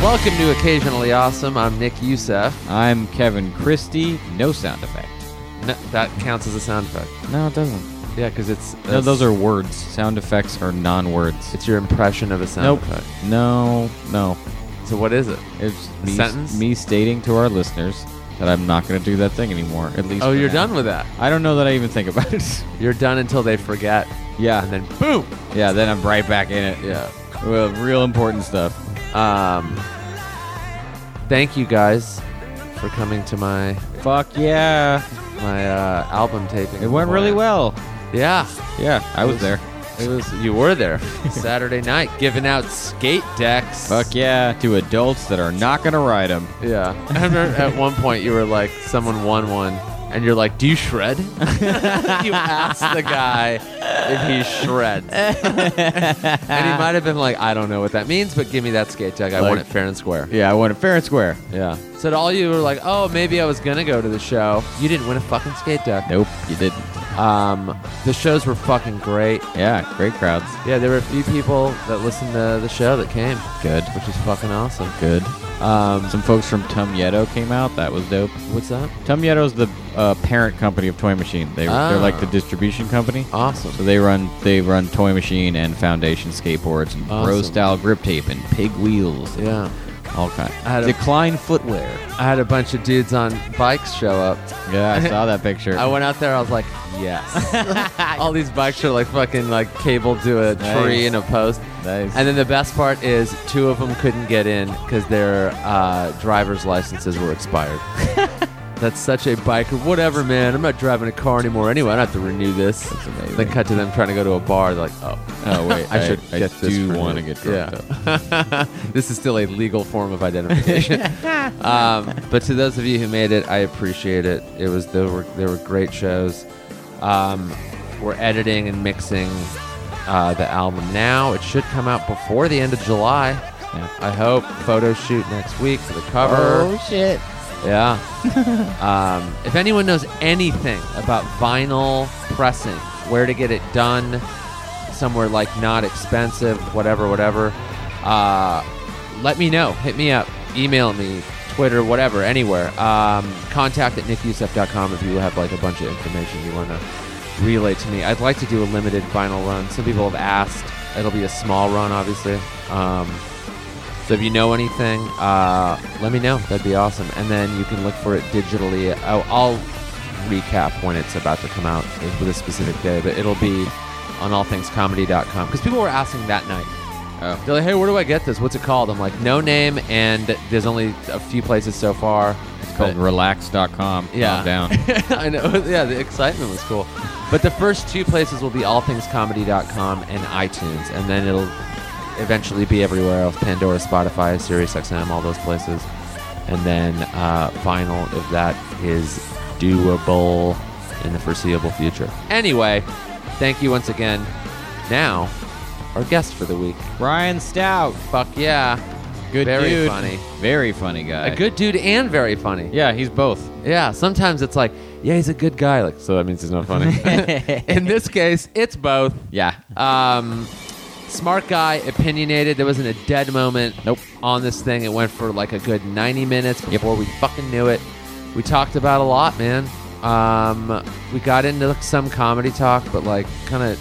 Welcome to Occasionally Awesome. I'm Nick Youssef. I'm Kevin Christie. No sound effect. No, that counts as a sound effect. No, it doesn't. Yeah, because it's No, that's- those are words. Sound effects are non-words. it's your impression of a sound nope. effect. No, no. So what is it? It's A me, sentence? me stating to our listeners that I'm not going to do that thing anymore. At least. Oh, for you're now. done with that. I don't know that I even think about it. You're done until they forget, yeah. and then boom. yeah. Then I'm right back in it. Yeah. Well, real important stuff. Um. Thank you guys for coming to my Fuck yeah! my uh, album taping. It went really well. Yeah, Yeah, I was there. it was. You were there Saturday night, giving out skate decks. Fuck yeah to adults that are not going to ride them. Yeah. I remember at one point you were like, someone won one, and you're like, do you shred? you asked the guy if he shreds. and he might have been like, I don't know what that means, but give me that skate tag. I want Like- it fair and square. Yeah, I won it fair and square. Yeah. So to all you who were like, oh, maybe I was going to go to the show, you didn't win a fucking skate deck. Nope, you didn't. Um, the shows were fucking great. Yeah, great crowds. Yeah, there were a few people that listened to the show that came, Good. which is fucking awesome. Good. Um, Some folks from Tum Yeto came out. That was dope. what's that? Tum Yeto's the uh, parent company of Toy Machine. They, Ah. They're like the distribution company. Awesome. So they run they run Toy Machine and Foundation skateboards and Awesome. pro style grip tape and pig wheels. and Yeah. All kind. I had a- Decline footwear. I had a bunch of dudes on bikes show up. Yeah, I saw that picture. I went out there. I was like, yes. All these bikes are like fucking like cabled to a Nice. tree and a post. Nice. And then the best part is two of them couldn't get in because their uh, driver's licenses were expired. That's such a biker. Whatever, man. I'm not driving a car anymore anyway. I don't have to renew this. That's amazing. Then cut to them trying to go to a bar. They're like, oh, oh wait, I, should I, get this. do renewed. want to get drunk. though. Yeah. this is still a legal form of identification. um, but to those of you who made it, I appreciate it. It was there were there were great shows. Um, we're editing and mixing uh, the album now. It should come out before the end of July. Yeah. I hope photo shoot next week for the cover. shit. Yeah. um, if anyone knows anything about vinyl pressing, where to get it done, somewhere like not expensive, whatever, whatever, uh, let me know. Hit me up. Email me, Twitter, whatever, anywhere. Um, contact at nickyusef.com if you have like a bunch of information you want to relay to me. I'd like to do a limited vinyl run. Some people have asked. It'll be a small run, obviously. Um, so if you know anything, uh, let me know. That'd be awesome. And then you can look for it digitally. I'll, I'll recap when it's about to come out with a specific day, but it'll be on allthingscomedy.com. Because people were asking that night. Oh. They're like, hey, where do I get this? What's it called? I'm like, no name, and there's only a few places so far. It's called relax.com. Yeah. Calm down. I know. Yeah, the excitement was cool. But the first two places will be allthingscomedy.com and iTunes, and then it'll eventually be everywhere else Pandora, Spotify, SiriusXM, all those places. And then uh, vinyl, if that is doable in the foreseeable future. Anyway, thank you once again. Now, our guest for the week. Ryan Stout. Fuck yeah. Good Very dude. funny. Very funny guy. A good dude and very funny. Yeah, he's both. Yeah, sometimes it's like, yeah, he's a good guy. Like, so that means he's not funny. In this case, it's both. Yeah. Um, smart guy, opinionated. There wasn't a dead moment. Nope. On this thing, it went for like a good 90 minutes before we fucking knew it. We talked about a lot, man. Um, we got into like, some comedy talk, but like kind of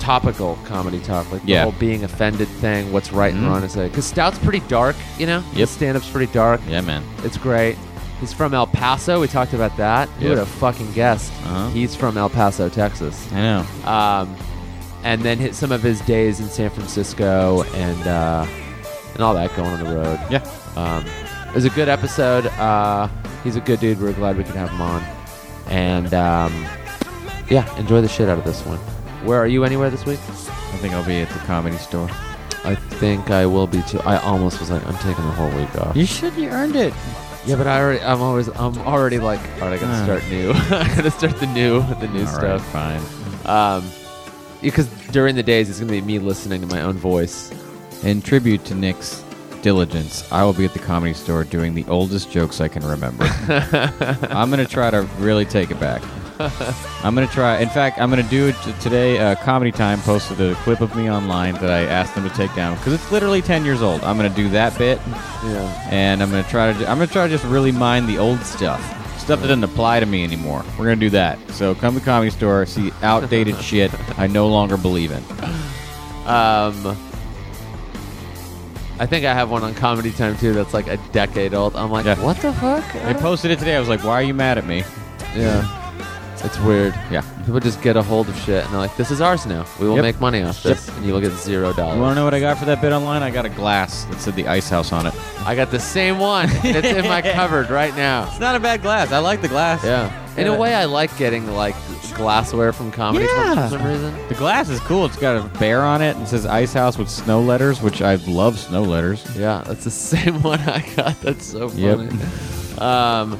topical comedy talk, like Yeah. the whole being offended thing, what's right and Mhm. wrong to say. Because Stout's pretty dark, you know. Yep. Stand up's pretty dark. Yeah, man. It's great. He's from El Paso. We talked about that. You Yep. would have fucking guessed. Uh-huh. He's from El Paso, Texas. I know. Um, and then hit some of his days in San Francisco and uh, and all that going on the road. Yeah. Um, it was a good episode. Uh, he's a good dude. We're glad we could have him on. And um, yeah, enjoy the shit out of this one. Where are you anywhere this week? I think I'll be at the comedy store. I think I will be too. I almost was like, I'm taking the whole week off. You should. You earned it. Yeah, but I already, I'm always, I'm already like, all right, I gotta Uh. start new. I gotta start the new, the new stuff. fine. Um, because during the days, it's gonna be me listening to my own voice. In tribute to Nick's diligence, I will be at the comedy store doing the oldest jokes I can remember. I'm going to try to really take it back. I'm gonna try. In fact, I'm gonna do it t- today. Uh, Comedy Time posted a clip of me online that I asked them to take down because it's literally 10 years old. I'm gonna do that bit, Yeah. and I'm gonna try to. ju- I'm gonna try to just really mine the old stuff, stuff that doesn't apply to me anymore. We're gonna do that. So come to Comedy Store, see outdated shit I no longer believe in. Um, I think I have one on Comedy Time too that's like a decade old. I'm like, Yeah. what the fuck? I They don't- posted it today. I was like, why are you mad at me? yeah. It's weird. Yeah. People just get a hold of shit and they're like, this is ours now. We will Yep. make money off this. And you will get zero You want to dollars. know what I got for that bit online? I got a glass that said the Ice House on it. I got the same one. and it's in my cupboard right now. It's not a bad glass. I like the glass. Yeah. In a way, I like getting like glassware from Comedy Club Yeah. for some reason. The glass is cool. It's got a bear on it and says Ice House with snow letters, which I love snow letters. Yeah, that's the same one I got. That's so Yep. funny. Um,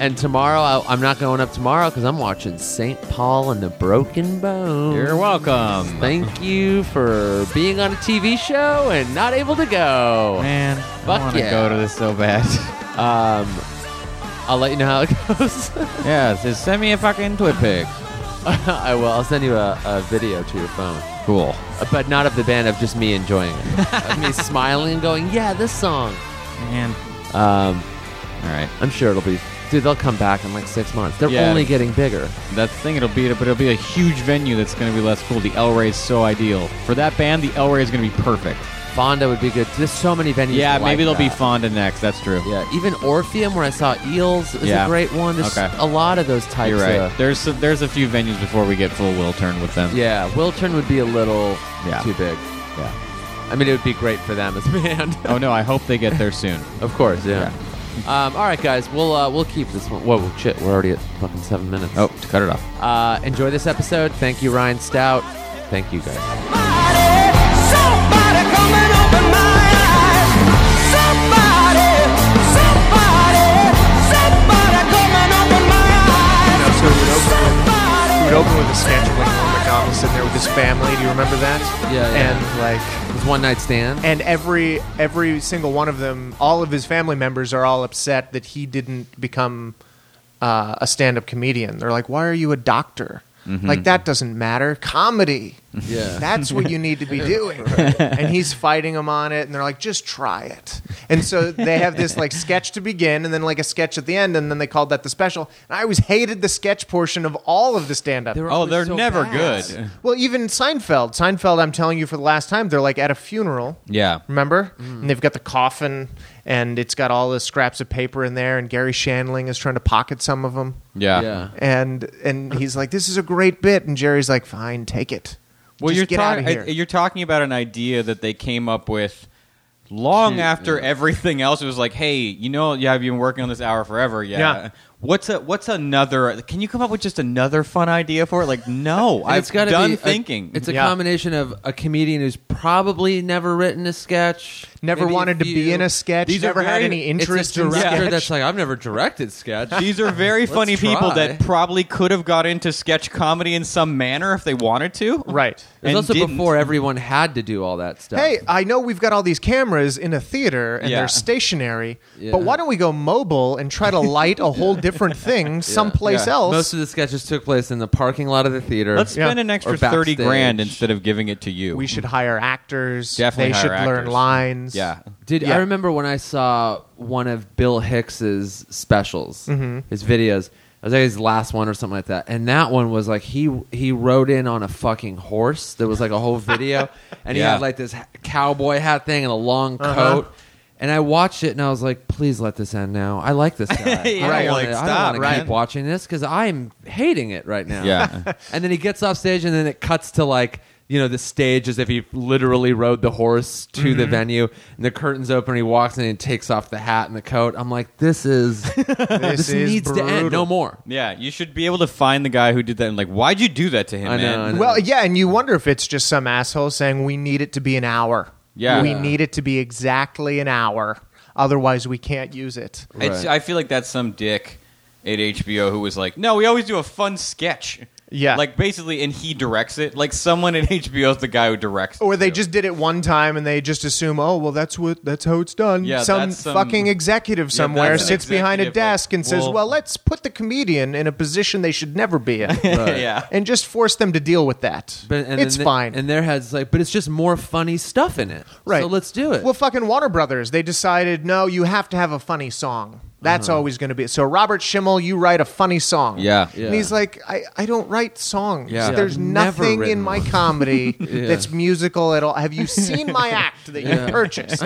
and tomorrow, I, I'm not going up tomorrow because I'm watching St. Paul and the Broken Bone. You're welcome. Thank you for being on a TV show and not able to go. Man, Fuck I want to yeah. go to this so bad. Um, I'll let you know how it goes. yeah, it says send me a fucking twit pic. I will. I'll send you a, a video to your phone. Cool. Uh, But not of the band, of just me enjoying it. of me smiling and going, yeah, this song. Man. Um, All right. I'm sure it'll be. Dude, they'll come back in like six months. They're Yeah. only getting bigger. That's the thing. It'll be, but it'll be a huge venue that's going to be less cool. The El Rey's so ideal for that band. The El Rey is going to be perfect. Fonda would be good. There's so many venues. Yeah, like maybe they'll be that. Fonda next. That's true. Yeah, even Orpheum, where I saw Eels, is Yeah. a great one. There's Okay. a lot of those types. You're right. Of, There's a, there's a few venues before we get full will turn with them. yeah, Wiltern would be a little Yeah. too big. Yeah. I mean, it would be great for them as a band, Oh no, I hope they get there soon. of course. Yeah. Um, all right, guys, we'll uh, we'll keep this one. Whoa, shit, we're already at fucking seven minutes. Oh, cut it off. Uh, enjoy this episode. Thank you, Ryan Stout. Thank you, guys. Somebody come and open my eyes. Somebody, somebody, somebody come and open my eyes. know, so it would Somebody. open with, it would open with a sketch of like Norm Macdonald sitting there with his family. Do you remember that? Yeah, yeah. And like, It was one night stand. and every every single one of them, all of his family members are all upset that he didn't become uh, a stand-up comedian. They're like, "Why are you a doctor? Mm-hmm. Like that doesn't matter. Comedy." Yeah. That's what you need to be doing. And he's fighting them on it, and they're like, just try it. And so they have this like sketch to begin, and then like a sketch at the end, and then they called that the special. And I always hated the sketch portion of all of the stand up. They were Oh, always they're so never fast. good. Well, even Seinfeld. Seinfeld, I'm telling you for the last time, they're like at a funeral. Yeah. Remember? Mm. And they've got the coffin, and it's got all the scraps of paper in there, and Gary Shandling is trying to pocket some of them. Yeah. Yeah. And and he's like, "This is a great bit," and Jerry's like, "Fine, take it." Well, Just you're get out of talking here. you're talking about an idea that they came up with long after everything else. It was like, hey, you know, yeah, I've been working on this hour forever. Yeah. Yeah. What's a what's another? Can you come up with just another fun idea for it? Like, no, And I've gotta done be a- thinking. it's a Yeah. combination of a comedian who's probably never written a sketch, Never maybe a wanted to be few. in a sketch. These are never had very- any It's a interest in director sketch. that's like I've never directed sketch. These are very Let's funny people try. that probably could have got into sketch comedy in some manner if they wanted to. right. It's and also didn't. before everyone had to do all that stuff. Hey, I know we've got all these cameras in a theater and Yeah. they're stationary, Yeah. but why don't we go mobile and try to light a whole different thing someplace Yeah. else? most of the sketches took place in the parking lot of the theater. Let's spend Yeah. an extra Or backstage. thirty grand instead of giving it to you. we should hire actors. Definitely they hire should learn actors. lines. Yeah. Did I Yeah. remember when I saw one of Bill Hicks's specials, his videos? I was like his last one or something like that, and that one was like he he rode in on a fucking horse. There was like a whole video, and he Yeah. had like this ha- cowboy hat thing and a long Uh-huh. coat. And I watched it and I was like, please let this end now. I like this guy. I Yeah, like, don't wanna- I don't stop, want to right? keep watching this because I'm hating it right now. Yeah. and then he gets off stage and then it cuts to like you know the stage as if he literally rode the horse to Mm-hmm. the venue and the curtains open and he walks in and takes off the hat and the coat i'm like this is this, is needs to end no brutal. more Yeah, you should be able to find the guy who did that and like, why'd you do that to him, I know, man? I know. Well, yeah, and you wonder if it's just some asshole saying we need it to be an hour. Yeah. We Yeah. need it to be exactly an hour. Otherwise, we can't use it. It's, I feel like that's some dick at HBO who was like, no, we always do a fun sketch. Yeah. Like basically, and he directs it. Like someone at HBO is the guy who directs. it Or they too. just did it one time and they just assume, oh well, that's what that's how it's done. Yeah, some, that's some- fucking executive somewhere that's an sits behind a executive, desk like, and says, well- well, let's put the comedian in a position they should never be in, yeah. and just force them to deal with that. But, and it's then- fine. And their heads like, but it's just more funny stuff in it. Right. So let's do it. Well, fucking Warner Brothers, they decided no, you have to have a funny song. That's always going to be so. Robert Schimmel, you write a funny song. Uh-huh. Yeah. Yeah. And he's like, I, I don't write songs. Yeah. There's I've never nothing in written my one." comedy that's musical at all. Have you seen my act that you purchased?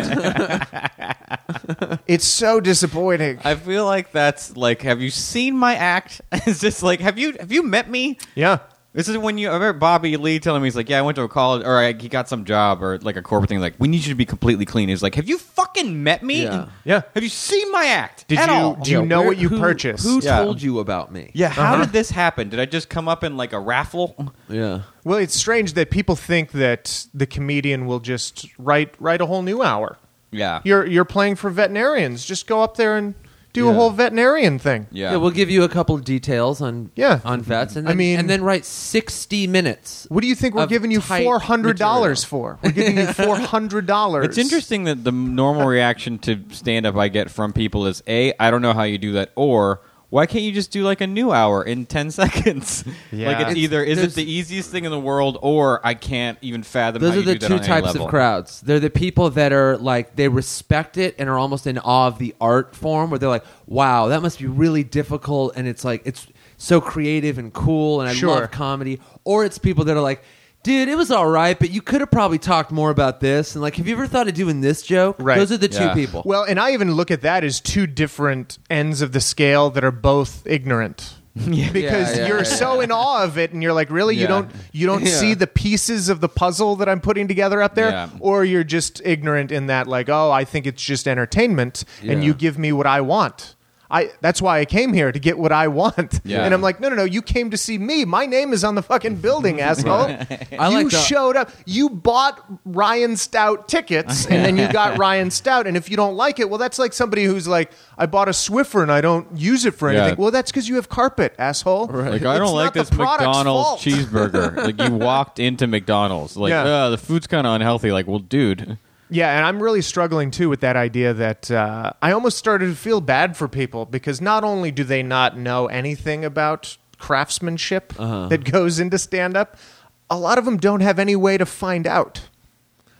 it's so disappointing. I feel like that's like. Have you seen my act? it's just like. Have you have you met me? yeah. This is when you. I remember Bobby Lee telling me he's like, yeah, I went to a college or I, he got some job or like a corporate thing. Like, we need you to be completely clean. He's like, have you fucking met me? Yeah. Yeah. Have you seen my act? Did at you- all? do you know what you who- purchased? Who Yeah. told you about me? Yeah. How Uh-huh. did this happen? Did I just come up in like a raffle? Yeah. Well, it's strange that people think that the comedian will just write write a whole new hour. Yeah. You're you're playing for veterinarians. Just go up there and do a Yeah. whole veterinarian thing. yeah. we'll give you a couple of details on Yeah. on vets, and I then, mean- and then write sixty minutes. What do you think we're Of giving you tight four hundred dollars for? We're giving you four hundred dollars. It's interesting that the normal reaction to stand up I get from people is A, I don't know how you do that, or why can't you just do like a new hour in 10 seconds? Yeah. Like It's- it's either is it there's- the easiest thing in the world or I can't even fathom Those how are you the do that two on any types level. of crowds. They're the people that are like they respect it and are almost in awe of the art form, where they're like, "Wow, that must be really difficult," and it's like it's so creative and cool, and I Sure. love comedy. Or it's people that are like. Dude, it was all right, but you could have probably talked more about this. And like, have you ever thought of doing this joke? Right. Those are the two Yeah. people. Well, and I even look at that as two different ends of the scale that are both ignorant. Because Yeah, yeah, you're yeah, so in awe of it, and you're like, really, you Yeah. don't you don't Yeah. see the pieces of the puzzle that I'm putting together up there, Yeah. or you're just ignorant in that, like, oh, I think it's just entertainment, and Yeah. you give me what I want. I that's why I came here to get what I want. Yeah. And I'm like, no, no, no, you came to see me. My name is on the fucking building, asshole. I you like the- showed up. You bought Ryan Stout tickets, and then you got Ryan Stout. And if you don't like it, well, that's like somebody who's like, I bought a Swiffer and I don't use it for Yeah. anything. Well, that's because you have carpet, asshole. Like I It's don't like not the this product's McDonald's fault. cheeseburger. like you walked into McDonald's. Like Yeah. uh, the food's kind of unhealthy. Like well, dude. Yeah, and I'm really struggling too with that idea that uh, I almost started to feel bad for people because not only do they not know anything about craftsmanship that goes into stand up, a lot of them don't have any way to find out.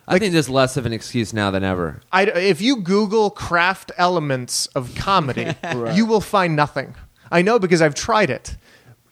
I think there's less of an excuse now than ever. I, if you Google craft elements of comedy, you will find nothing. I know because I've tried it.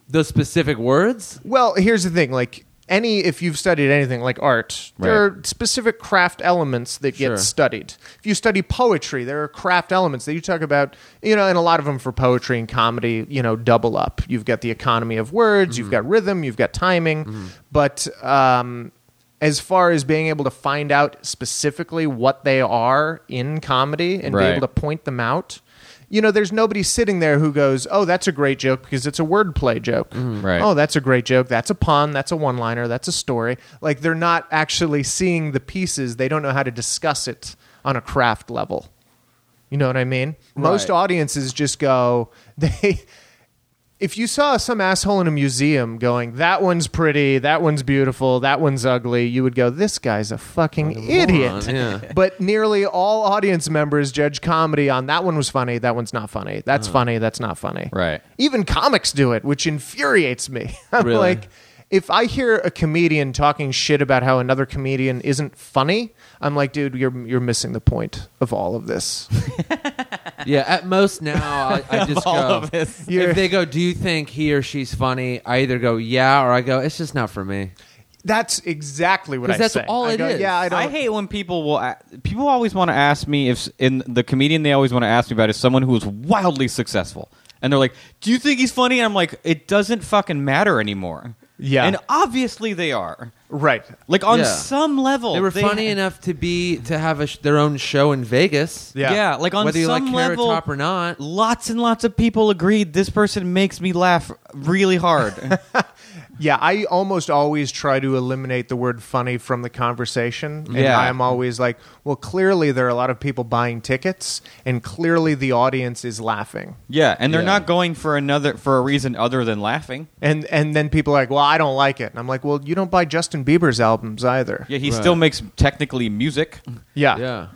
Those specific words? Well, here's the thing: like any, if you've studied anything like art, there Right. are specific craft elements that Sure. get studied. If you study poetry, there are craft elements that you talk about. You know, and a lot of them for poetry and comedy, you know, double up. You've got the economy of words, Mm-hmm. you've got rhythm, you've got timing, but. Um, as far as being able to find out specifically what they are in comedy and be Right. able to point them out, you know, there's nobody sitting there who goes, "Oh, that's a great joke because it's a wordplay joke." Mm, Right. Oh, that's a great joke. That's a pun. That's a one liner. That's a story. Like they're not actually seeing the pieces. They don't know how to discuss it on a craft level. You know what I mean? Most Right. audiences just go, they. If you saw some asshole in a museum going, that one's pretty, that one's beautiful, that one's ugly, you would go, this guy's a fucking idiot. moron, yeah. But nearly all audience members judge comedy on that one was funny, that one's not funny, that's Uh-huh. funny, that's not funny. Right. Even comics do it, which infuriates me. I'm Really? like, if I hear a comedian talking shit about how another comedian isn't funny, I'm like, dude, you're you're missing the point of all of this. Yeah, at most now I, I just All go. of this. You're- If they go, do you think he or she's funny? I either go yeah or I go it's just not for me. That's exactly what I 'Cause that's say. all I it go, is. Yeah, I don't. I hate when people will. a- People always want to ask me if, in the comedian they always want to ask me about is someone who is wildly successful, and they're like, "Do you think he's funny?" And I'm like, "It doesn't fucking matter anymore." Yeah. and obviously they are. Right. Like on Yeah. some level, They were they- funny enough to be to have a sh- their own show in Vegas. Yeah. Yeah. like on whether some you like Carrot level, Top or not. lots and lots of people agreed this person makes me laugh really hard. Yeah, I almost always try to eliminate the word funny from the conversation. And Yeah. I'm always like, well, clearly there are a lot of people buying tickets, and clearly the audience is laughing. yeah, and they're Yeah. not going for another for a reason other than laughing. And and then people are like, well, I don't like it. And I'm like, well, you don't buy Justin Bieber's albums either. Yeah, he Right. still makes technically music. Yeah. Yeah.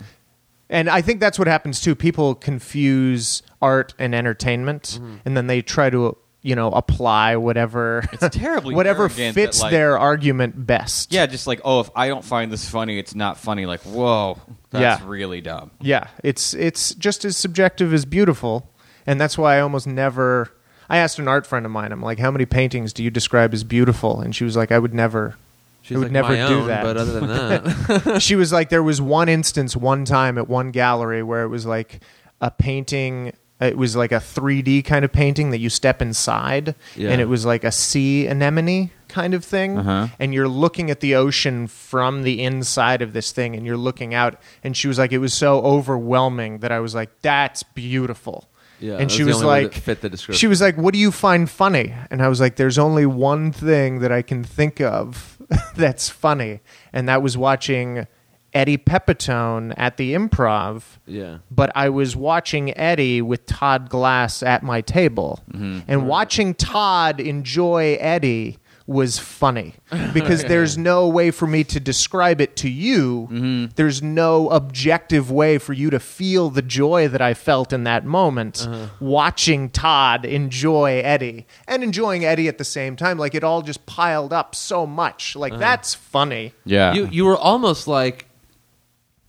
And I think that's what happens too. People confuse art and entertainment, Mm-hmm. and then they try to, you know, apply whatever It's terribly whatever arrogant that, fits like- their argument best. Yeah, just like oh, if I don't find this funny, it's not funny. Like whoa, that's Yeah. really dumb. Yeah, it's it's just as subjective as beautiful, and that's why I almost never. I asked an art friend of mine. I'm like, "How many paintings do you describe as beautiful?" And she was like, "I would never." She's I like would never my do own, that. but other than that, she was like, "There was one instance, one time at one gallery where it was like a painting." It was like a 3D kind of painting that you step inside, Yeah. Uh-huh. and it was like a sea anemone kind of thing. And you're looking at the ocean from the inside of this thing, and you're looking out. And she was like, It was so overwhelming that I was like, That's beautiful. Yeah, and that's she the was only word like, that fit the description. She was like, What do you find funny? And I was like, There's only one thing that I can think of that's funny. And that was watching Eddie Pepitone at the improv. yeah. But I was watching Eddie with Todd Glass at my table. Mm-hmm. And watching Todd enjoy Eddie was funny because there's no way for me to describe it to you. Mm-hmm. There's no objective way for you to feel the joy that I felt in that moment Uh-huh. watching Todd enjoy Eddie and enjoying Eddie at the same time. Like it all just piled up so much. Like Uh-huh. that's funny. Yeah, You you were almost like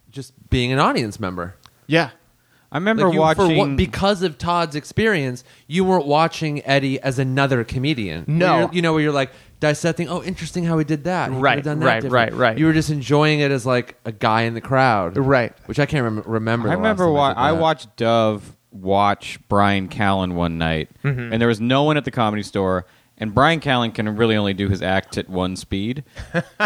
just being an audience member. Yeah. I remember Like, you- for watching. what- because of Todd's experience, you weren't watching Eddie as another comedian. No. Where you're- you know where you're like dissecting. Oh, interesting how he did that. He could've Right, done that right, different." right, right. You were just enjoying it as like a guy in the crowd, Right. Which I can't rem- remember. I the last remember time why did I that. watched Dove watch Brian Callen one night, Mm-hmm. and there was no one at the comedy store. And Brian Callen can really only do his act at one speed.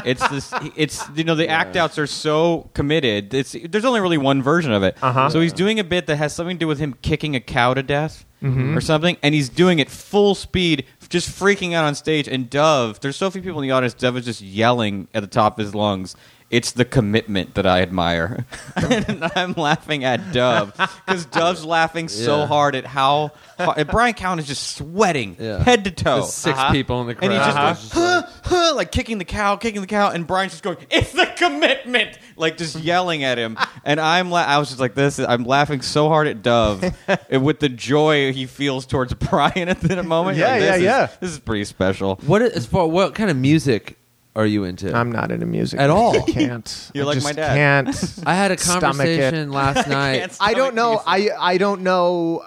It's this. It's you know the act outs are so committed. It's there's only really one version of it. Uh-huh. So he's doing a bit that has something to do with him kicking a cow to death Mm-hmm. or something, and he's doing it full speed, just freaking out on stage. And Dove, there's so few people in the audience. Dove is just yelling at the top of his lungs. It's the commitment that I admire, and I'm laughing at Dove because Dove's laughing so Yeah. hard at how hard, and Brian Cowan is just sweating Yeah. Uh-huh. head to toe. There's six people in the crowd. Oh, uh-huh. And he just It was goes, just like- huh, huh, like kicking the cow, kicking the cow, and Brian's just going, "It's the commitment!" Like just yelling at him, and I'm la- I was just like, "This," is- I'm laughing so hard at Dove, and with the joy he feels towards Brian at the moment. Yeah, Like, this yeah, is- yeah. This is pretty special. What is, as far what kind of music are you into? I'm not into music At all. I can't. You're I like just my dad. Can't. I had a Stomach it. conversation last night. I don't know. I I don't know.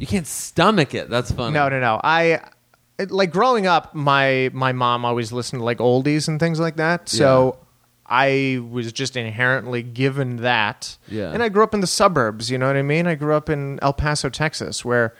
you can't stomach it. That's funny. No, no, no. I it- like growing up. My my mom always listened to like oldies and things like that. So I was just inherently given that. Yeah. And I grew up in the suburbs. You know what I mean? I grew up in El Paso, Texas, where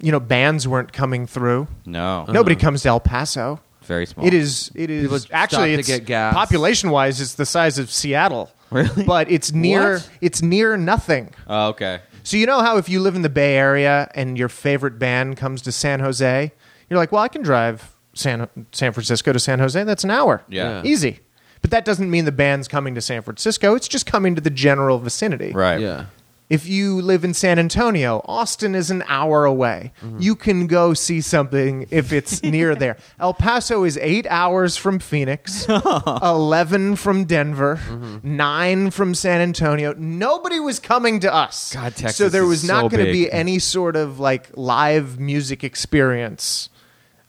you know bands weren't coming through. Uh-huh. no, Nobody comes to El Paso. very small. It is. It is People stop actually to it's get gas. population-wise, it's the size of Seattle. Really? But it's near. What? It's near nothing. Oh, okay. So you know how if you live in the Bay Area and your favorite band comes to San Jose, you're like, well, I can drive San San Francisco to San Jose. That's an hour. Yeah. Yeah. easy. But that doesn't mean the band's coming to San Francisco. It's just coming to the general vicinity. Right. Yeah. If you live in San Antonio, Austin is an hour away. Mm-hmm. You can go see something if it's near there. El Paso is eight hours from Phoenix, Oh. 11 from Denver, Mm-hmm. nine from San Antonio. Nobody was coming to us. God, So Texas there is was not so going to big. be any sort of like live music experience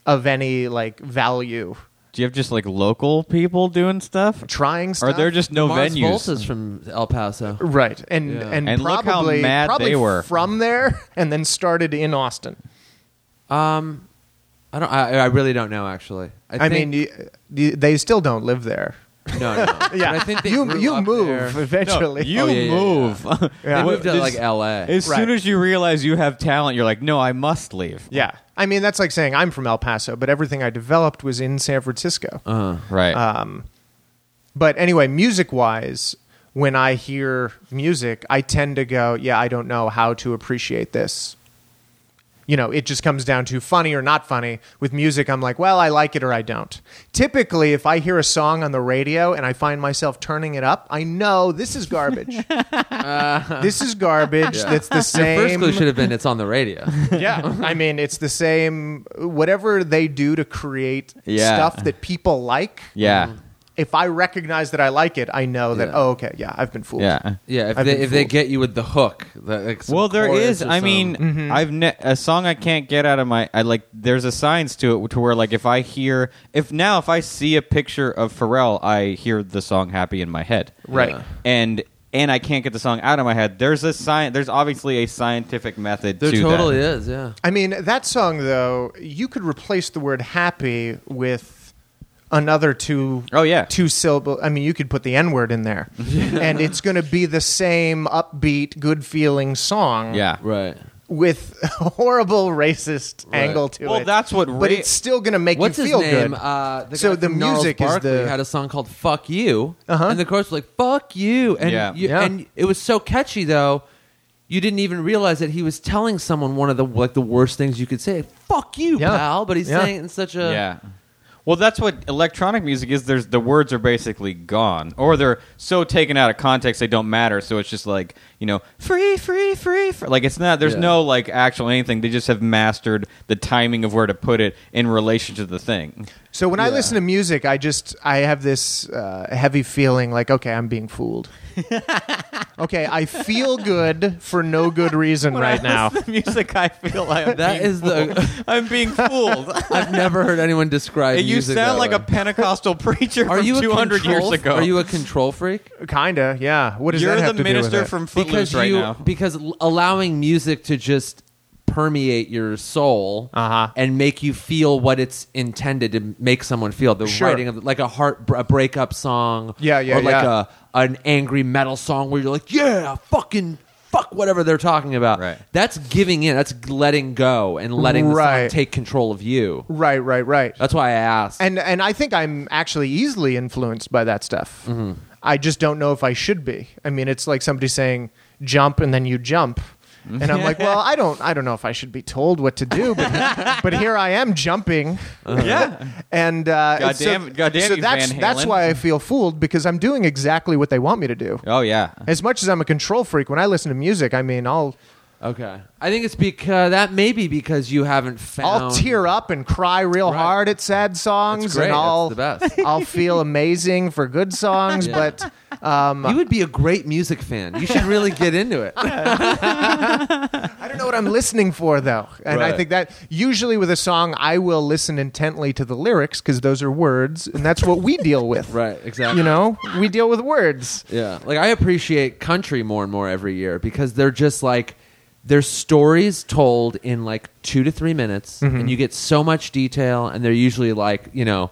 of any like value. Do you have just like local people doing stuff? Trying stuff. Are there just no Mars venues? Volta's from El Paso. Right, and Yeah. and, And look how probably mad probably they were. from there, and then started in Austin. Um, I don't. I, I really don't know. Actually, I, I think, mean, you, you, they still don't live there. no, no. no. Yeah, But I think they you grew you up move there. eventually. you Oh, yeah, yeah, yeah. move. They Yeah. moved to Just- like L.A. As Right. soon as you realize you have talent, you're like, no, I must leave. yeah, I mean that's like saying I'm from El Paso, but everything I developed was in San Francisco. Uh, Right. Um, But anyway, music wise, when I hear music, I tend to go, yeah, I don't know how to appreciate this. You know, it just comes down to funny or not funny. With music, I'm like, well, I like it or I don't. Typically, if I hear a song on the radio and I find myself turning it up, I know this is garbage. this is garbage. That's the same. First clue should have been it's on the radio. Yeah, I mean, it's the same. Whatever they do to create Yeah. stuff that people like. Yeah. mm-hmm. If I recognize that I like it, I know that. Yeah. Oh, okay. Yeah, I've been fooled. Yeah. Yeah, if I've they been if they fooled. get you with the hook. the- like some Well, there chorus is. or I some- Mm-hmm. mean, I've ne- a song I can't get out of my. I like. There's a science to it to where like if I hear if now if I see a picture of Pharrell, I hear the song Happy in my head. Right. Yeah. And and I can't get the song out of my head. There's a science. There's obviously a scientific method. there to totally that. is. Yeah. I mean, that song though, you could replace the word happy with another two Oh, yeah. two syllable. I mean, you could put the N word in there, and it's going to be the same upbeat, good feeling song. Yeah. Right. with a horrible racist Right. angle to Well, it. that's what but ra- it's still going to make What's you his feel name? good. Uh, the So guy the from Gnarls music is Barkley the- had a song called "Fuck You," Uh-huh. and the chorus was like "Fuck you," and Yeah. you- Yeah. and it was so catchy though, you didn't even realize that he was telling someone one of the like the worst things you could say, "Fuck you, Yeah. pal," but he's Yeah. saying it in such a Yeah. Well, that's what electronic music is. There's the words are basically gone, or they're so taken out of context they don't matter. So it's just like you know, free, free, free. free. Like it's not. There's Yeah. no like actual anything. They just have mastered the timing of where to put it in relation to the thing. So when I listen to music, I just I have this uh, heavy feeling like okay, I'm being fooled. okay, I feel good for no good reason right now. the music I feel like I'm That being is the- fooled. I'm being fooled. I've never heard anyone describe. you music sound that like way. a Pentecostal preacher Are from you a 200 years control- ago. Are you a control freak? Kinda, yeah. What does You're that have the to do with minister it? from Footloose right you now. because l- allowing music to just permeate your soul Uh-huh. and make you feel what it's intended to make someone feel the Sure. writing of like a heart br- a breakup song Yeah, yeah, or like yeah. a an angry metal song where you're like yeah fucking fuck whatever they're talking about Right. that's giving in that's letting go and letting the song Right. take control of you right, right, right. that's why I asked and and I think I'm actually easily influenced by that stuff. Mm-hmm. I just don't know if I should be. I mean, it's like somebody saying jump and then you jump. And I'm like, well, I don't, I don't know if I should be told what to do, but, but here I am jumping, yeah. and uh, God so- damn- God damn so you, that's Van that's Halen. why I feel fooled because I'm doing exactly what they want me to do. Oh yeah. As much as I'm a control freak, when I listen to music, I mean, I'll okay I think it's because that may be because you haven't found I'll tear up and cry real Right. hard at sad songs, That's great. and That's I'll the best. I'll feel amazing for good songs, Yeah. but You would be a great music fan. You should really get into it. I don't know what I'm listening for though. And I Right. think that usually with a song, I will listen intently to the lyrics because those are words, and that's what we deal with. right, exactly. You know, we deal with words. Yeah. Like I appreciate country more and more every year because they're just like there's stories told in like 2 to 3 minutes Mm-hmm. and you get so much detail and they're usually like, you know,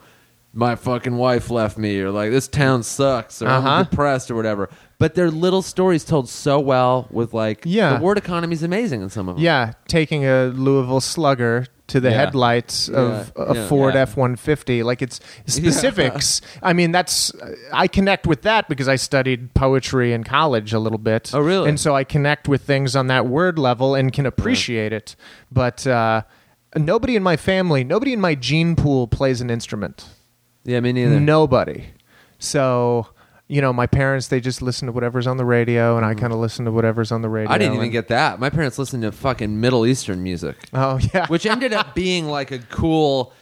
my fucking wife left me or like this town sucks or Uh-huh. I'm depressed or whatever. But they're little stories told so well with like Yeah. the word economy's amazing in some of them. Yeah, taking a Louisville Slugger to the Yeah. headlights of Yeah, a yeah. Ford Yeah. F one fifty, like it's specifics. I mean, that's I connect with that because I studied poetry in college a little bit. Oh, really? And so I connect with things on that word level and can appreciate it. But uh, nobody in my family, nobody in my gene pool plays an instrument. Yeah, me neither. Nobody. So. You know, my parents, they just listen to whatever's on the radio, and I kind of listen to whatever's on the radio. Mm-hmm. I didn't even and- get that. My parents listened to fucking Middle Eastern music. Oh, yeah. which ended up being like a cool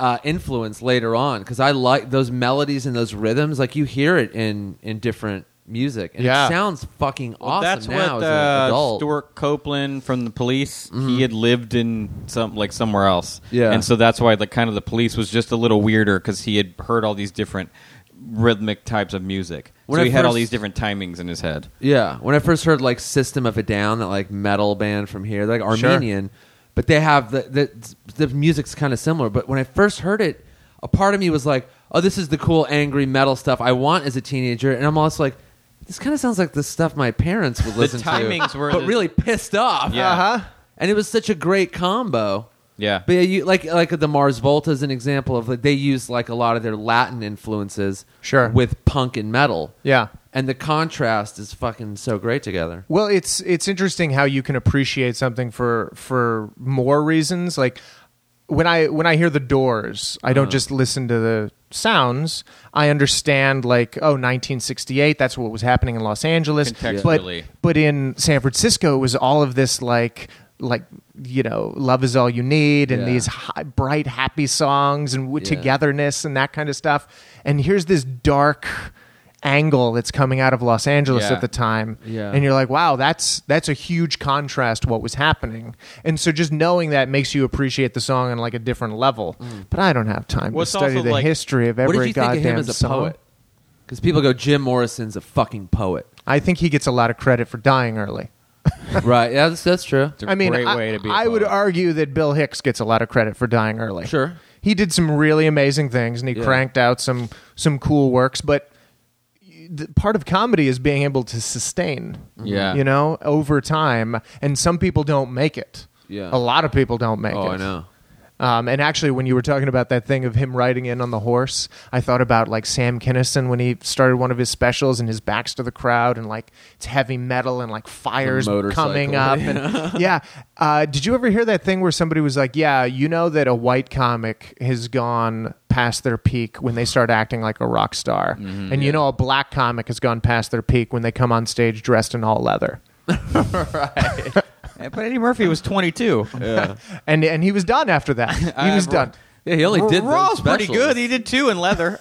uh, influence later on because I like those melodies and those rhythms. Like you hear it in in different music, and Yeah. it sounds fucking Well, awesome that's now as an what uh, adult. Mm-hmm. Stuart Copeland from the police. He had lived in some like somewhere else, Yeah. and so that's why like kind of the police was just a little weirder because he had heard all these different rhythmic types of music. When so I he had all first- these different timings in his head. yeah, when I first heard like System of a Down, that like metal band from here, they're, like Sure. Armenian, but they have the the, the music's kind of similar. But when I first heard it, a part of me was like, "Oh, this is the cool angry metal stuff I want as a teenager," and I'm also like. This kind of sounds like the stuff my parents would listen timings to, were but the- really pissed off. Yeah. Uh huh. And it was such a great combo. Yeah. But yeah, you, like like the Mars Volta is an example of like they use like a lot of their Latin influences, Sure. with punk and metal, Yeah. and the contrast is fucking so great together. Well, it's it's interesting how you can appreciate something for for more reasons. Like when I when I hear the Doors, I don't just listen to the sounds. I understand like oh 1968, that's what was happening in Los Angeles. But Contextually. but in San Francisco it was all of this like like you know love is all you need and Yeah. these high, bright happy songs and w- Yeah. togetherness and that kind of stuff. And here's this dark angle that's coming out of Los Angeles Yeah. at the time Yeah. and you're like wow that's that's a huge contrast to what was happening and so just knowing that makes you appreciate the song on like a different level Mm. but i don't have time Well, to it's study also the like- history of every what did you think goddamn of him as a song poet? Because people go, Jim Morrison's a fucking poet, i think he gets a lot of credit for dying early right? Yeah, that's, that's true. It's a I mean, great I, way to be. a I would poet. argue that Bill Hicks gets a lot of credit for dying early. Sure. he did some really amazing things, and he Yeah. cranked out some some cool works. But the, part of comedy is being able to sustain, Yeah. you know, over time. And some people don't make it. Yeah. a lot of people don't make it. Oh, I know. Um, and actually, when you were talking about that thing of him riding in on the horse, I thought about like Sam Kinison when he started one of his specials and his back's to the crowd and like it's heavy metal and like fires motorcycle. coming up. And yeah. Uh, did you ever hear that thing where somebody was like, yeah, you know that a white comic has gone past their peak when they start acting like a rock star. and you know a black comic has gone past their peak when they come on stage dressed in all leather. Yeah, But Eddie Murphy was 22. Yeah. And, and he was done after that. He was done. Yeah, he only did. Raw those was pretty specials. good. He did two in leather.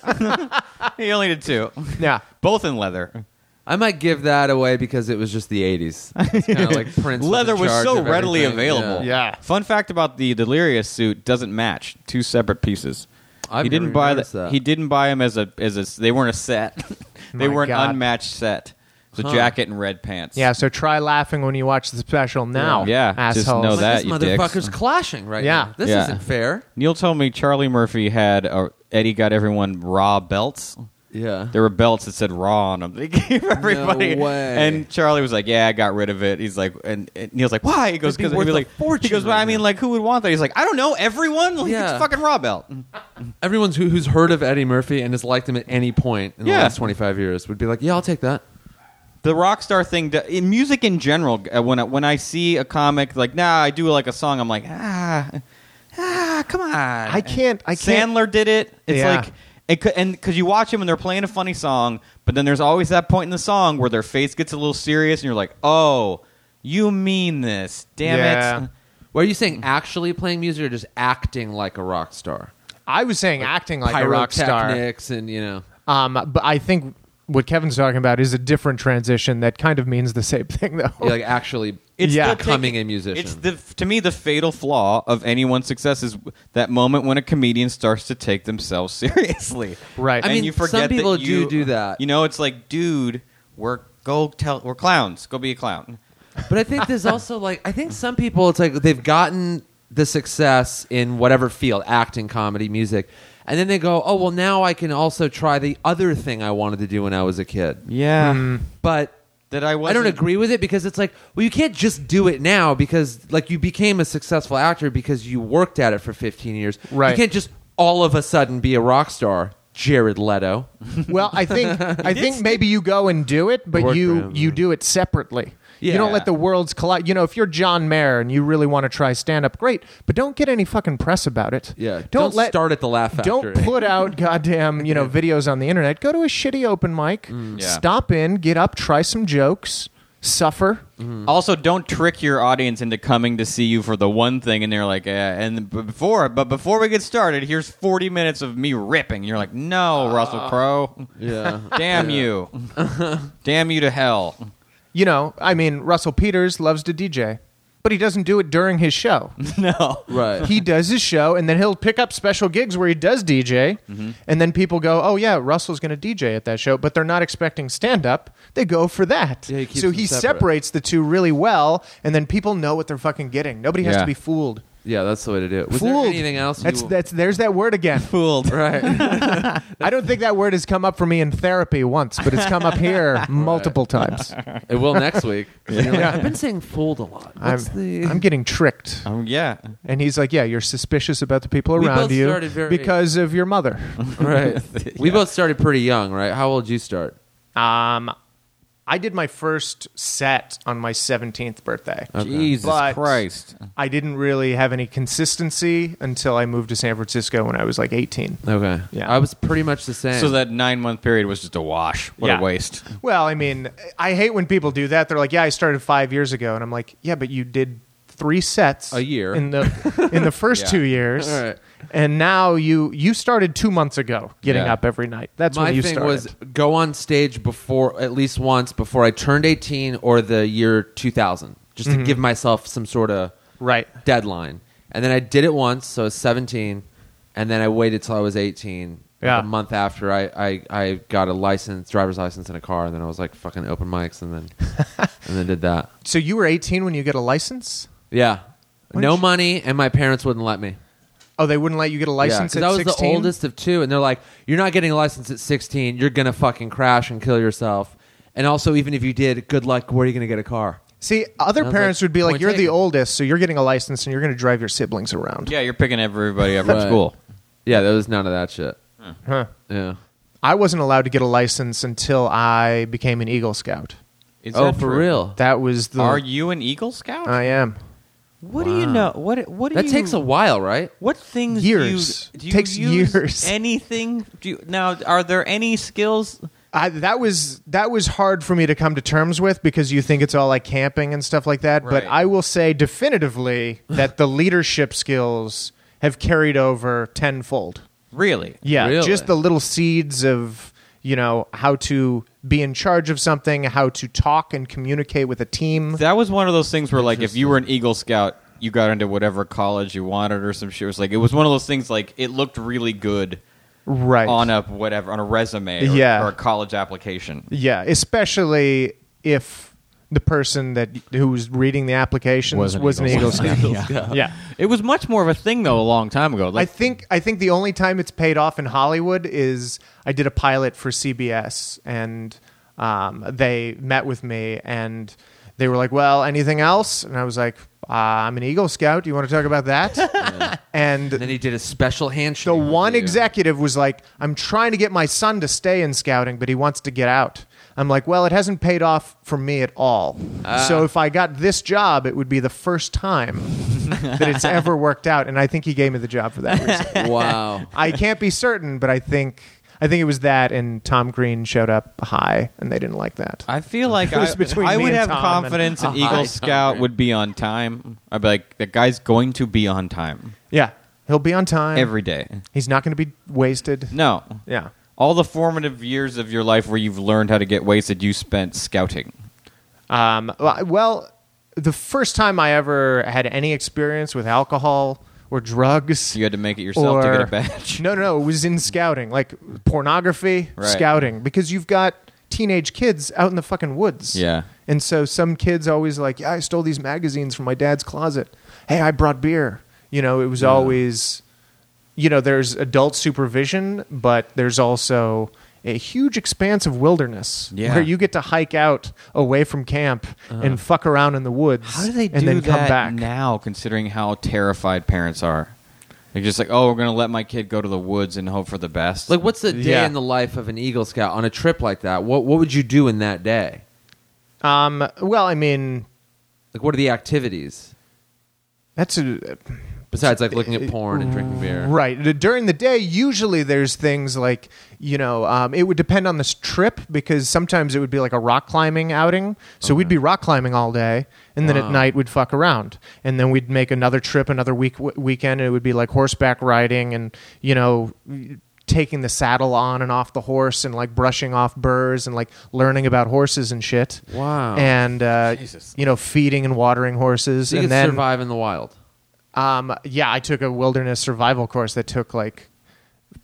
he only did two. Yeah. Both in leather. I might give that away because it was just the '80s. It's kind of like Prince. in leather was charge so of readily everything. available. Yeah. Yeah. Fun fact about the Delirious suit doesn't match. Two separate pieces. I've he didn't never buy noticed that. He didn't buy them as a as a. They weren't a set. they My were God. an unmatched set. It's a Huh. jacket and red pants. Yeah, so try laughing when you watch the special now. Yeah, yeah, assholes. just know that. Like, this you dicks. motherfucker's clashing right Yeah. now. This Yeah. isn't fair. Neil told me Charlie Murphy had a, Eddie got everyone raw belts. Yeah. There were belts that said "raw" on them. They gave everybody. way. And Charlie was like, "Yeah, I got rid of it." He's like, and, and Neil's like, "Why?" He goes, It'd be "Because worth be a like He fortune goes, "Well, right I mean, now." like, who would want that?" He's like, "I don't know. Everyone. Like, Yeah. It's fucking raw belt." Everyone's who, who's heard of Eddie Murphy and has liked him at any point in the Yeah. last 25 years would be like, yeah, I'll take that. The rock star thing d- in music in general. uh, When I, when I see a comic like, "Nah, I do like a song," I'm like, "Ah, ah, come on." I can't. I can't. Sandler did it. It's Yeah. like it could, and because you watch them and they're playing a funny song, but then there's always that point in the song where their face gets a little serious, and you're like, "Oh, you mean this? Damn Yeah. it!" Were you saying actually playing music or just acting like a rock star? I was saying acting like a rock star. Pyrotechnics and, you know. Um, but I think what Kevin's talking about is a different transition that kind of means the same thing, though. you're, like actually Yeah. the becoming taking- a musician. It's the to me the fatal flaw of anyone's success is that moment when a comedian starts to take themselves seriously. Right. I and mean, you some forget that people do you- do that. You know, it's like, dude, we're go tell we're clowns. Go be a clown. But I think there's also like I think some people it's like they've gotten the success in whatever field, acting, comedy, music, and then they go, "Oh, well now I can also try the other thing I wanted to do when I was a kid." Mm-hmm. Yeah. Hmm. But That I I was don't agree with it because it's like, well, you can't just do it now because like you became a successful actor because you worked at it for 15 years. Right. You can't just all of a sudden be a rock star, Jared Leto. well, I think I think maybe you go and do it, but Work you around you it. do it separately. You don't Yeah. let the worlds collide. You know, if you're John Mayer and you really want to try stand up, great, but don't get any fucking press about it. Yeah. Don't, Don't let start at the Laugh Factory. Don't put out goddamn, you know, videos on the internet. Go to a shitty open mic. Mm, Yeah. Stop in, get up, try some jokes, suffer. Mm-hmm. Mm. Also, don't trick your audience into coming to see you for the one thing, and they're like, eh. and b- before, but before we get started, here's 40 minutes of me ripping. You're like, no, Ah. Russell Crowe, Yeah. damn you, damn you to hell. You know, I mean, Russell Peters loves to DJ, but he doesn't do it during his show. No, right. he does his show and then he'll pick up special gigs where he does DJ Mm-hmm. and then people go, "Oh yeah, Russell's going to DJ at that show," but they're not expecting stand up. They go for that. Yeah, he keeps so them he separate. separates the two really well and then people know what they're fucking getting. Nobody has Yeah. to be fooled. Yeah, that's the way to do it. Was Fooled. there anything else? That's, you, that's, there's that word again. Fooled. right. I don't think that word has come up for me in therapy once, but it's come up here multiple times. it will next week. You're like, Yeah. I've been saying fooled a lot. I'm, What's the? I'm getting tricked. Um, yeah. And he's like, "Yeah, you're suspicious about the people We around both you started very- because of your mother." right. We both started pretty young, right? How old did you start? um, I did my first set on my 17th birthday. Jesus But- Christ. I didn't really have any consistency until I moved to San Francisco when I was like 18. Okay. Yeah. I was pretty much the same. So that nine month period was just a wash. What Yeah. a waste. Well, I mean, I hate when people do that. They're like, "Yeah, I started 5 years ago." And I'm like, "Yeah, but you did 3 sets A year. in the in the first Yeah. 2 years." All right. And now you you started 2 months ago getting Yeah. up every night. That's my when you thing started. was go on stage before at least once before I turned 18 or the year 2000, just to give myself some sort of Mm-hmm. right. deadline. And then I did it once, so I was 17, and then I waited till I was 18. Like Yeah. A month after I, I, I got a license, driver's license in a car, and then I was like fucking open mics, and then and then did that. So you were 18 when you get a license? Yeah, Why no don't you- money, and my parents wouldn't let me. Oh, they wouldn't let you get a license because at I was 16? the oldest of two, and they're like, "You're not getting a license at 16. You're gonna fucking crash and kill yourself." And also, even if you did, good luck. Where are you gonna get a car? See, other Sounds parents like would be like, point you're the taken." oldest, so you're getting a license and you're going to drive your siblings around. Yeah, you're picking everybody up from Right. school. Yeah, there was none of that shit. Huh. Yeah. I wasn't allowed to get a license until I became an Eagle Scout. Is oh, that for true? real? That was the. Are you an Eagle Scout? I am. what do you know? What what do That you, takes a while, right? What things do Years. you, do you Takes use years. Anything? Do you, now, are there any skills? I, that was that was hard for me to come to terms with because you think it's all like camping and stuff like that. Right. But I will say definitively that the leadership skills have carried over tenfold. Really? Yeah, Really? just the little seeds of you know how to be in charge of something, how to talk and communicate with a team. That was one of those things where, like, if you were an Eagle Scout, you got into whatever college you wanted or some shit. It was like it was one of those things. Like it looked really good right on a whatever on a resume, or, Yeah. or a college application. yeah, especially if the person that who was reading the applications was an, Eagle Scout. Yeah. Yeah. It was much more of a thing though a long time ago. I Like, think I think the only time it's paid off in Hollywood is I did a pilot for CBS and um, they met with me and they were like, "Well, anything else?" And I was like, uh, "I'm an Eagle Scout. Do you want to talk about that?" And And then he did a special handshake. The one with you. executive was like, I'm trying to get my son to stay in scouting, but he wants to get out. I'm like, well, it hasn't paid off for me at all. Ah. so if I got this job, it would be the first time that it's ever worked out. And I think he gave me the job for that reason. Wow. I can't be certain, but I think I think it was that and Tom Green showed up high and they didn't like that. I feel like It I, was between I me would and have Tom and- confidence an hi, Eagle Tom. Scout would be on time. I'd be like, the guy's going to be on time yeah. He'll be on time. every day. He's not going to be wasted. No, Yeah. all the formative years of your life where you've learned how to get wasted, you spent scouting. Um, well- well, the first time I ever had any experience with alcohol or drugs. You had to make it yourself to get a badge. No, no, no, it was in scouting, like pornography, Right. scouting, because you've got teenage kids out in the fucking woods. Yeah. And so some kids always like, yeah, I stole these magazines from my dad's closet. Hey, I brought beer. You know, it was always, you know, there's adult supervision, but there's also a huge expanse of wilderness Yeah. Uh-huh. where you get to hike out away from camp and fuck around in the woods. How do they do and then that come back? now, considering how terrified parents are? They're just like, oh, we're going to let my kid go to the woods and hope for the best. Like, what's the day Yeah. in the life of an Eagle Scout on a trip like that? What What would you do in that day? Um, well, I mean, Like, what are the activities that's a besides like looking at porn and drinking beer? Right. D- During the day, usually there's things like, you know, um, it would depend on this trip because sometimes it would be like a rock climbing outing. So we'd be rock climbing all day. And then at night, we'd fuck around. And then we'd make another trip, another week w- weekend. And it would be like horseback riding and, you know, taking the saddle on and off the horse and like brushing off burrs and like learning about horses and shit. Wow. And, uh, you know, feeding and watering horses. So you and can then survive in the wild. um, yeah, I took a wilderness survival course that took like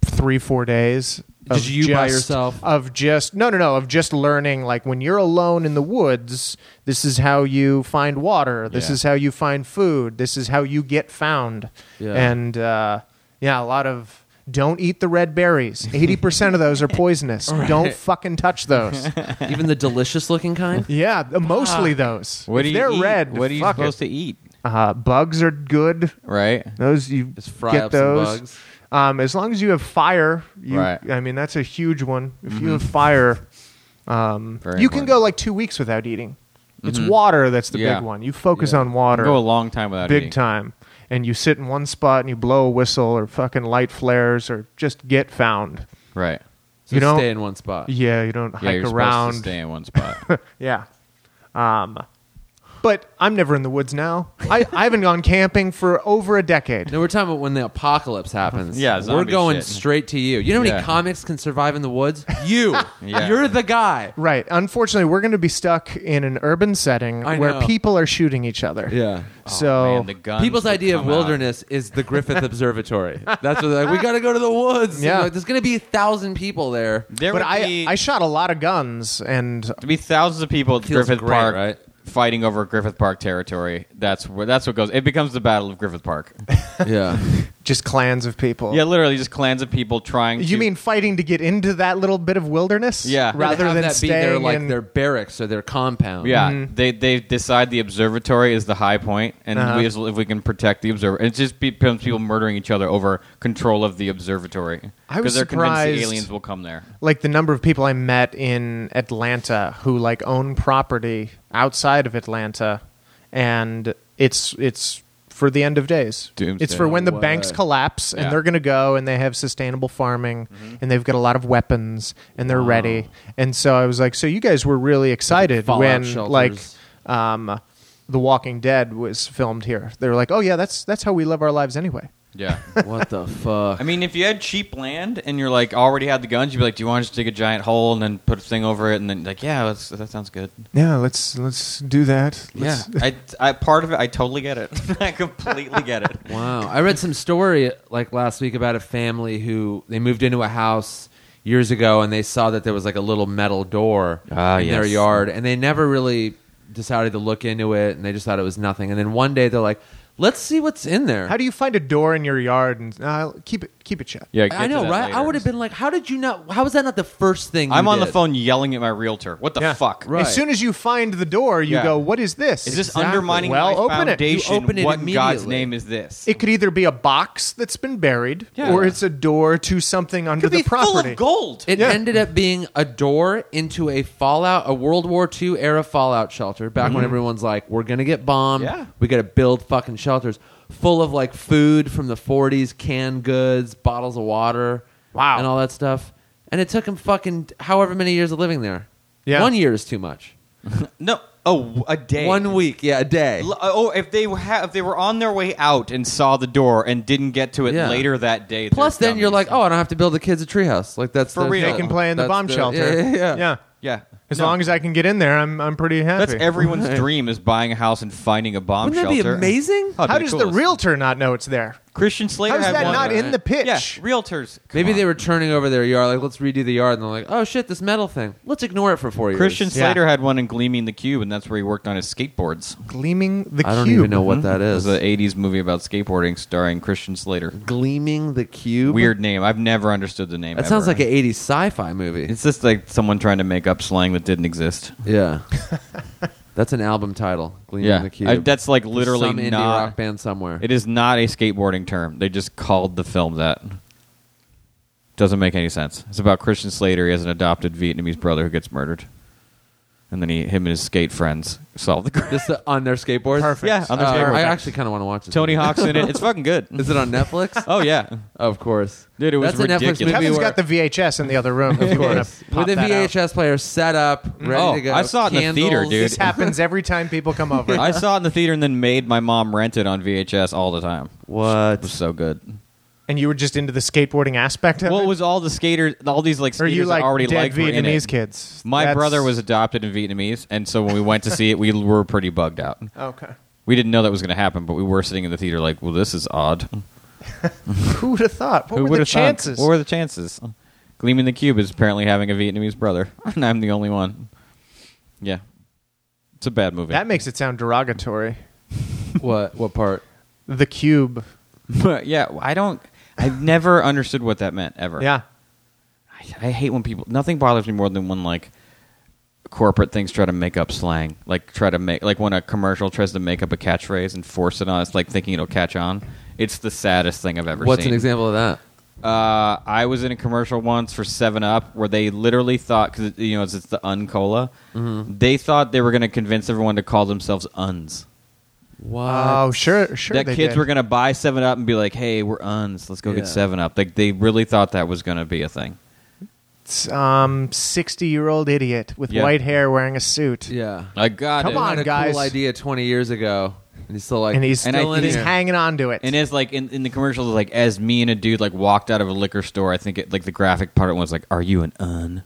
three, four days. of Did you just, by yourself? of just no no no of just learning like when you're alone in the woods this is how you find water this Yeah. is how you find food this is how you get found Yeah. and uh, yeah a lot of don't eat the red berries 80% of those are poisonous don't fucking touch those Even the delicious looking kind? yeah uh, mostly those Ah. What if do you they're eat? red What are you fuck it. supposed to eat? uh, bugs are good Right. those you Just fry get up some those. bugs. Um, as long as you have fire, you, Right. Mm-hmm. I mean that's a huge one. If you have fire, um, Very you can important. go like two weeks without eating. It's water that's the Mm-hmm. Yeah. big one. You focus Yeah. on water, Go a long time without big eating. time, and you sit in one spot and you blow a whistle or fucking light flares or just get found. Right. So You don't- stay in one spot. Yeah, you don't Yeah, hike you're supposed around. to stay in one spot. Yeah. Um, but I'm never in the woods now. I, I haven't gone camping for over a decade. No, we're talking about when the apocalypse happens. Yeah, we're zombie going shit. straight to you. You know how many Yeah. comics can survive in the woods? You, Yeah. you're the guy. Right. Unfortunately, we're going to be stuck in an urban setting I where know. people are shooting each other. Yeah. so Oh, Man, the guns People's would idea of come out. wilderness is the Griffith Observatory. That's what they're like. We got to go to the woods. Yeah. Like, there's going to be a thousand people there. There but would I be, I shot a lot of guns and to be thousands of people at Feels Griffith great, Park right? fighting over Griffith Park territory. That's where that's what goes. It becomes the Battle of Griffith Park. Oh. Yeah. just clans of people. yeah, literally just clans of people trying. You to, mean fighting to get into that little bit of wilderness? Yeah. Rather have than that be staying their like in- their barracks or their compound. Yeah, they they decide the observatory is the high point, and Uh-huh. we, if we can protect the observer, it just becomes people murdering each other over control of the observatory I was they're convinced surprised- the aliens will come there. like the number of people I met in Atlanta who like own property outside of Atlanta, and it's it's for the end of days. Doomsday. It's for when the Wow. banks collapse and Yeah. they're going to go and they have sustainable farming and they've got a lot of weapons and they're ready. And so I was like, so you guys were really excited Fallout when shelters. like um, The Walking Dead was filmed here. They were like, oh yeah, that's that's how we live our lives anyway. Yeah. What the fuck? I mean, if you had cheap land and you're like already had the guns, you'd be like, "Do you want to just dig a giant hole and then put a thing over it?" And then like, "Yeah, that's, that sounds good." Yeah, let's let's do that. Let's- yeah, I, I part of it, I totally get it. I completely get it. Wow. I read some story like last week about a family who they moved into a house years ago and they saw that there was like a little metal door Ah, in their yes. yard and they never really decided to look into it and they just thought it was nothing. And then one day they're like, let's see what's in there. How do you find a door in your yard and uh, keep it keep it shut? Yeah, I know, right? I would have been like, how did you not? How was that not the first thing you I'm on the did? phone yelling at my realtor. What the Yeah. fuck? Right. As soon as you find the door, you Yeah. go, "What is this? Is this Exactly. undermining Well, my open it. You foundation? open it what in God's immediately. name is this? It could either be a box that's been buried, Yeah. or it's a door to something under could the be property. full of gold. It Yeah. ended up being a door into a Fallout, a World War II era Fallout shelter. Back Mm-hmm. when everyone's like, "We're gonna get bombed. Yeah. We gotta build fucking shelters." Full of like food from the '40s, canned goods, bottles of water, Wow. and all that stuff. And it took him fucking however many years of living there. Yeah. one year is too much. no, oh, a day. One week, yeah, a day. L- Oh, if they ha- if they were on their way out and saw the door and didn't get to it Yeah. later that day. they're Plus, then you're dummies. like, "Oh, I don't have to build the kids a treehouse." Like that's For the, real. They can play in the that's bomb shelter. Yeah, yeah, yeah. yeah. As No. long as I can get in there, I'm I'm pretty happy. That's everyone's dream is buying a house and finding a bomb Wouldn't that be shelter. amazing? Oh, it'd How be does the coolest. realtor not know it's there? Christian Slater How is had that one. not in the pitch? Yeah, realtors. Come Maybe on. they were turning over their yard, like, let's redo the yard. And they're like, oh shit, this metal thing. Let's ignore it for four years. Christian Yeah. Slater had one in Gleaming the Cube, and that's where he worked on his skateboards. Gleaming the I don't cube. even know what that Mm-hmm. It is. was an '80s movie about skateboarding starring Christian Slater. Gleaming the Cube? Weird name. I've never understood the name. That sounds ever. like an 80s sci fi movie. It's just like someone trying to make up slang that didn't exist. yeah. That's an album title, Gleaming the Cube. I- that's like literally Some indie not. rock band somewhere. It is not a skateboarding term. They just called the film that. Doesn't make any sense. It's about Christian Slater. He has an adopted Vietnamese brother who gets murdered, and then he, him and his skate friends solve the crime. This uh, on their skateboards? Perfect. Yeah, on their Uh, skateboards. I actually kind of want to watch this. Tony movie. Hawk's in it. It's fucking good. Is it on Netflix? Oh yeah, Of course. Dude, it was That's ridiculous. a Netflix movie. Kevin's where- got the VHS in the other room. If you want to pop with a that out. VHS player set up, ready Oh, to go. I saw it in the theater, Candles. dude. This happens every time people come over. I saw it in the theater and then made my mom rent it on VHS all the time. It What? was so good. and you were just into the skateboarding aspect of Well, it. it was all the skaters, all these like or skaters you like I already dead liked were in it. Vietnamese kids? My That's- brother was adopted in Vietnamese, and so when we went to see it, we were pretty bugged out. okay. We didn't know that was going to happen, but we were sitting in the theater like, "Well, this is odd." Who would have thought? What Who were would the have chances? What were the chances? Gleaming the Cube is apparently having a Vietnamese brother, and I'm the only one. Yeah, it's a bad movie. That makes it sound derogatory. what what part? The cube. But yeah, I don't. I've never understood what that meant ever. Yeah. I, I hate when people. Nothing bothers me more than when like corporate things try to make up slang, like try to make like when a commercial tries to make up a catchphrase and force it on us, like thinking it'll catch on. It's the saddest thing I've ever What's seen. an example of that? Uh, I was in a commercial once for Seven Up where they literally thought because you know it's, it's the Uncola, Mm-hmm. they thought they were going to convince everyone to call themselves Uns. What? Oh, sure, sure. Uh, that they kids did. were going to buy Seven Up and be like, "Hey, we're Uns. Let's go Yeah. get Seven Up." Like they really thought that was going to be a thing. It's, um, sixty-year-old idiot with Yeah. white hair weering a suit. yeah. I got Come it. on, had a guys. cool idea 20 years ago, and he's still like, And he's And still I in think- he's hanging on to it. And it's like in, in the commercials, like as me and a dude like walked out of a liquor store. I think it, like the graphic part was like, "Are you an Un?"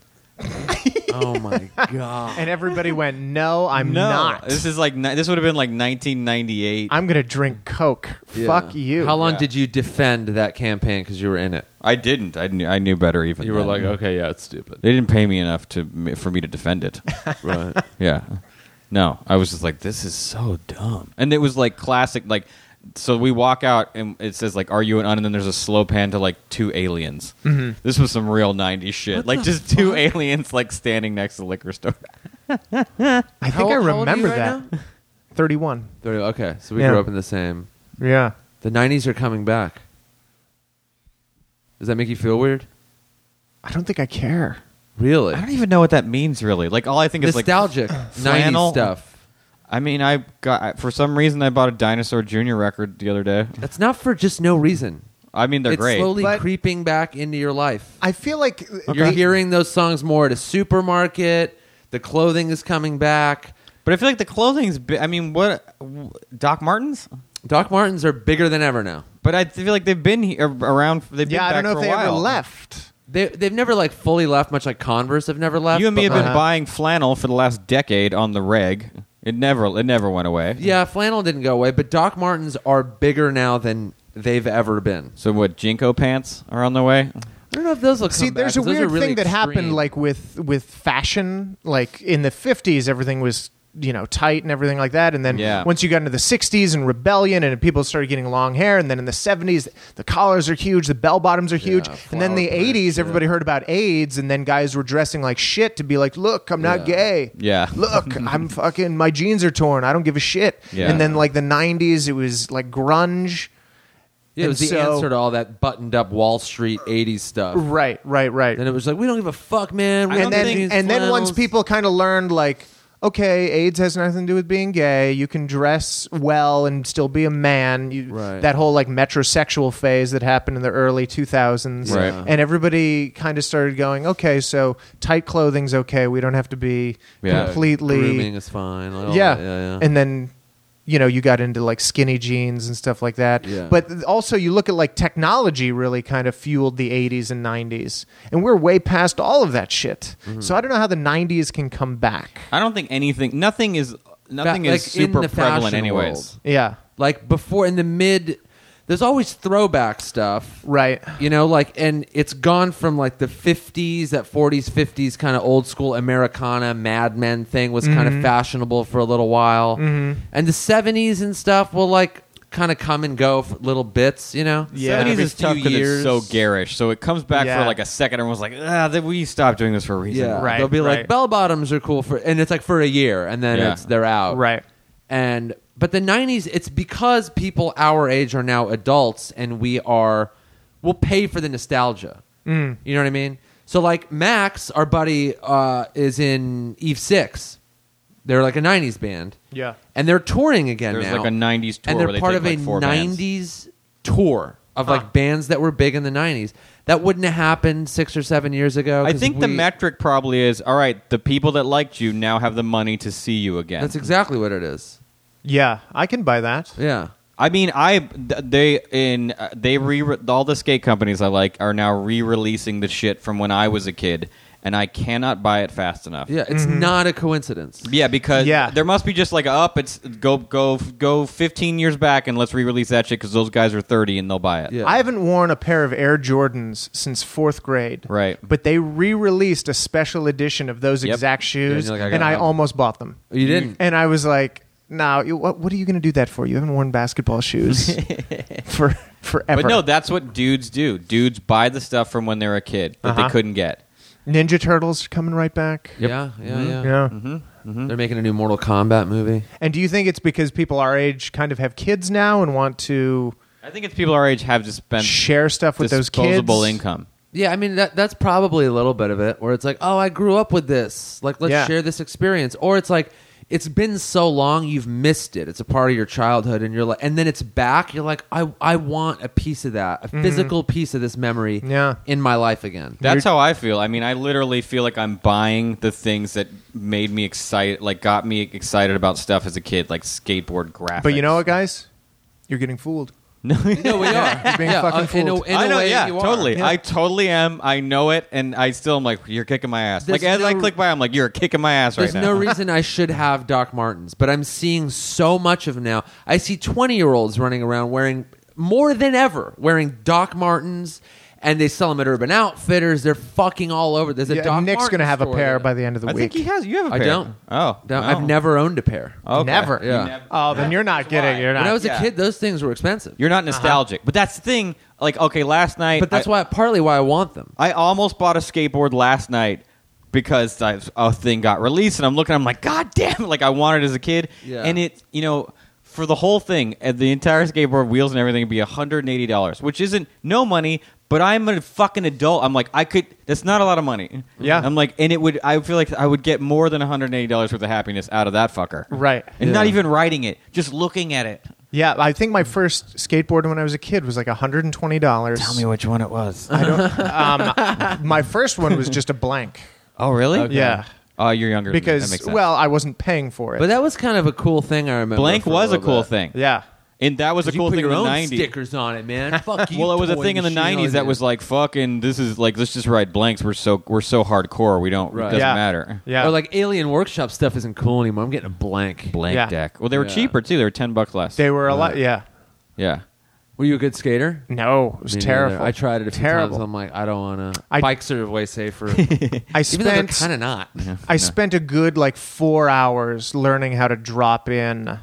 oh my god. And everybody went, "No, I'm not. Ah. This is like ni- this would have been like 1998. I'm gonna drink Coke. Yeah. Fuck you." How long Yeah. did you defend that campaign because you were in it? I didn't. I knew. I knew better. Even You were then. like, okay, yeah, it's stupid. They didn't pay me enough to for me to defend it. right. yeah. No, I was just like, this is so dumb. And it was like classic, like. So we walk out and it says like, "Are you an un?" And then there's a slow pan to like two aliens. Mm-hmm. This was some real '90s shit. like just two aliens like standing next to the liquor store. I think I How- how old are you remember right that. now? Thirty-one. Thirty- Okay, so we Yeah. grew up in the same. Yeah. The 90s are coming back. Does that make you feel weird? I don't think I care. Really? I don't even know what that means really. Like all I think is like Nostalgic 90s flannel. stuff. I mean, I got for some reason I bought a Dinosaur Junior record the other day. That's not for just no reason. I mean, they're it's great. slowly But- creeping back into your life. I feel like You're the- hearing those songs more at a supermarket. The clothing is coming back. But I feel like the clothing's. bi- I mean, what Doc Martens? Doc Martens are bigger than ever now. But I feel like they've been here, around. They've Yeah, I been back don't know for if they a while. ever left. They they've never like fully left, much like Converse have never left. You and me but, have been like- buying flannel for the last decade on the reg. It never, it never went away. Yeah, flannel didn't go away, but Doc Martens are bigger now than they've ever been. So what? Jinko pants are on the way. I don't know if those will come See, back, there's a 'cause those are weird really thing that happened, extreme. like with with fashion. Like in the '50s, everything was you know tight and everything like that, and then Yeah. once you got into the '60s and rebellion, and people started getting long hair, and then in the '70s, the collars are huge, the bell bottoms are huge, and then the flower print, '80s, everybody heard about AIDS, and then guys were dressing like shit to be like, "Look, I'm not Yeah. gay." Yeah. Look, I'm fucking. My jeans are torn. I don't give a shit. Yeah. And then like the '90s, it was like grunge. Yeah, it and was the so- answer to all that buttoned up Wall Street '80s stuff. Right, right, right. Then it was like we don't give a fuck, man. We I got and then jeans, and then once flannels. people kind of learned like okay aids has nothing to do with being gay you can dress well and still be a man you, Right. that whole like metrosexual phase that happened in the early 2000s Right. and everybody kind of started going okay so tight clothing's okay we don't have to be Yeah. completely grooming is fine. like, all yeah. that. yeah, yeah. And then, you know, you got into like skinny jeans and stuff like that. Yeah. But th- also, you look at like technology really kind of fueled the 80s and 90s. And we're way past all of that shit. Mm-hmm. So I don't know how the 90s can come back. I don't think anything. Nothing is. Nothing Fa- is like, in super the prevalent, fashion anyways. world. Yeah. Like before, in the mid, there's always throwback stuff. Right. you know like and it's gone from like the 50s that 40s 50s kind of old school americana mad men thing was kind Mm-hmm. of fashionable for a little while and the 70s and stuff will like kind of come and go for little bits you know Yeah. 70s Every is tough few because it's years. so garish. So it comes back Yeah. for like a second. Everyone's like, ah, th- we stopped doing this for a reason. yeah Right, they'll be like right. bell bottoms are cool for and it's like for a year and then Yeah. it's they're out Right. and but the 90s it's because people our age are now adults and we are we'll pay for the nostalgia you know what i mean so like max our buddy uh, is in eve 6 they're like a 90s band Yeah. and they're touring again There's now. like a 90s tour and they're where they part take, of like, a four bands. 90s tour of Huh. like bands that were big in the 90s that wouldn't have happened six or seven years ago I 'cause think the we- metric probably is all right. The people that liked you now have the money to see you again. that's exactly what it is Yeah. I can buy that. yeah I mean, I th- they in uh, they re all the skate companies I like are now re-releasing the shit from when I was a kid, and I cannot buy it fast enough. Yeah, it's not a coincidence. Yeah, because Yeah. there must be just like a up. It's go go go fifteen years back and let's re-release that shit because those guys are thirty and they'll buy it. Yeah. I haven't worn a pair of Air Jordans since fourth grade. Right. But they re released a special edition of those Yep. exact shoes, you're like, I and got I them. almost bought them. You Mm-hmm. didn't. And I was like, "Now, nah, what, what are you going to do that for? You haven't worn basketball shoes for forever." But no, that's what dudes do. Dudes buy the stuff from when they were a kid that Uh-huh. they couldn't get. Ninja Turtles are coming right back. Yeah, yeah, yeah. Yeah. Mm-hmm. They're making a new Mortal Kombat movie. And do you think it's because people our age kind of have kids now and want to I think it's people our age have to spend share stuff with those kids? disposable income. Yeah, I mean that that's probably a little bit of it where it's like, "Oh, I grew up with this. Like let's Yeah. share this experience." Or it's like it's been so long you've missed it. It's a part of your childhood and you're like and then it's back, you're like, "I I want a piece of that. A physical piece of this memory Yeah. in my life again." That's how I feel. I mean, I literally feel like I'm buying the things that made me excited, like got me excited about stuff as a kid, like skateboard graphics. But you know what, guys? You're getting fooled. no, we are. You're being yeah, uh, fucking in a, fooled. in a I know, way, yeah, you are. totally. Yeah. I totally am. I know it, and I still am like, you're kicking my ass. There's like as I no- click by, I'm like, you're kicking my ass There's right no now. reason I should have Doc Martens, but I'm seeing so much of 'em now. I see 20 year olds running around wearing more than ever wearing Doc Martens, and they sell them at Urban Outfitters. They're fucking all over. There's a Yeah, Doc. Nick's going gonna to have a pair by the end of the I week. think he has. You have a I pair. don't. Oh, No, oh. I've never owned a pair. Okay. Never. Yeah. Oh, then you're not getting. You're not. When I was a yeah. kid, those things were expensive. You're not nostalgic, but that's the thing. Like, okay, last night, Uh-huh. but that's I, why, partly why I want them. I almost bought a skateboard last night because I, a thing got released, and I'm looking, I'm like, God damn it! Like I wanted it as a kid, Yeah. and it, you know, for the whole thing, uh, the entire skateboard wheels and everything would be 180 dollars, which isn't no money. But I'm a fucking adult. I'm like, I could. That's not a lot of money. Yeah. I'm like, and it would. I feel like I would get more than 180 dollars worth of happiness out of that fucker. Right. And not Yeah. even riding it, just looking at it. Yeah, I think Hmm. my first skateboard when I was a kid was like $120. Tell me which one it was. Um, my first one was just a blank oh, really? Yeah. Oh, you're younger. than me. that because makes sense. well, I wasn't paying for it. But that was kind of a cool thing. I remember. blank for was a little cool bit. thing. yeah. And that was a You cool put thing in your the own 90s. stickers on it, man. Fuck you. Well, it was a toy thing in the machine, all 90s that these- was like fucking this is like let's just ride blanks. We're so we're so hardcore. We don't Right. it doesn't yeah. matter. Yeah. Or like Alien Workshop stuff isn't cool anymore. I'm getting a blank. Blank Yeah. deck. Well, they were Yeah. cheaper too. They were 10 bucks less. they uh, were a lot. Yeah. yeah. Were you a good skater? No, it was Me neither. terrible. I tried it a few terrible. times. um, I'm like, I don't want to. I- Bikes are way safer. Even I though they're spent kind of not. I spent a good like four hours learning how to drop in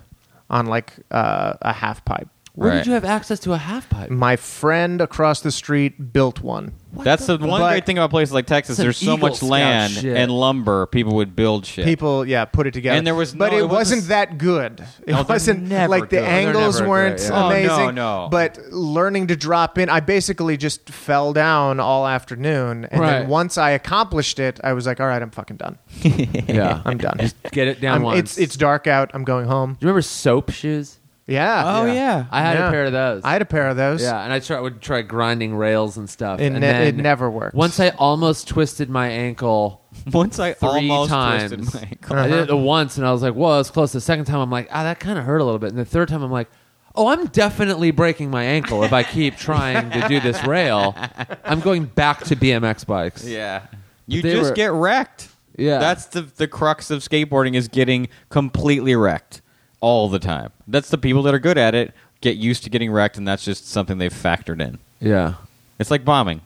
on like uh, a half pipe. Where Right. did you have access to a half pipe? My friend across the street built one. That's the, one But- great thing about places like Texas. Some There's so Eagle much Scout land shit. and lumber. People would build shit. People, yeah, put it together. And there was but no- it, it wasn't- wasn't, that good. It No, they're wasn't never like the good. They're angles never weren't good, yeah. Oh, amazing. no, no. But learning to drop in, I basically just fell down all afternoon, and Right. then once I accomplished it, I was like, "All right, I'm fucking done. yeah. I'm done. Get it down I'm- once. it's it's dark out. I'm going home. Do you remember soap shoes? Yeah. Oh yeah. I had Yeah. a pair of those. I had a pair of those. yeah, and I try, would try grinding rails and stuff. It and ne- then it never worked. Once I almost twisted my ankle Once I three almost times. twisted my ankle. I did it the once, and I was like, "Whoa, it's close." The second time, I'm like, "Ah, that kind of hurt a little bit." And the third time, I'm like, "Oh, I'm definitely breaking my ankle if I keep trying to do this rail. I'm going back to BMX bikes." Yeah. You they just were- get wrecked. Yeah. That's the the crux of skateboarding is getting completely wrecked all the time. That's the people that are good at it get used to getting wrecked and that's just something they've factored in. yeah, It's like bombing.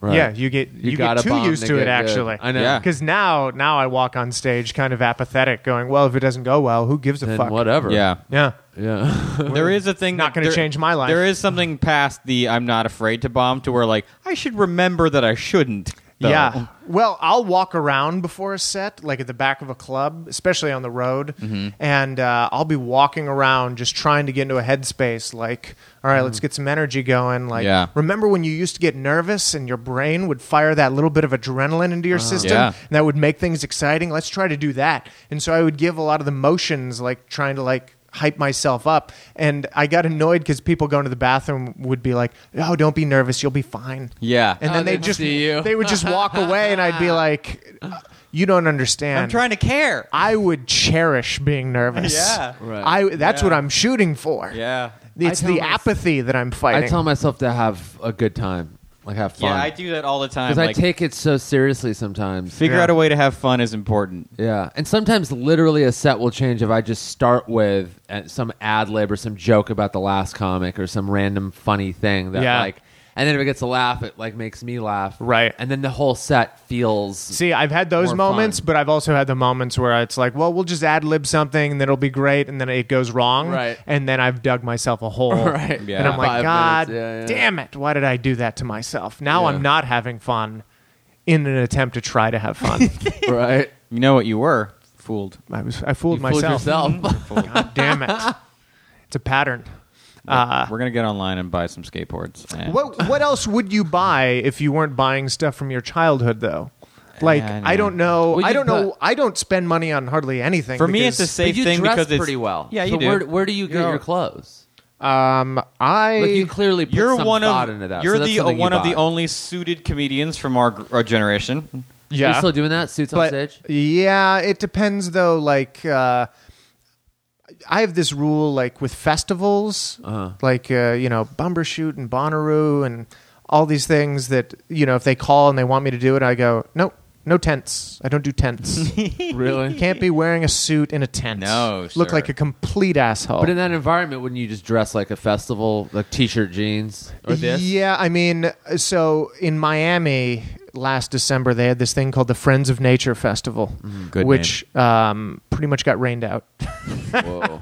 right. Yeah, you get you, get gotta too bomb used to it get good. actually. I know. Yeah. Because now, now I walk on stage kind of apathetic, going, "Well, if it doesn't go well, who gives a Then fuck?" whatever. Yeah. Yeah, yeah. There is a thing Not that- gonna there- change my life. There is something past the I'm not afraid to bomb to where like I should remember that I shouldn't. though. yeah. Well, I'll walk around before a set, like at the back of a club, especially on the road, Mm-hmm. and uh, I'll be walking around just trying to get into a headspace. Like, all right, let's get some energy going. Like, Mm. Yeah. remember when you used to get nervous and your brain would fire that little bit of adrenaline into your system, Uh-huh. Yeah. and that would make things exciting. Let's try to do that. And so I would give a lot of the motions, like trying to like hype myself up and i got annoyed because people going to the bathroom would be like oh don't be nervous you'll be fine Yeah. and then Oh, they they just see you. they would just walk away, and I'd be like, "You don't understand." I'm trying to care. I would cherish being nervous. Yeah. Right. I that's Yeah. what I'm shooting for. yeah. It's I tell the mys- apathy that I'm fighting. I tell myself to have a good time. like have fun. Yeah, I do that all the time. because Like, I take it so seriously sometimes. figure Yeah. out a way to have fun is important. Yeah, and sometimes literally a set will change if I just start with uh, some ad lib or some joke about the last comic or some random funny thing that Yeah. like, and then if it gets a laugh, it like makes me laugh, Right. And then the whole set feels See, I've had those More moments, fun. but I've also had the moments where it's like, well, we'll just ad lib something and then it'll be great, and then it goes wrong, Right. And then I've dug myself a hole, Right. And Yeah. I'm like, Five God minutes, yeah, yeah. damn it, why did I do that to myself? Now Yeah. I'm not having fun in an attempt to try to have fun. right. You know what you were fooled. Mm-hmm. I was I fooled You fooled myself. yourself. Fooled. God damn it, it's a pattern. Uh, We're gonna get online and buy some skateboards. and- What what else would you buy if you weren't buying stuff from your childhood though? Like I know. I don't know. Well, I you don't know. put- I don't spend money on hardly anything. For me, it's because, the same But you thing dress because it's pretty well. Yeah, you so do. Where, where do you get You're- your clothes? um I Like you clearly put you're some one thought of into that. so you're that's the uh, something you one of the buy. only suited comedians from our, gr- our generation. You're yeah. still doing that suits on but stage. yeah, it depends though. Like uh, I have this rule like with festivals, like uh, you know Bumbershoot and Bonnaroo and all these things that you know if they call and they want me to do it, I go no, no tents. I don't do tents. Really? Can't be wearing a suit in a tent. No, look sir. like a complete asshole. But in that environment, wouldn't you just dress like a festival, like t-shirt, jeans, or this? Yeah, I mean, so in Miami last December they had this thing called the Friends of Nature Festival, Mm-hmm. good which um, pretty much got rained out. Whoa.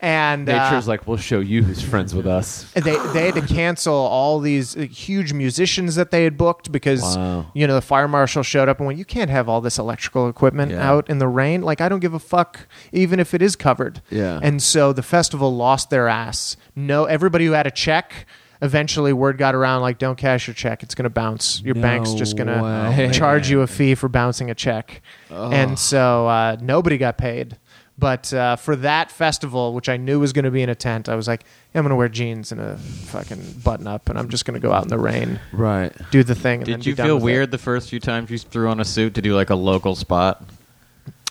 And uh, Nature's like, we'll show you who's friends with us. they they had to cancel all these uh, huge musicians that they had booked because Wow. you know the fire marshal showed up and went, "You can't have all this electrical equipment Yeah. out in the rain. Like I don't give a fuck, even if it is covered." Yeah. And so the festival lost their ass. No, everybody who had a check. Eventually, word got around like, "Don't cash your check; it's gonna bounce. Your No bank's just gonna way. charge you a fee for bouncing a check." And so uh, nobody got paid. But uh, for that festival, which I knew was going to be in a tent, I was like, yeah, I'm going to wear jeans and a fucking button up, and I'm just going to go out in the rain, Right. do the thing. And then Did be you done feel with it. weird the first few times you threw on a suit to do like a local spot?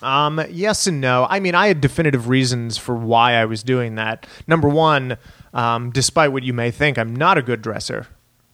Um, yes and no. I mean, I had definitive reasons for why I was doing that. Number one, um, despite what you may think, I'm not a good dresser.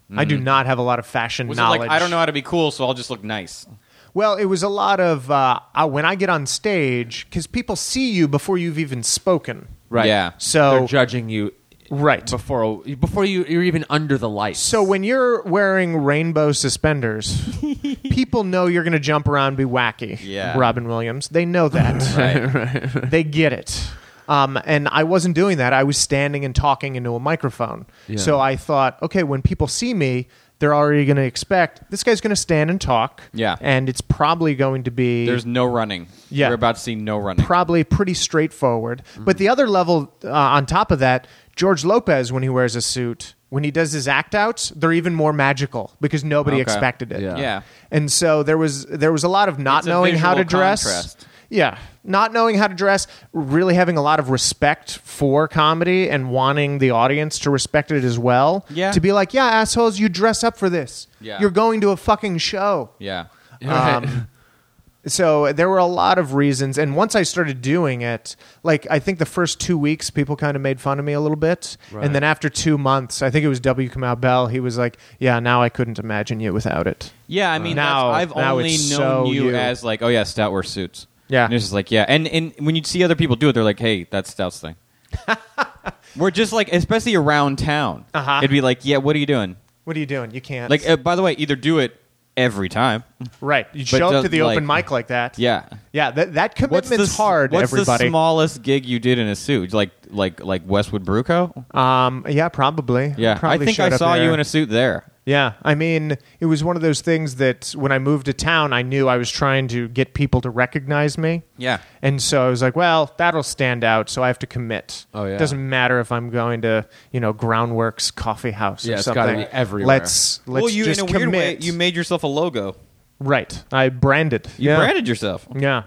I Mm-hmm. do not have a lot of fashion Was knowledge. it like I don't know how to be cool, so I'll just look nice? Well, it was a lot of uh, I, when I get on stage because people see you before you've even spoken. Right. Yeah. So They're judging you right. before before you you're even under the lights. So when you're wearing rainbow suspenders, people know you're going to jump around and be wacky. Yeah. Robin Williams. They know that. They get it. Um, and I wasn't doing that. I was standing and talking into a microphone. Yeah. So I thought, okay, when people see me, they're already going to expect this guy's going to stand and talk. Yeah. And it's probably going to be There's no running. Yeah. we're about to see no running. probably pretty straightforward. But the other level uh, on top of that, George Lopez, when he wears a suit, when he does his act outs, they're even more magical because Okay. nobody expected it. Yeah. yeah, And so there was there was a lot of not It's a knowing how to visual dress. contrast. Yeah, not knowing how to dress, really having a lot of respect for comedy and wanting the audience to respect it as well. Yeah. To be like, yeah, assholes, you dress up for this. Yeah. You're going to a fucking show. yeah. Um, so there were a lot of reasons, and once I started doing it, like I think the first two weeks, people kind of made fun of me a little bit, Right. and then after two months, I think it was W. Kamau Bell. He was like, "Yeah, now I couldn't imagine you without it." Yeah, I mean, Now- that's, I've now only known it's so you, you. as like, oh yeah, Stout wears suits. Yeah. and it's just like yeah, and and when you see other people do it, they're like, hey, that's Stout's thing. We're just like, especially around town, Uh-huh. it'd be like, yeah, what are you doing? What are you doing? You can't. Like, uh, by the way, either do it every time. right? You show up the- to the open like- mic like that. Yeah. yeah. That that What's commitment's the s- hard. What's everybody. the smallest gig you did in a suit? Like like like Westwood Bruco? um. Yeah. Probably. Yeah, I Probably think showed I up saw you there. in a suit there. Yeah, I mean, it was one of those things that when I moved to town, I knew I was trying to get people to recognize me. Yeah. And so I was like, well, that'll stand out, so I have to commit. Oh, yeah. Doesn't matter if I'm going to, you know, Groundworks Coffee House Yeah, or it's something. gotta be everywhere. Let's let's well, you just in a commit. weird way, you made yourself a logo. right. I branded. You yeah. branded yourself. Yeah.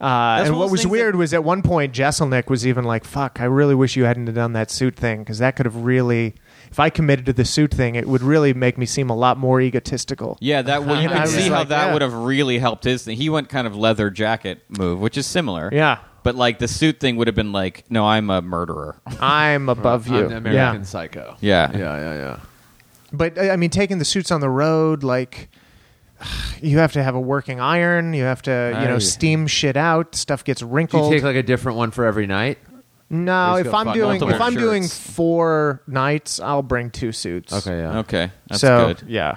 Uh, That's and one of what those was things weird that- was at one point Jesselnick was even like, "Fuck, I really wish you hadn't have done that suit thing because that could have really, if I committed to the suit thing, it would really make me seem a lot more egotistical." Yeah, that well, you I can was see how like, that yeah. would have really helped his thing. He went kind of leather jacket move, which is similar. Yeah. But like the suit thing would have been like, no, I'm a murderer. I'm above you. I'm an American Yeah. Psycho. Yeah. Yeah. Yeah. Yeah. But I I mean, taking the suits on the road, like you have to have a working iron. You have to, you Oh, yeah. know, steam shit out. Stuff gets Do you wrinkled. take like a different one for every night? no, Or just if go I'm fuck doing multiple if I'm doing shirts? four nights, I'll bring two suits. yeah. Okay, that's so good. yeah,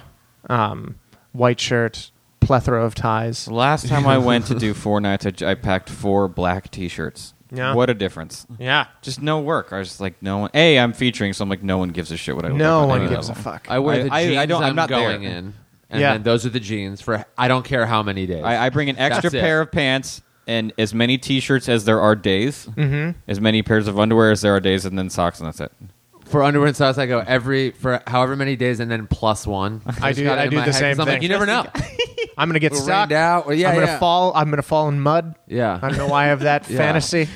um, white shirt, plethora of ties. Last time I went to do four nights, I, j- I packed four black T-shirts. Yeah. What a difference! Yeah, Just no work. I was just like, no one. A, I'm featuring, so I'm like, no one gives a shit what I. look no like on one any gives a level. fuck. I wear I- the I- I jeans I, don't- am I'm not going there. in, and Yeah. then those are the jeans for I don't care how many days. I, I bring an extra That's it. pair of pants and as many T-shirts as there are days, mm-hmm. as many pairs of underwear as there are days, and then socks, and that's it. for underwear and socks, I go every for however many days, and then plus one. just do- got it I in do my head the 'cause same I'm Like, thing. you never know. I'm gonna get We're stuck. rained out. Well, yeah, I'm gonna yeah. fall. I'm gonna fall in mud. Yeah. I don't know why I have that Yeah. fantasy.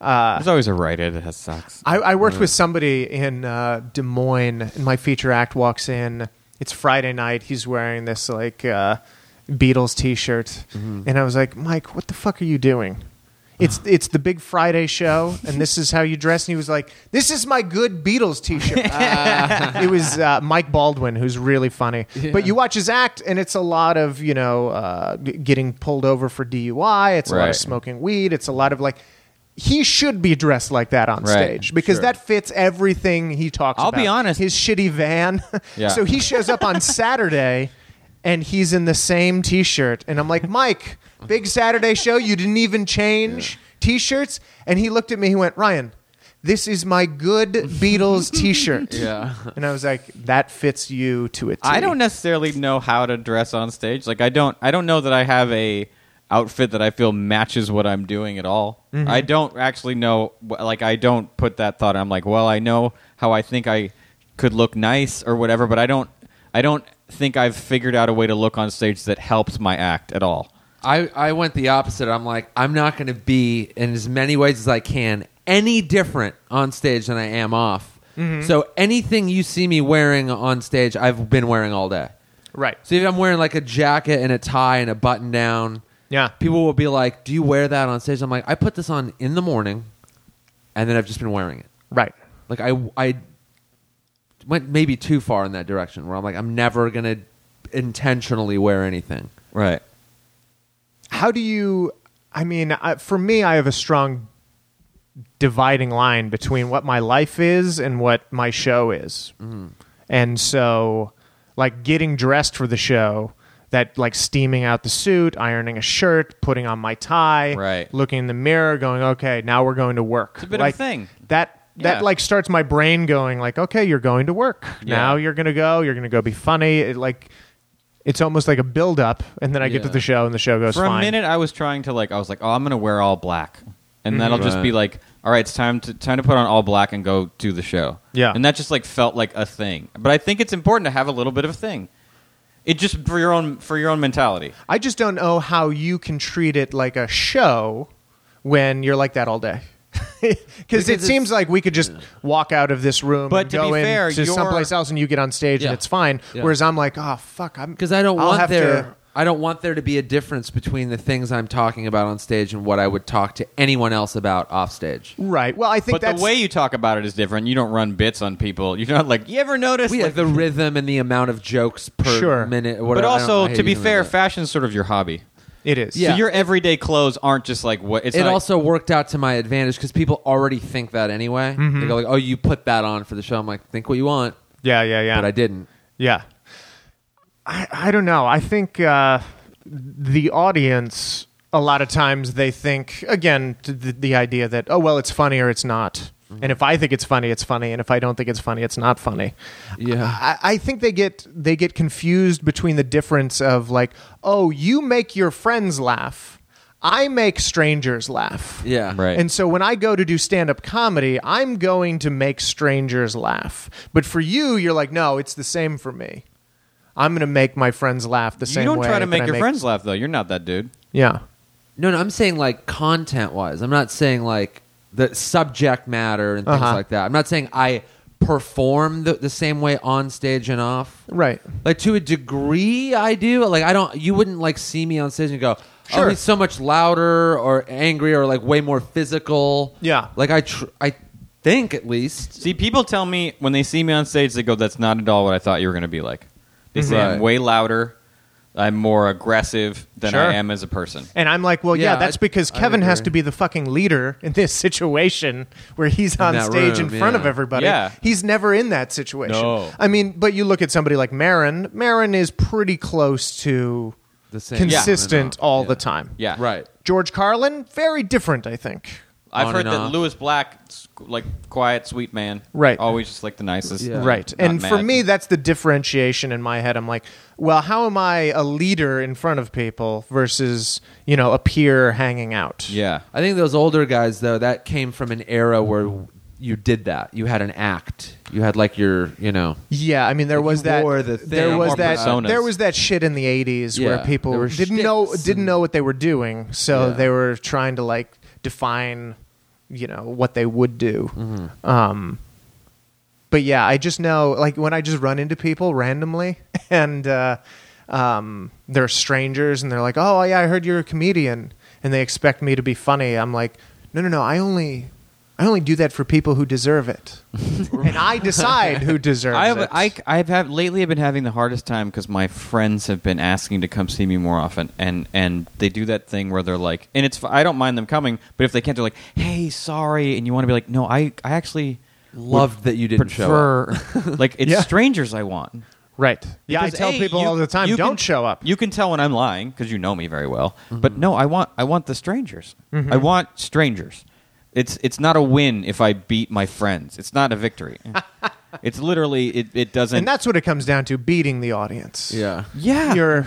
There's always a right it has socks. I, I worked with somebody in uh, Des Moines, and my feature act walks in. It's Friday night. He's wearing this like uh, Beatles T-shirt, and I was like, "Mike, what the fuck are you doing?" It's it's the big Friday show, and this is how you dress. And he was like, "This is my good Beatles T-shirt." it was uh, Mike Baldwin, who's really funny. But you watch his act, and it's a lot of you know uh, g- getting pulled over for DUI. It's a lot Right. of smoking weed. It's a lot of like. He should be dressed like that on Right. stage because Sure. that fits everything he talks I'll about. be honest. His shitty van. Yeah. so he shows up on Saturday and he's in the same t shirt. And I'm like, Mike, big Saturday show. You didn't even change t shirts. And he looked at me. He went, Ryan, this is my good Beatles t shirt. yeah. And I was like, that fits you to a T. I don't necessarily know how to dress on stage. Like I don't I don't know that I have a outfit that I feel matches what I'm doing at all. I don't actually know wh- like I don't put that thought. I'm like, well, I know how I think I could look nice or whatever, but I don't I don't think I've figured out a way to look on stage that helps my act at all. I, I went the opposite. I'm like, I'm not going to be in as many ways as I can any different on stage than I am off. So anything you see me wearing on stage, I've been wearing all day. Right. So if I'm wearing like a jacket and a tie and a button down, Yeah. people will be like, "Do you wear that on stage?" I'm like, I put this on in the morning, and then I've just been wearing it. Right. Like I I went maybe too far in that direction where I'm like, I'm never gonna intentionally wear anything. Right. How do you? I mean, I, for me, I have a strong dividing line between what my life is and what my show is. Mm-hmm. And so, like, getting dressed for the show, that like steaming out the suit, ironing a shirt, putting on my tie, Right. looking in the mirror, going, okay, now we're going to work. It's a bit of a like, thing. That. Yeah. That like starts my brain going like okay you're going to work Yeah. now you're gonna go you're gonna go be funny it, like it's almost like a build up and then I get to Yeah. the show and the show goes For fine a minute, I was trying to like, I was like, oh, I'm gonna wear all black, and then I'll just Right. be like, all right, it's time to time to put on all black and go do the show. Yeah. and that just like felt like a thing. But I think it's important to have a little bit of a thing. It just for your own for your own mentality. I just don't know how you can treat it like a show when you're like that all day. Because it it's- seems like we could just walk out of this room But and to go be fair, into you're- someplace else and you get on stage Yeah. and it's fine. Yeah. Whereas I'm like, oh, fuck. I'm Because I don't I'll want have there to- I don't want there to be a difference between the things I'm talking about on stage and what I would talk to anyone else about off stage. right. Well, I think But the that's. way you talk about it is different. You don't run bits on people. You're not like you ever notice. We like, have the rhythm and the amount of jokes per Sure. minute. but Whatever. I don't- I also, hate to be using fair, that. fashion's sort of your hobby. it is. Yeah. So your everyday clothes aren't just like what it's it not- also worked out to my advantage because people already think that anyway. They Mm-hmm. go like, "Oh, you put that on for the show." I'm like, "Think what you want," Yeah, yeah, yeah. but I didn't. Yeah. I, I don't know. I think uh, the audience, a lot of times, they think, again, t- the, the idea that, oh, well, it's funny or it's not. And if I think it's funny, it's funny. And if I don't think it's funny, it's not funny. Yeah. I, I think they get they get confused between the difference of like, oh, you make your friends laugh, I make strangers laugh. Yeah. Right. And so when I go to do stand up comedy, I'm going to make strangers laugh. But for you, you're like, no, it's the same for me. I'm going to make my friends laugh the you same way. don't try to that make I your friends laugh though. You're not that dude. Yeah. No, no, I'm saying like content wise. I'm not saying like the subject matter and things Uh-huh. like that. I'm not saying I perform the, the same way on stage and off. Right. Like to a degree, I do. Like I don't. You wouldn't like see me on stage and go, "Oh, Sure. he's so much louder or angry or like way more physical." Yeah. Like I, tr- I think at least. See, people tell me when they see me on stage, they go, "That's not at all what I thought you were going to be like." They say Mm-hmm. Right. I'm way louder, I'm more aggressive than Sure. I am as a person. And I'm like, well, yeah, Yeah, that's I- because I Kevin has agree. to be the fucking leader in this situation where he's on that stage in room, front yeah. of everybody. Yeah. He's never in that situation. No. I mean, but you look at somebody like Marin, Marin is pretty close to The same consistent Yeah. all Yeah. the time. Yeah, Right. George Carlin, very different, I think. I've On heard and that off. Lewis Black, s- like quiet, sweet man, Right. Always just like the nicest, Yeah. Right. Not and for mad. me, that's the differentiation in my head. I'm like, well, how am I a leader in front of people versus, you know, a peer hanging out? yeah, I think those older guys though that came from an era where you did that. You had an act. You had like your, you know, Yeah, I mean there Like, was you that wore the there thing. was More that personas. there was that shit in the 80s Yeah, where people there were didn't know shticks didn't and- know what they were doing, so Yeah. they were trying to like define you know what they would do. Mm-hmm. Um but yeah, I just know like when I just run into people randomly and uh um they're strangers and they're like, "Oh, yeah, I heard you're a comedian." And they expect me to be funny. I'm like, "No, no, no. I only I only do that for people who deserve it." and I decide who deserves I have, it. I, I have had, lately I've been having the hardest time because my friends have been asking to come see me more often, and and they do that thing where they're like, and it's I don't mind them coming, but if they can't, they're like, hey, sorry, and you want to be like, no, I I actually loved that you didn't show up. prefer like it's Yeah. strangers I want. Right. Yeah, I Because, tell A, people you- all the time, you don't can- show up. You can tell when I'm lying because you know me very well. But no, I want I want the strangers. I want strangers. It's it's not a win if I beat my friends. It's not a victory. it's literally it, it doesn't. and that's what it comes down to: beating the audience. Yeah. yeah, You're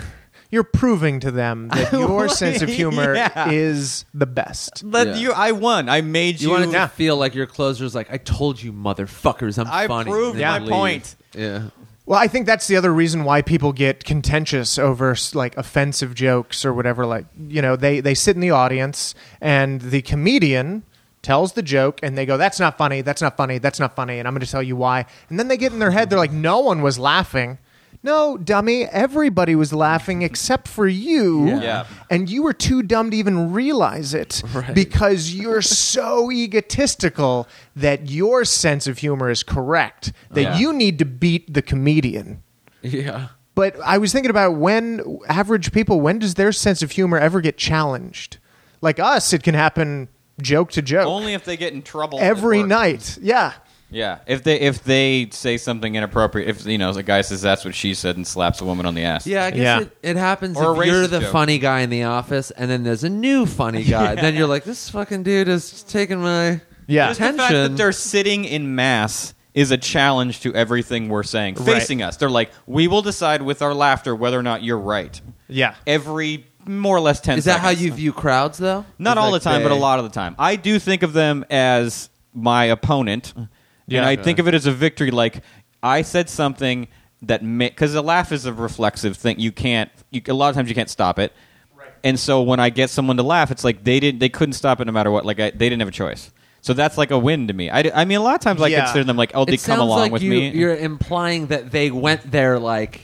you're proving to them that your sense of humor Yeah. is the best. Let Yeah. you. I won. I made you. You wanted Yeah. to feel like your closer's like, I told you, motherfuckers, I'm I funny. proved And then my you leave. point. Yeah. Well, I think that's the other reason why people get contentious over like offensive jokes or whatever. Like, you know, they they sit in the audience and the comedian tells the joke and they go, "That's not funny. That's not funny. That's not funny." And I'm going to tell you why. And then they get in their head. They're like, "No one was laughing." No, dummy. Everybody was laughing except for you. Yeah. Yeah. And you were too dumb to even realize it Right. because you're so egotistical that your sense of humor is correct, that Yeah. you need to beat the comedian. Yeah. But I was thinking about when average people, when does their sense of humor ever get challenged? Like us, it can happen joke to joke Only if they get in trouble at every work. night. Yeah. Yeah, if they if they say something inappropriate, if you know, a guy says that's what she said and slaps a woman on the ass. Yeah, I guess Yeah. It, it happens Or a if you're racist the joke. funny guy in the office, and then there's a new funny guy. Then you're like, this fucking dude is taking my Yeah. Just the fact attention. that they're sitting in mass is a challenge to everything we're saying. Right. Facing us, they're like, we will decide with our laughter whether or not you're right. Yeah. Every more or less ten. is that how seconds. you view crowds, though? Not Is all the like time, but a they- lot of the time. I do think of them as my opponent, Yeah. and I think of it as a victory. Like I said something that because a laugh is a reflexive thing. You can't. You, a lot of times you can't stop it. And so when I get someone to laugh, it's like they didn't. They couldn't stop it no matter what. Like I, they didn't have a choice. So that's like a win to me. I, d- I mean, a lot of times I Yeah. consider them like, oh, they it come sounds along like with you, me. You're implying that they went there like,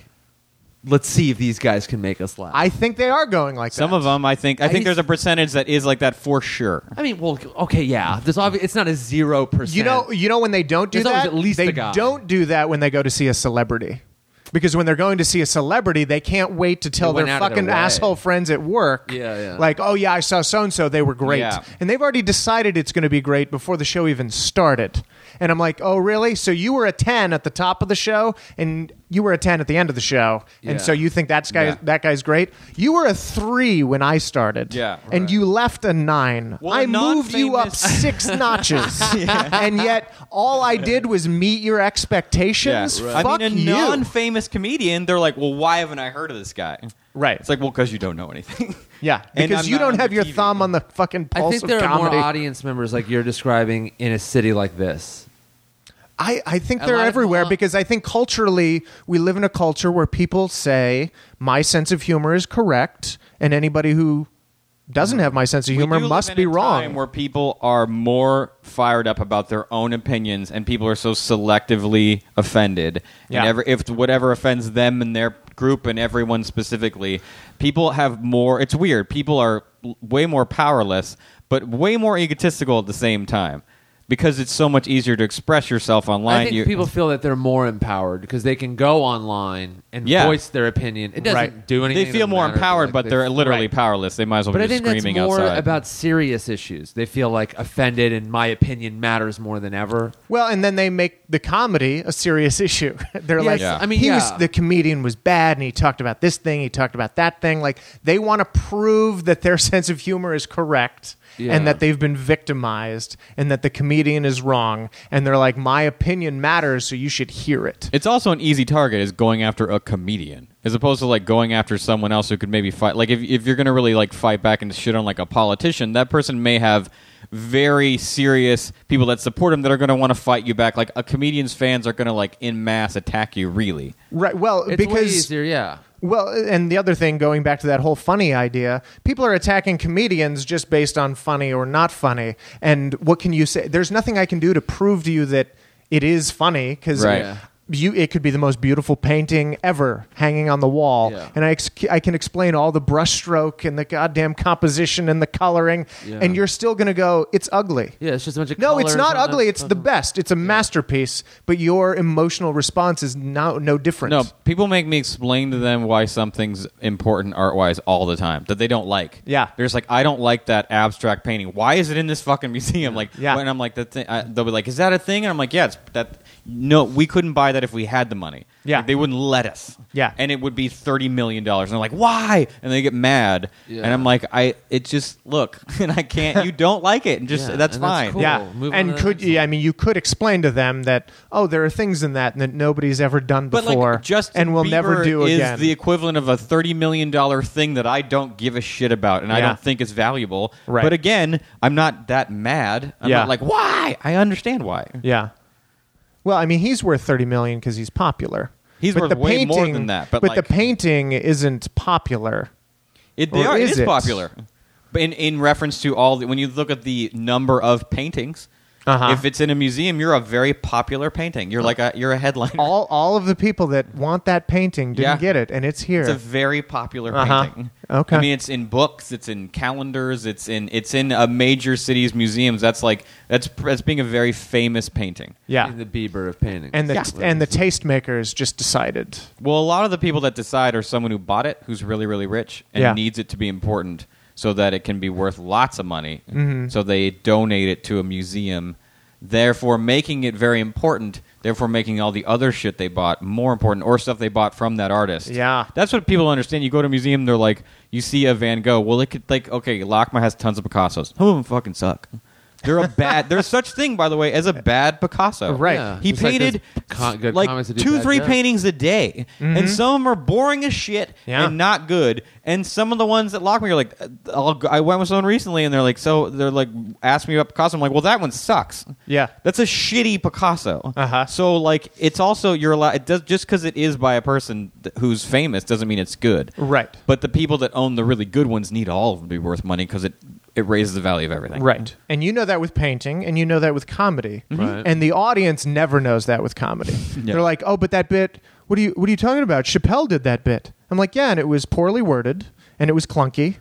let's see if these guys can make us laugh. I think they are going like Some that. of them, I think. I, think used- there's a percentage that is like that for sure. I mean, well, okay, yeah. There's obvious. It's not a zero percent. You know, you know when they don't do There's always that. at least they a guy. don't do that when they go to see a celebrity, because when they're going to see a celebrity, they can't wait to tell They went their out of their fucking way. asshole friends at work. Yeah, yeah. Like, oh yeah, I saw so and so. They were great, Yeah. and they've already decided it's going to be great before the show even started. And I'm like, oh really? So you were a ten at the top of the show, and you were a ten at the end of the show, and Yeah. so you think that guy Yeah. that guy's great. You were a three when I started, Yeah, and you left a nine. Well, I a moved you up non-famous- six notches, and yet all I did was meet your expectations. Fuck I mean, a you. non-famous comedian, they're like, well, why haven't I heard of this guy? right. It's like, well, because you don't know anything. yeah, And because I'm not you don't on have the your TV. thumb on the fucking pulse I think of there are comedy. more audience members like you're describing in a city like this. I, I think A they're lot of- everywhere well- because I think culturally we live in a culture where people say my sense of humor is correct, and anybody who doesn't have my sense of Mm-hmm. We humor do must live be in a wrong. Time where people are more fired up about their own opinions, and people are so selectively offended. Yeah. And every, if whatever offends them and their group and everyone specifically, people have more. It's weird. People are l- way more powerless, but way more egotistical at the same time. because it's so much easier to express yourself online. I think you- people feel that they're more empowered because they can go online and Yeah. voice their opinion. It doesn't Right. do anything. they to feel the more matter, empowered, like, but they- they're literally Right. powerless. They might as well But be I just think that's screaming more outside. about serious issues. They feel like offended, and my opinion matters more than ever. Well, and then they make the comedy a serious issue. They're like, Yeah. I mean, he yeah. was the comedian was bad, and he talked about this thing, he talked about that thing. Like they want to prove that their sense of humor is correct, Yeah. and that they've been victimized, and that the comedian is wrong. And they're like, my opinion matters, so you should hear it. it's also an easy target is going after a comedian as opposed to like going after someone else who could maybe fight like if, if you're gonna really like fight back and shit on like a politician that person may have very serious people that support him that are gonna want to fight you back like a comedian's fans are gonna like in mass attack you really Right. Well, It's way because easier, yeah. Well, and the other thing, going back to that whole funny idea, people are attacking comedians just based on funny or not funny. And what can you say? There's nothing I can do to prove to you that it is funny because Right. Yeah. you it could be the most beautiful painting ever hanging on the wall, Yeah. and I ex- I can explain all the brushstroke and the goddamn composition and the coloring, Yeah. and you're still gonna go, it's ugly. Yeah, it's just a bunch of No, it's colours not on ugly. a- It's the best. It's a masterpiece. But your emotional response is no no different. no people make me explain to them why something's important art-wise all the time that they don't like Yeah. they're just like i don't like that abstract painting why is it in this fucking museum like Yeah. and i'm like that thing I, they'll be like is that a thing and i'm like yeah it's that no we couldn't buy that if we had the money Yeah. Like, they wouldn't let us Yeah. and it would be 30 million dollars and they're like why and they get mad Yeah. and i'm like i it just look and i can't you don't like it and just Yeah, that's and that's fine cool. Yeah, Move on to and the could next one. yeah, I mean you could explain to them that oh there are things in that that nobody's ever done But before, like Justin and we'll never Bieber do is again. the equivalent of a thirty million dollar thing that I don't give a shit about, and I Yeah. don't think it's valuable. Right. But again, I'm not that mad. I'm Yeah. not like why. I understand why. yeah. Well, I mean he's worth thirty million because he's popular. He's but worth the way painting, more than that, but, like- the painting isn't popular. It, they Or are, is it is it? popular. But in, in reference to all, the, when you look at the number of paintings, Uh-huh. if it's in a museum, you're a very popular painting. You're like a you're a headliner. All all of the people that want that painting didn't Yeah. get it, and it's here. It's a very popular Uh-huh. painting. Okay. I mean, it's in books, it's in calendars, it's in it's in a major city's museums. That's like that's that's being a very famous painting. yeah, In the Bieber of painting. and the and the tastemakers just decided. Well, a lot of the people that decide are someone who bought it, who's really really rich and Yeah. needs it to be important so that it can be worth lots of money. Mm-hmm. So they donate it to a museum, therefore making it very important. Therefore, making all the other shit they bought more important, or stuff they bought from that artist. Yeah. That's what people understand. You go to a museum, they're like, you see a Van Gogh. Well, it could like, okay, Lachman has tons of Picassos. Some of them fucking suck. They're a bad. there's such thing, by the way, as a bad Picasso. Right. Yeah. He Just like painted those co- good like comics that do two, bad three jokes. paintings a day, and some of them are boring as shit Mm-hmm. Yeah. and not good. And some of the ones that lock me are like, I'll, go- I went with someone recently, and they're like, so they're like, ask me about Picasso. I'm like, well, that one sucks. Yeah. that's a shitty Picasso. Uh-huh. So like, it's also you're allowed. It does just because it is by a person th- who's famous doesn't mean it's good. Right. But the people that own the really good ones need all of them to be worth money because it it raises the value of everything. Right. And you know that with painting and you know that with comedy. Right. And the audience never knows that with comedy. Yeah. They're like, "Oh, but that bit, what are you what are you talking about? Chappelle did that bit." I'm like, "Yeah, and it was poorly worded and it was clunky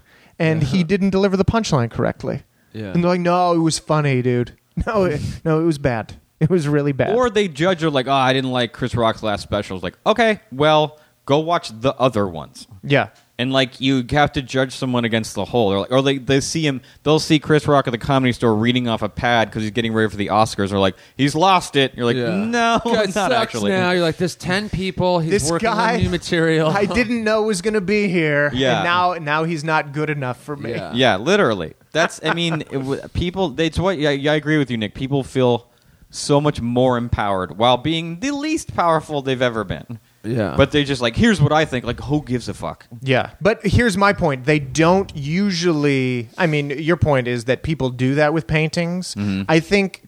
and he didn't deliver the punchline correctly." Yeah. And they're like, "No, it was funny, dude. No, it, no, it was bad. It was really bad." Or they judge her like, oh, I didn't like Chris Rock's last special. It's like, okay, well, go watch the other ones. yeah. And like you have to judge someone against the whole, or like, or they, they see him, they'll see Chris Rock at the comedy store reading off a pad because he's getting ready for the Oscars. Or like he's lost it. You're like, Yeah. no, Guy not sucks actually. Now you're like, there's ten people. He's This working guy- on new material. I didn't know was going to be here Yeah. and now now he's not good enough for me. Yeah. Yeah, literally. That's I mean, it, w- people. It's what yeah, yeah, I agree with you, Nick. People feel so much more empowered while being the least powerful they've ever been. Yeah. But they just like, here's what I think. Like, who gives a fuck? Yeah. But here's my point. They don't usually I mean, your point is that people do that with paintings. I think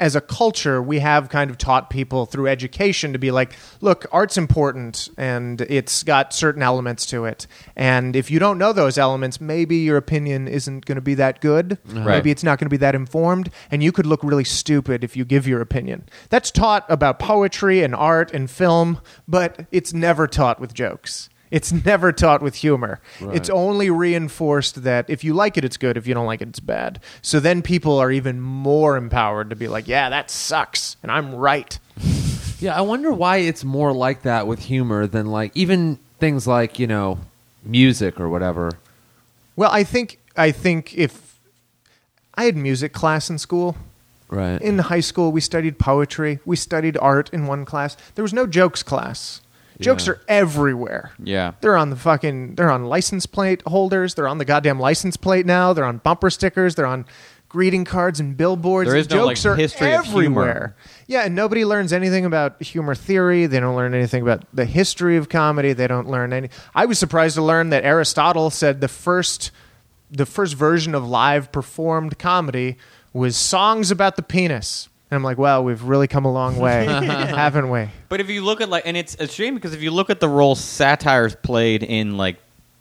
as a culture, we have kind of taught people through education to be like, look, art's important and it's got certain elements to it. And if you don't know those elements, maybe your opinion isn't going to be that good. Right. Maybe it's not going to be that informed. And you could look really stupid if you give your opinion. That's taught about poetry and art and film, but it's never taught with jokes. It's never taught with humor. Right. It's only reinforced that if you like it, it's good. If you don't like it, it's bad. So then people are even more empowered to be like, yeah, that sucks. And I'm right. Yeah, I wonder why it's more like that with humor than like even things like, you know, music or whatever. Well, I think, I think if I had music class in school, Right. in high school, we studied poetry, we studied art in one class. There was no jokes class. Jokes Yeah. are everywhere. Yeah. They're on the fucking they're on license plate holders, they're on the goddamn license plate now, they're on bumper stickers, they're on greeting cards and billboards. There is no, like, jokes are history of humor. everywhere. Yeah, and nobody learns anything about humor theory. They don't learn anything about the history of comedy. They don't learn any I was surprised to learn that Aristotle said the first the first version of live performed comedy was songs about the penis. And I'm like, wow, we've really come a long way, haven't we? But if you look at like, and it's a shame because if you look at the role satire's played in like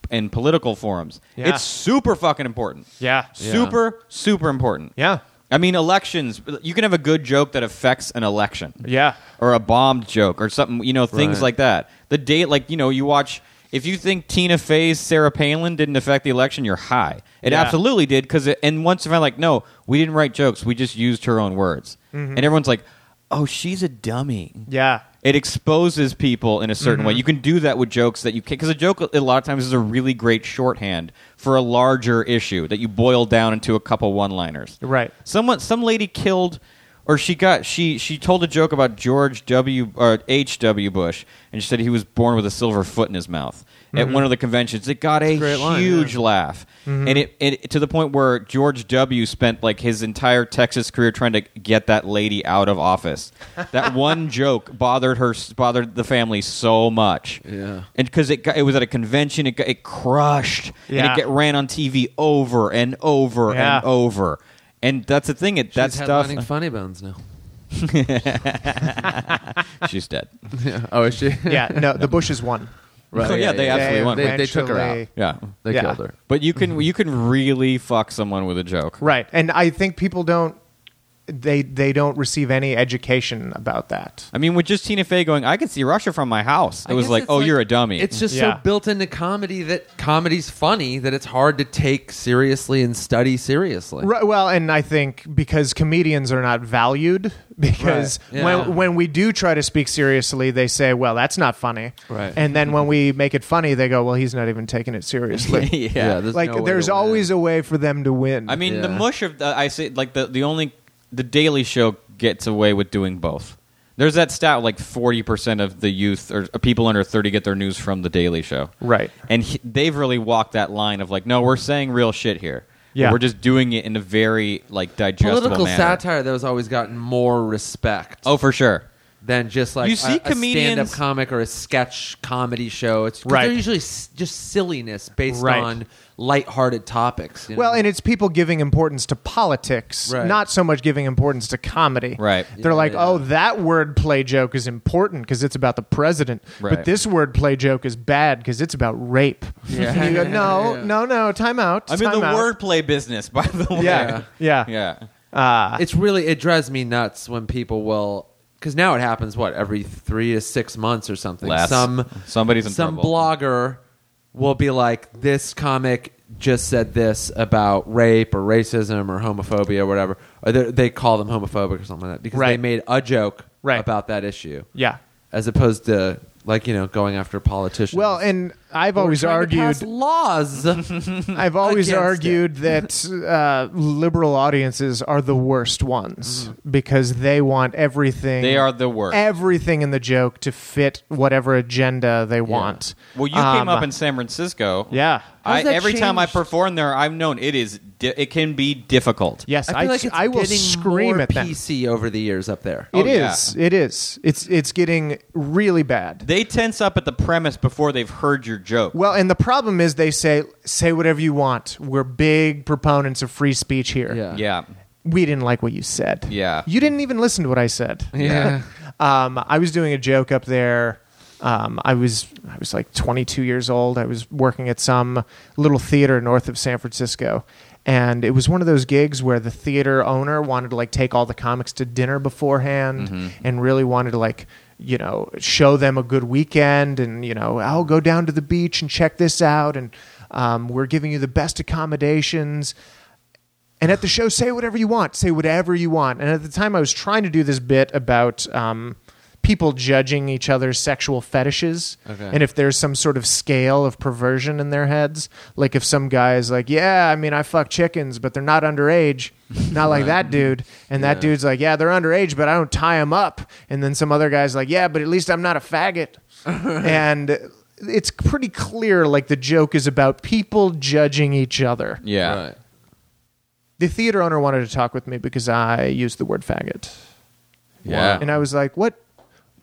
in political forums, Yeah. it's super fucking important. Yeah. Super, super important. Yeah. I mean, elections. You can have a good joke that affects an election. Yeah. Or a bombed joke or something, you know, things Right. like that. The date, like, you know, you watch. If you think Tina Fey's Sarah Palin didn't affect the election, you're high. It Yeah. absolutely did because, and once I found like, no, we didn't write jokes. We just used her own words, Mm-hmm. and everyone's like, oh, she's a dummy. Yeah. It exposes people in a certain way. You can do that with jokes that you can because a joke a lot of times is a really great shorthand for a larger issue that you boil down into a couple one-liners. Right. Someone, some lady killed, or she got she she told a joke about George W. or H. W. Bush, and she said he was born with a silver foot in his mouth at one of the conventions. It got a, great line, huge laugh, Mm-hmm. and it, it to the point where George W. spent like his entire Texas career trying to get that lady out of office. That one joke bothered her, bothered the family so much. Yeah. and because it got, it was at a convention, it got, it crushed, and Yeah. it get, ran on TV over and over Yeah. and over. And that's the thing. It that She's stuff. headlining Funny Bones now. She's dead. oh, is she? Yeah. No, the Bushes won. So, yeah, they absolutely They won. They, they took her out. eventually- Yeah, They Yeah. killed her. but you Mm-hmm. can you can really fuck someone with a joke. Right. And I think people don't they they don't receive any education about that. I mean, with just Tina Fey going, I can see Russia from my house. It I was guess like, it's oh, you're a dummy. It's just Yeah. so built into comedy that comedy's funny that it's hard to take seriously and study seriously. Right, well, and I think because comedians are not valued because Right. Yeah. when when we do try to speak seriously, they say, "Well, that's not funny." Right. And then when we make it funny, they go, "Well, he's not even taking it seriously." yeah. there's like no way there's to win. always a way for them to win. I mean, the Yeah. mush of the, I say like the the only the Daily Show gets away with doing both. There's that stat like 40 percent of the youth or uh, people under 30 get their news from the Daily Show. Right. And he, they've really walked that line of like, no, we're saying real shit here. Yeah. We're just doing it in a very like digestible political manner. satire though has always gotten more respect Oh, for sure. than just like You a- see a, comedians- stand-up comic or a sketch comedy show. It's 'cause Right. they're usually s- just silliness based Right. on lighthearted topics. you Well, know? and it's people giving importance to politics, Right. not so much giving importance to comedy. Right. They're Yeah, like, yeah. oh, that wordplay joke is important because it's about the president, Right. but this wordplay joke is bad because it's about rape. Yeah. And you go, no, Yeah. no, no, time out. I'm in time the out." wordplay business, by the way. Yeah, yeah, yeah. Yeah. it's really it drives me nuts when people will because now it happens what every three to six months or something. Less. Some Somebody's in some trouble. blogger will be like, this comic just said this about rape or racism or homophobia or whatever. Or they- they call them homophobic or something like that because they Right. made a joke Right. about that issue. as opposed to like you know going after politicians. Well, and I've We're always trying to pass argued, laws. I've always against it. argued that uh, liberal audiences are the worst ones because they want Mm-hmm. everything. They are the worst. everything in the joke to fit whatever agenda they want. Well, you Um, came up in San Francisco. yeah. I, How's that every time I changed? perform there, I've known it is di- it can be difficult. Yes, I I, feel like it's I will getting scream more at them. PC over the years up there. It Oh, yeah. is. It is. It's it's getting really bad. They tense up at the premise before they've heard your joke. Well, and the problem is they say say whatever you want. We're big proponents of free speech here. Yeah. yeah. We didn't like what you said. Yeah. You didn't even listen to what I said. yeah. um, I was doing a joke up there. Um, I was I was like 22 years old. I was working at some little theater north of San Francisco, and it was one of those gigs where the theater owner wanted to like take all the comics to dinner beforehand, and really wanted to like you know, show them a good weekend and, you know, I'll go down to the beach and check this out. And um, we're giving you the best accommodations. And at the show, say whatever you want. Say whatever you want. And at the time, I was trying to do this bit about um, people judging each other's sexual fetishes, Okay. and if there's some sort of scale of perversion in their heads. Like if some guy is like, "Yeah, I mean, I fuck chickens, but they're not underage," not like that dude. And that dude's like, "Yeah, they're underage, but I don't tie them up." And then some other guy's like, "Yeah, but at least I'm not a faggot." and it's pretty clear like the joke is about people judging each other Yeah. Right. the theater owner wanted to talk with me because I used the word faggot. Yeah. And I was like, what?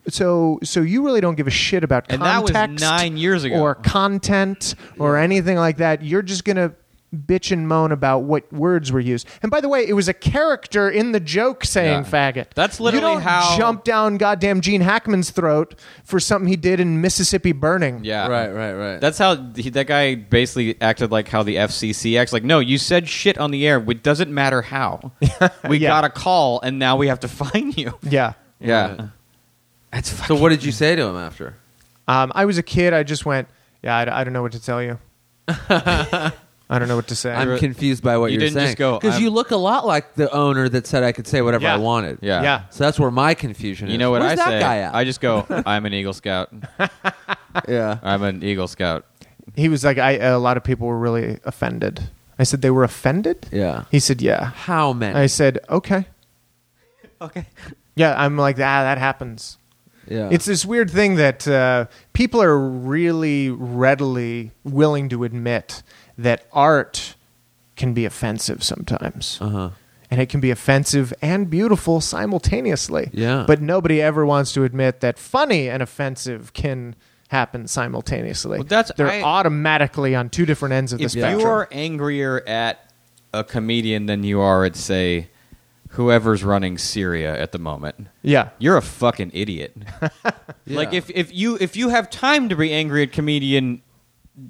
So, so you really don't give a shit about And that was context nine years ago. or content or anything like that. You're just gonna bitch and moan about what words were used. And by the way, it was a character in the joke saying Yeah. "faggot." That's You literally don't how- jump down goddamn Gene Hackman's throat for something he did in Mississippi Burning. Yeah. Right, right, right. That's how he, that guy basically acted like how the FCC acts. Like, no, you said shit on the air. It doesn't matter how. we Yeah. got a call, and now we have to find you. yeah. yeah. That's so. What did you say to him after? Um, I was a kid. I just went, yeah, I, I don't know what to tell you. I don't know what to say. I'm confused by what You are didn't saying. just go, because I'm- you look a lot like the owner that said I could say whatever Yeah. I wanted. Yeah. yeah. So that's where my confusion is. You know what Where's I that say? Guy at? I just go, I'm an Eagle Scout. yeah. I'm an Eagle Scout. He was like, I, a lot of people were really offended. I said, they were offended? Yeah. He said, yeah. How many? I said, okay. Okay. Yeah, I'm like, ah, that happens. yeah. It's this weird thing that uh, people are really readily willing to admit that art can be offensive sometimes. Uh-huh. uh huh. and it can be offensive and beautiful simultaneously. Yeah. But nobody ever wants to admit that funny and offensive can happen simultaneously. Well, that's- They're I- automatically on two different ends of the If spectrum. you are angrier at a comedian than you are at, say, whoever's running Syria at the moment, yeah. you're a fucking idiot. Yeah. Like if if you if you have time to be angry at comedian,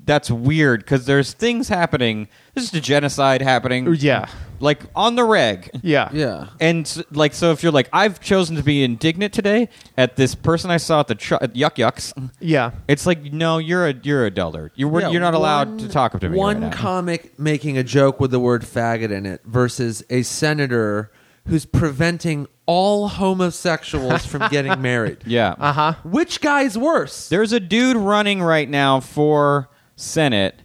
that's weird because there's things happening. There's a genocide happening. Yeah. like on the reg. Yeah. Yeah. And s- like so, if you're like, I've chosen to be indignant today at this person I saw at the tr- at Yuck Yucks. Yeah. It's like no, you're a you're a dullard. You're Yeah, you're not allowed one- to talk to me. One right now. comic making a joke with the word faggot in it versus a senator who's preventing all homosexuals from getting married. yeah. Uh huh. Which guy's worse? There's a dude running right now for Senate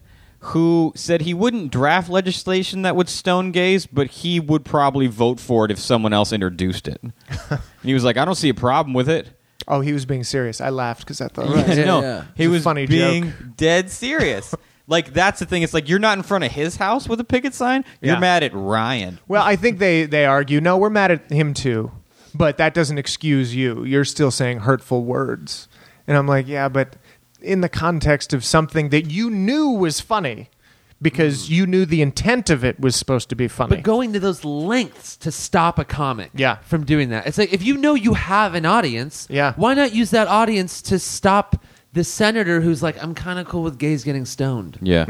who said he wouldn't draft legislation that would stone gays, but he would probably vote for it if someone else introduced it. and he was like, I don't see a problem with it. Oh, he was being serious. I laughed because I thought. Right. Yeah, no, yeah. he It's a was funny being joke. dead serious. like that's the thing. It's like you're not in front of his house with a picket sign. You're Yeah. mad at Ryan. Well, I think they they argue. No, we're mad at him too, but that doesn't excuse you. You're still saying hurtful words, and I'm like, yeah, but in the context of something that you knew was funny, because you knew the intent of it was supposed to be funny. But going to those lengths to stop a comic Yeah. from doing that. It's like if you know you have an audience, Yeah. why not use that audience to stop the senator who's like, I'm kind of cool with gays getting stoned? Yeah.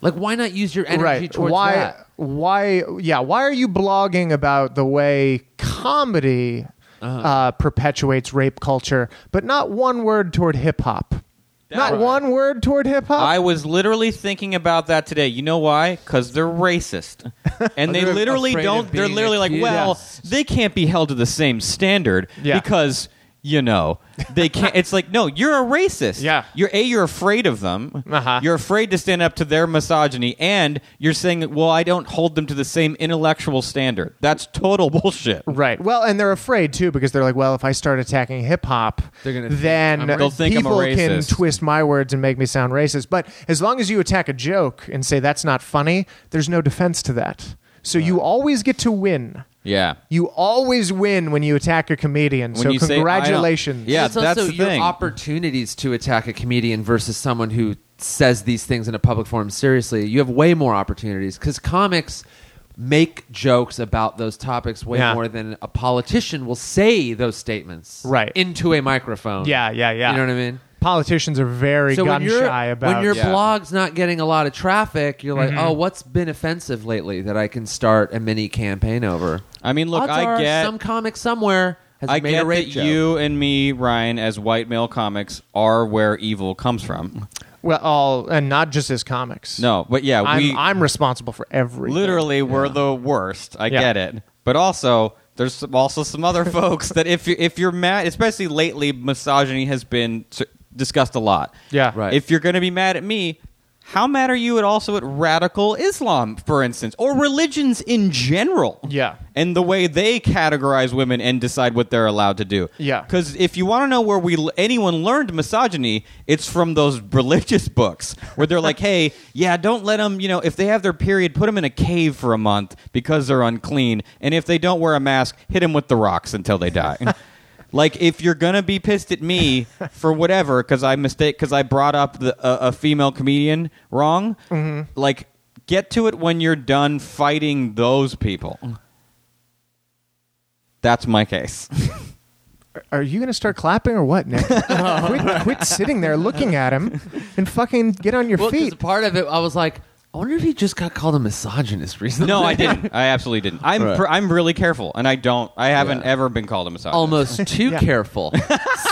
Like, why not use your energy right? towards Why? that? Why? Yeah. Why are you blogging about the way comedy? Uh-huh. Uh, perpetuates rape culture, but not one word toward hip hop. Not Right. one word toward hip hop. I was literally thinking about that today. You know why? Because they're racist, and they They're literally afraid don't. of They're being literally like, accused. well, they can't be held to the same standard Yeah. because you know they can't. it's like, no, you're a racist. Yeah. you're a. You're afraid of them. Uh-huh. You're afraid to stand up to their misogyny, and you're saying, well, I don't hold them to the same intellectual standard. That's total bullshit. Right. Well, and they're afraid too because they're like, well, if I start attacking hip hop, They're gonna think then I'm- they'll think I'm a people can racist. twist my words and make me sound racist. But as long as you attack a joke and say that's not funny, there's no defense to that. So you always get to win. Yeah. You always win when you attack a comedian. When so you say, "I don't-" congratulations. Yeah, And it's also that's the your thing. opportunities to attack a comedian versus someone who says these things in a public forum seriously. You have way more opportunities because comics make jokes about those topics way Yeah. more than a politician will say those statements Right. into a microphone. Yeah, yeah, yeah. You know what I mean? Politicians are very So when gun your shy about when your Yeah. Mm-hmm. blog's not getting a lot of traffic, you're like, oh, what's been offensive lately that I can start a mini campaign over? I mean, look, Odds I are get some comic somewhere has has I made get a rape that joke. you and me, Ryan, as white male comics, are where evil comes from. Well, all and not just as comics. No, but yeah, I'm, we I'm responsible for everything. literally were the worst. I Yeah. get it, but also there's some, also some other folks that if you if you're mad, especially lately, misogyny has been s- discussed a lot. Yeah. Right. If you're going to be mad at me. How mad are you at also at radical Islam, for instance, or religions in general? Yeah. and the way they categorize women and decide what they're allowed to do. Yeah. Because if you want to know where we anyone learned misogyny, it's from those religious books where they're like, "Hey, yeah, don't let them. You know, if they have their period, put them in a cave for a month because they're unclean, and if they don't wear a mask, hit them with the rocks until they die." Like if you're gonna be pissed at me for whatever, because I mistake, because I brought up the, a, a female comedian wrong, like get to it when you're done fighting those people. That's my case. Are you going to start clapping or what, Nick? quit, quit sitting there looking at him and fucking get on your Well, 'cause feet. part of it, I was like, I wonder if he just got called a misogynist recently. No, I didn't. I absolutely didn't. I'm Right. pr- I'm really careful, and I don't. I haven't Yeah. ever been called a misogynist. Almost too Yeah. careful.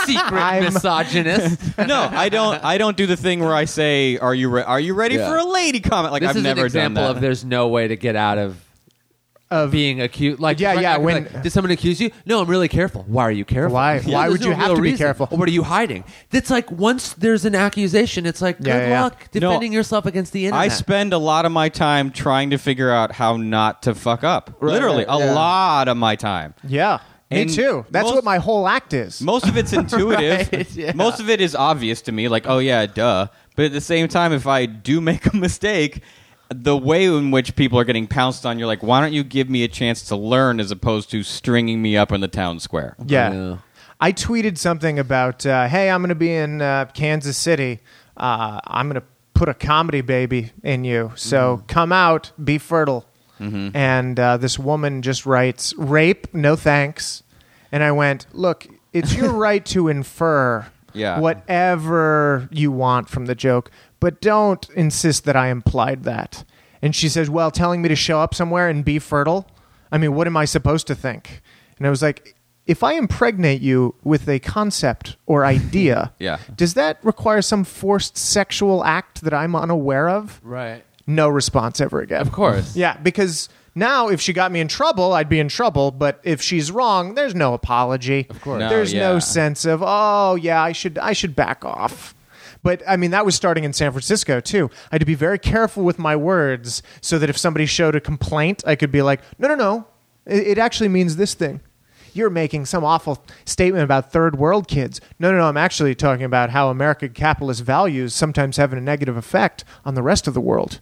Secret I'm- misogynist. no, I don't. I don't do the thing where I say, "Are you re- are you ready Yeah. for a lady comment?" Like this I've is never an example done that. of there's no way to get out of Of- being accused. Like, Yeah, right yeah, now, when- like, did someone accuse you? No, I'm really careful. Why are you careful? Why- why there's would you have real to be careful? What are you hiding? That's like once there's an accusation, it's like good Yeah, yeah, yeah. luck No, defending yourself against the internet. I spend a lot of my time trying to figure out how not to fuck up. Right, Literally, right, a yeah. lot of my time. yeah. Me And too. That's most- what my whole act is. Most of it's intuitive. Right, yeah. Most of it is obvious to me, like, oh yeah, duh. But at the same time, if I do make a mistake, the way in which people are getting pounced on, you're like, why don't you give me a chance to learn as opposed to stringing me up in the town square? Yeah. Yeah. I tweeted something about, uh, hey, I'm going to be in uh, Kansas City. Uh, I'm going to put a comedy baby in you. So come out, be fertile. And uh, this woman just writes, rape, no thanks. And I went, look, it's your right to infer Yeah. whatever you want from the joke, but don't insist that I implied that. And she says, well, telling me to show up somewhere and be fertile? I mean, what am I supposed to think? And I was like, if I impregnate you with a concept or idea, Yeah. does that require some forced sexual act that I'm unaware of? right. No response ever again. Of course. Yeah, because now if she got me in trouble, I'd be in trouble. But if she's wrong, there's no apology. Of course. No, there's no yeah. sense of oh yeah, I should I should back off. But I mean, that was starting in San Francisco too. I had to be very careful with my words so that if somebody showed a complaint, I could be like, no, no, no, it, it actually means this thing. You're making some awful statement about third world kids. No, no, no. I'm actually talking about how American capitalist values sometimes have a negative effect on the rest of the world.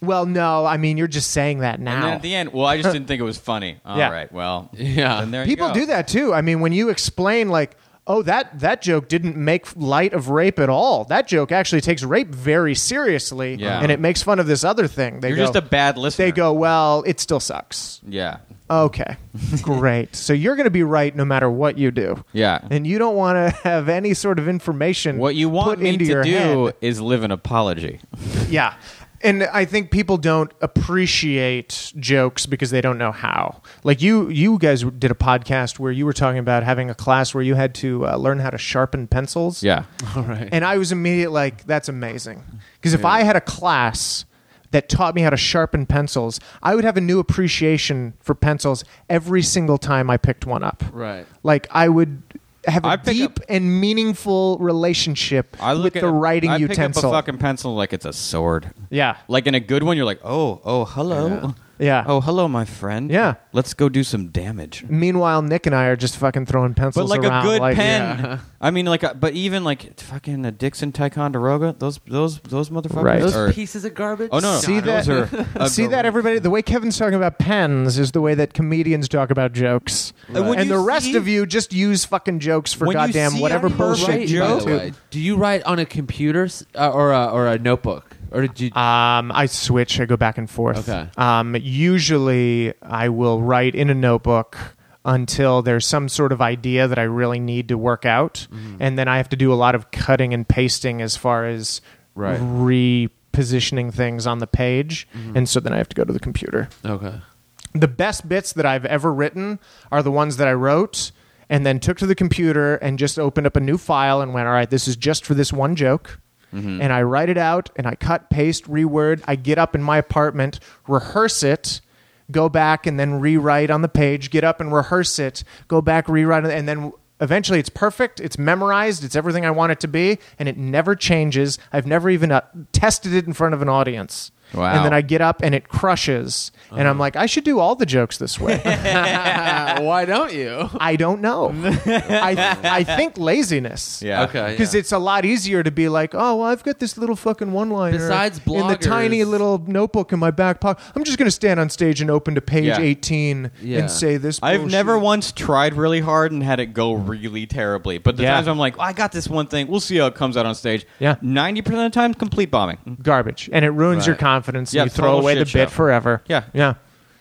Well, no, I mean you're just saying that And then now. at the end, well, I just didn't think it was funny. All right, Yeah. well, Yeah. then there you People go. do that too. I mean, when you explain like, "Oh, that that joke didn't make light of rape at all. That joke actually takes rape very seriously, Yeah. and it makes fun of this other thing." They You're go, just a bad listener. They go, "Well, it still sucks." Yeah. Okay, great. So you're going to be right no matter what you do. Yeah. and you don't want to have any sort of information. What you want put me into to your do head. is live an apology. Yeah. And I think people don't appreciate jokes because they don't know how. Like you, you guys did a podcast where you were talking about having a class where you had to uh, learn how to sharpen pencils. Yeah. All right. And I was immediately like, that's amazing. Because if I had a class that taught me how to sharpen pencils, I would have a new appreciation for pencils every single time I picked one up. Right. Like I would have a I pick up- deep and meaningful relationship I look with at the writing I utensil. Pick up a fucking pencil like it's a sword. yeah. Like in a good one, you're like, oh, oh, hello. Yeah. Oh, hello, my friend. Yeah. Let's go do some damage. Meanwhile, Nick and I are just fucking throwing But pencils like a around. good like, pen. I mean, like, a, but even like fucking a Dixon Ticonderoga. Those, those, those motherfuckers. Right. Those are- pieces of garbage. oh no, no, See those that? are a See that gor- everybody? The way Kevin's talking about pens is the way that comedians talk about jokes, Uh, when and you the rest see- of you just use fucking jokes for When you goddamn see whatever anyone bullshit write you by want the jokes- to. way, do you write on a computer s- uh, or a, or a notebook or do you? Um, I switch. I go back and forth. Mm-hmm. Okay. Um, usually, I will write in a notebook until there's some sort of idea that I really need to work out, Mm-hmm. and then I have to do a lot of cutting and pasting as far as Right. Mm-hmm. repositioning things on the page, and so then I have to go to the computer. okay. The best bits that I've ever written are the ones that I wrote and then took to the computer and just opened up a new file and went, all right, this is just for this one joke. And I write it out and I cut, paste, reword. I get up in my apartment, rehearse it, go back and then rewrite on the page, get up and rehearse it, go back, rewrite, and then eventually it's perfect, it's memorized, it's everything I want it to be, and it never changes. I've never even uh, tested it in front of an audience. Wow. And then I get up and it crushes. And Uh-huh. I'm like, I should do all the jokes this way. Why don't you? I don't know. I, I think laziness. Yeah. Okay. Because yeah. it's a lot easier to be like, oh, well, I've got this little fucking one liner Besides in the tiny bloggers- little notebook in my back pocket. I'm just going to stand on stage and open to page Yeah. 18 Yeah. and say this. I've bullshit. never once tried really hard and had it go really terribly. But the Yeah. times I'm like, I got this one thing. We'll see how it comes out on stage. Yeah. 90% of the time, complete bombing. Garbage. And it ruins your Right. confidence. Yeah, and you throw total away the shit bit show. forever. Yeah. Yeah.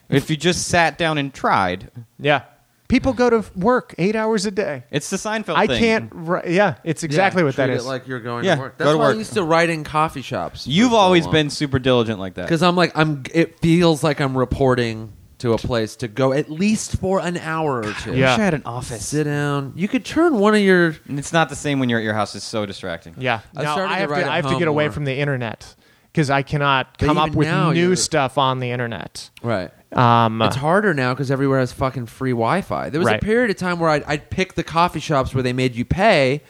If you just sat down and tried, Yeah. People go to work eight hours a day. it's the Seinfeld I thing. can't. Ri- yeah, it's exactly Yeah, what that treat is. It like you're going Yeah, to work. go That's to why work. I used to write in coffee shops. for You've so always long. been super diligent like that. because I'm like I'm. It feels like I'm reporting to a place to go at least for an hour or two. Yeah. I had an office. Sit down. You could turn one of your. And It's not the same when you're at your house. It's so distracting. Yeah. I no, started I to have to, write at I have to home get away more. from the internet because I cannot But come up even with now, new you're- stuff on the internet. Right. Um, It's harder now because everywhere has fucking free Wi-Fi. There was Right. a period of time where I'd, I'd pick the coffee shops where they made you pay,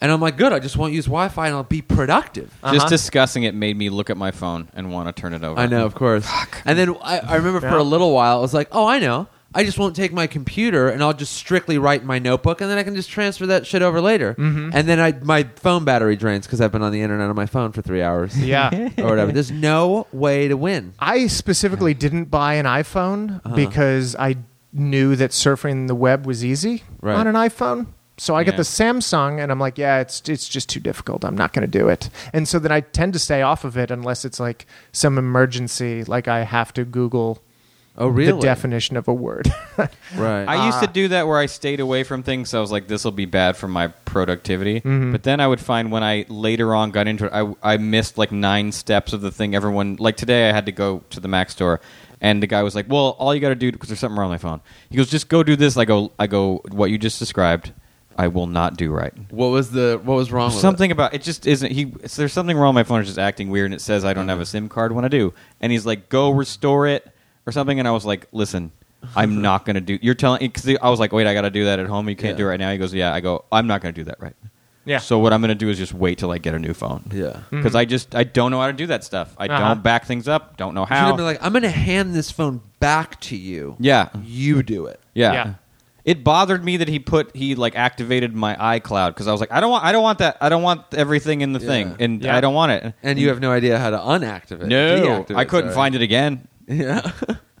and I'm like, good. I just won't use Wi-Fi and I'll be productive. Just discussing it made me look at my phone and want to turn it over. Uh-huh. I know, of course. And then I, I remember for Yeah. a little while, I was like, oh, I know. I just won't take my computer and I'll just strictly write in my notebook and then I can just transfer that shit over later. Mm-hmm. And then I, my phone battery drains because I've been on the internet on my phone for three hours. yeah. or whatever. There's no way to win. I specifically didn't buy an iPhone Uh-huh. because I knew that surfing the web was easy Right. on an iPhone. So I get Yeah. the Samsung and I'm like, yeah, it's it's just too difficult. I'm not going to do it. And so then I tend to stay off of it unless it's like some emergency, like I have to Google Oh, really? the definition of a word. Right. Ah. I used to Ah. do that where I stayed away from things. So I was like, this will be bad for my productivity. Mm-hmm. But then I would find when I later on got into it, I, I missed like nine steps of the thing. Everyone, like today, I had to go to the Mac store. And the guy was like, well, all you got to do, because there's something wrong with my phone. He goes, just go do this. I go, I go, what you just described, I will not do right. what was the what was wrong with it? Something about it just isn't. He so there's something wrong. My phone is just acting weird, and it says I don't Mm-hmm. have a SIM card when I do. And he's like, "Go restore it" or something. And I was like, "Listen, I'm not gonna do." You're telling because I was like, "Wait, I gotta do that at home. You can't Yeah. do it right now." He goes, "Yeah." I go, "I'm not gonna do that right." Yeah. Mm-hmm. So what I'm gonna do is just wait till I get a new phone. Yeah. Because I just I don't know how to do that stuff. I Uh-huh. don't back things up. Don't know You should how. have been like, I'm going to hand this phone back to you. yeah. You do it. Yeah. Yeah. It bothered me that he put he like activated my iCloud because I was like I don't want I don't want that I don't want everything in the thing and Yeah. I don't want it And you have no idea how to unactivate. No, deactivate, I couldn't sorry. find it again. Yeah.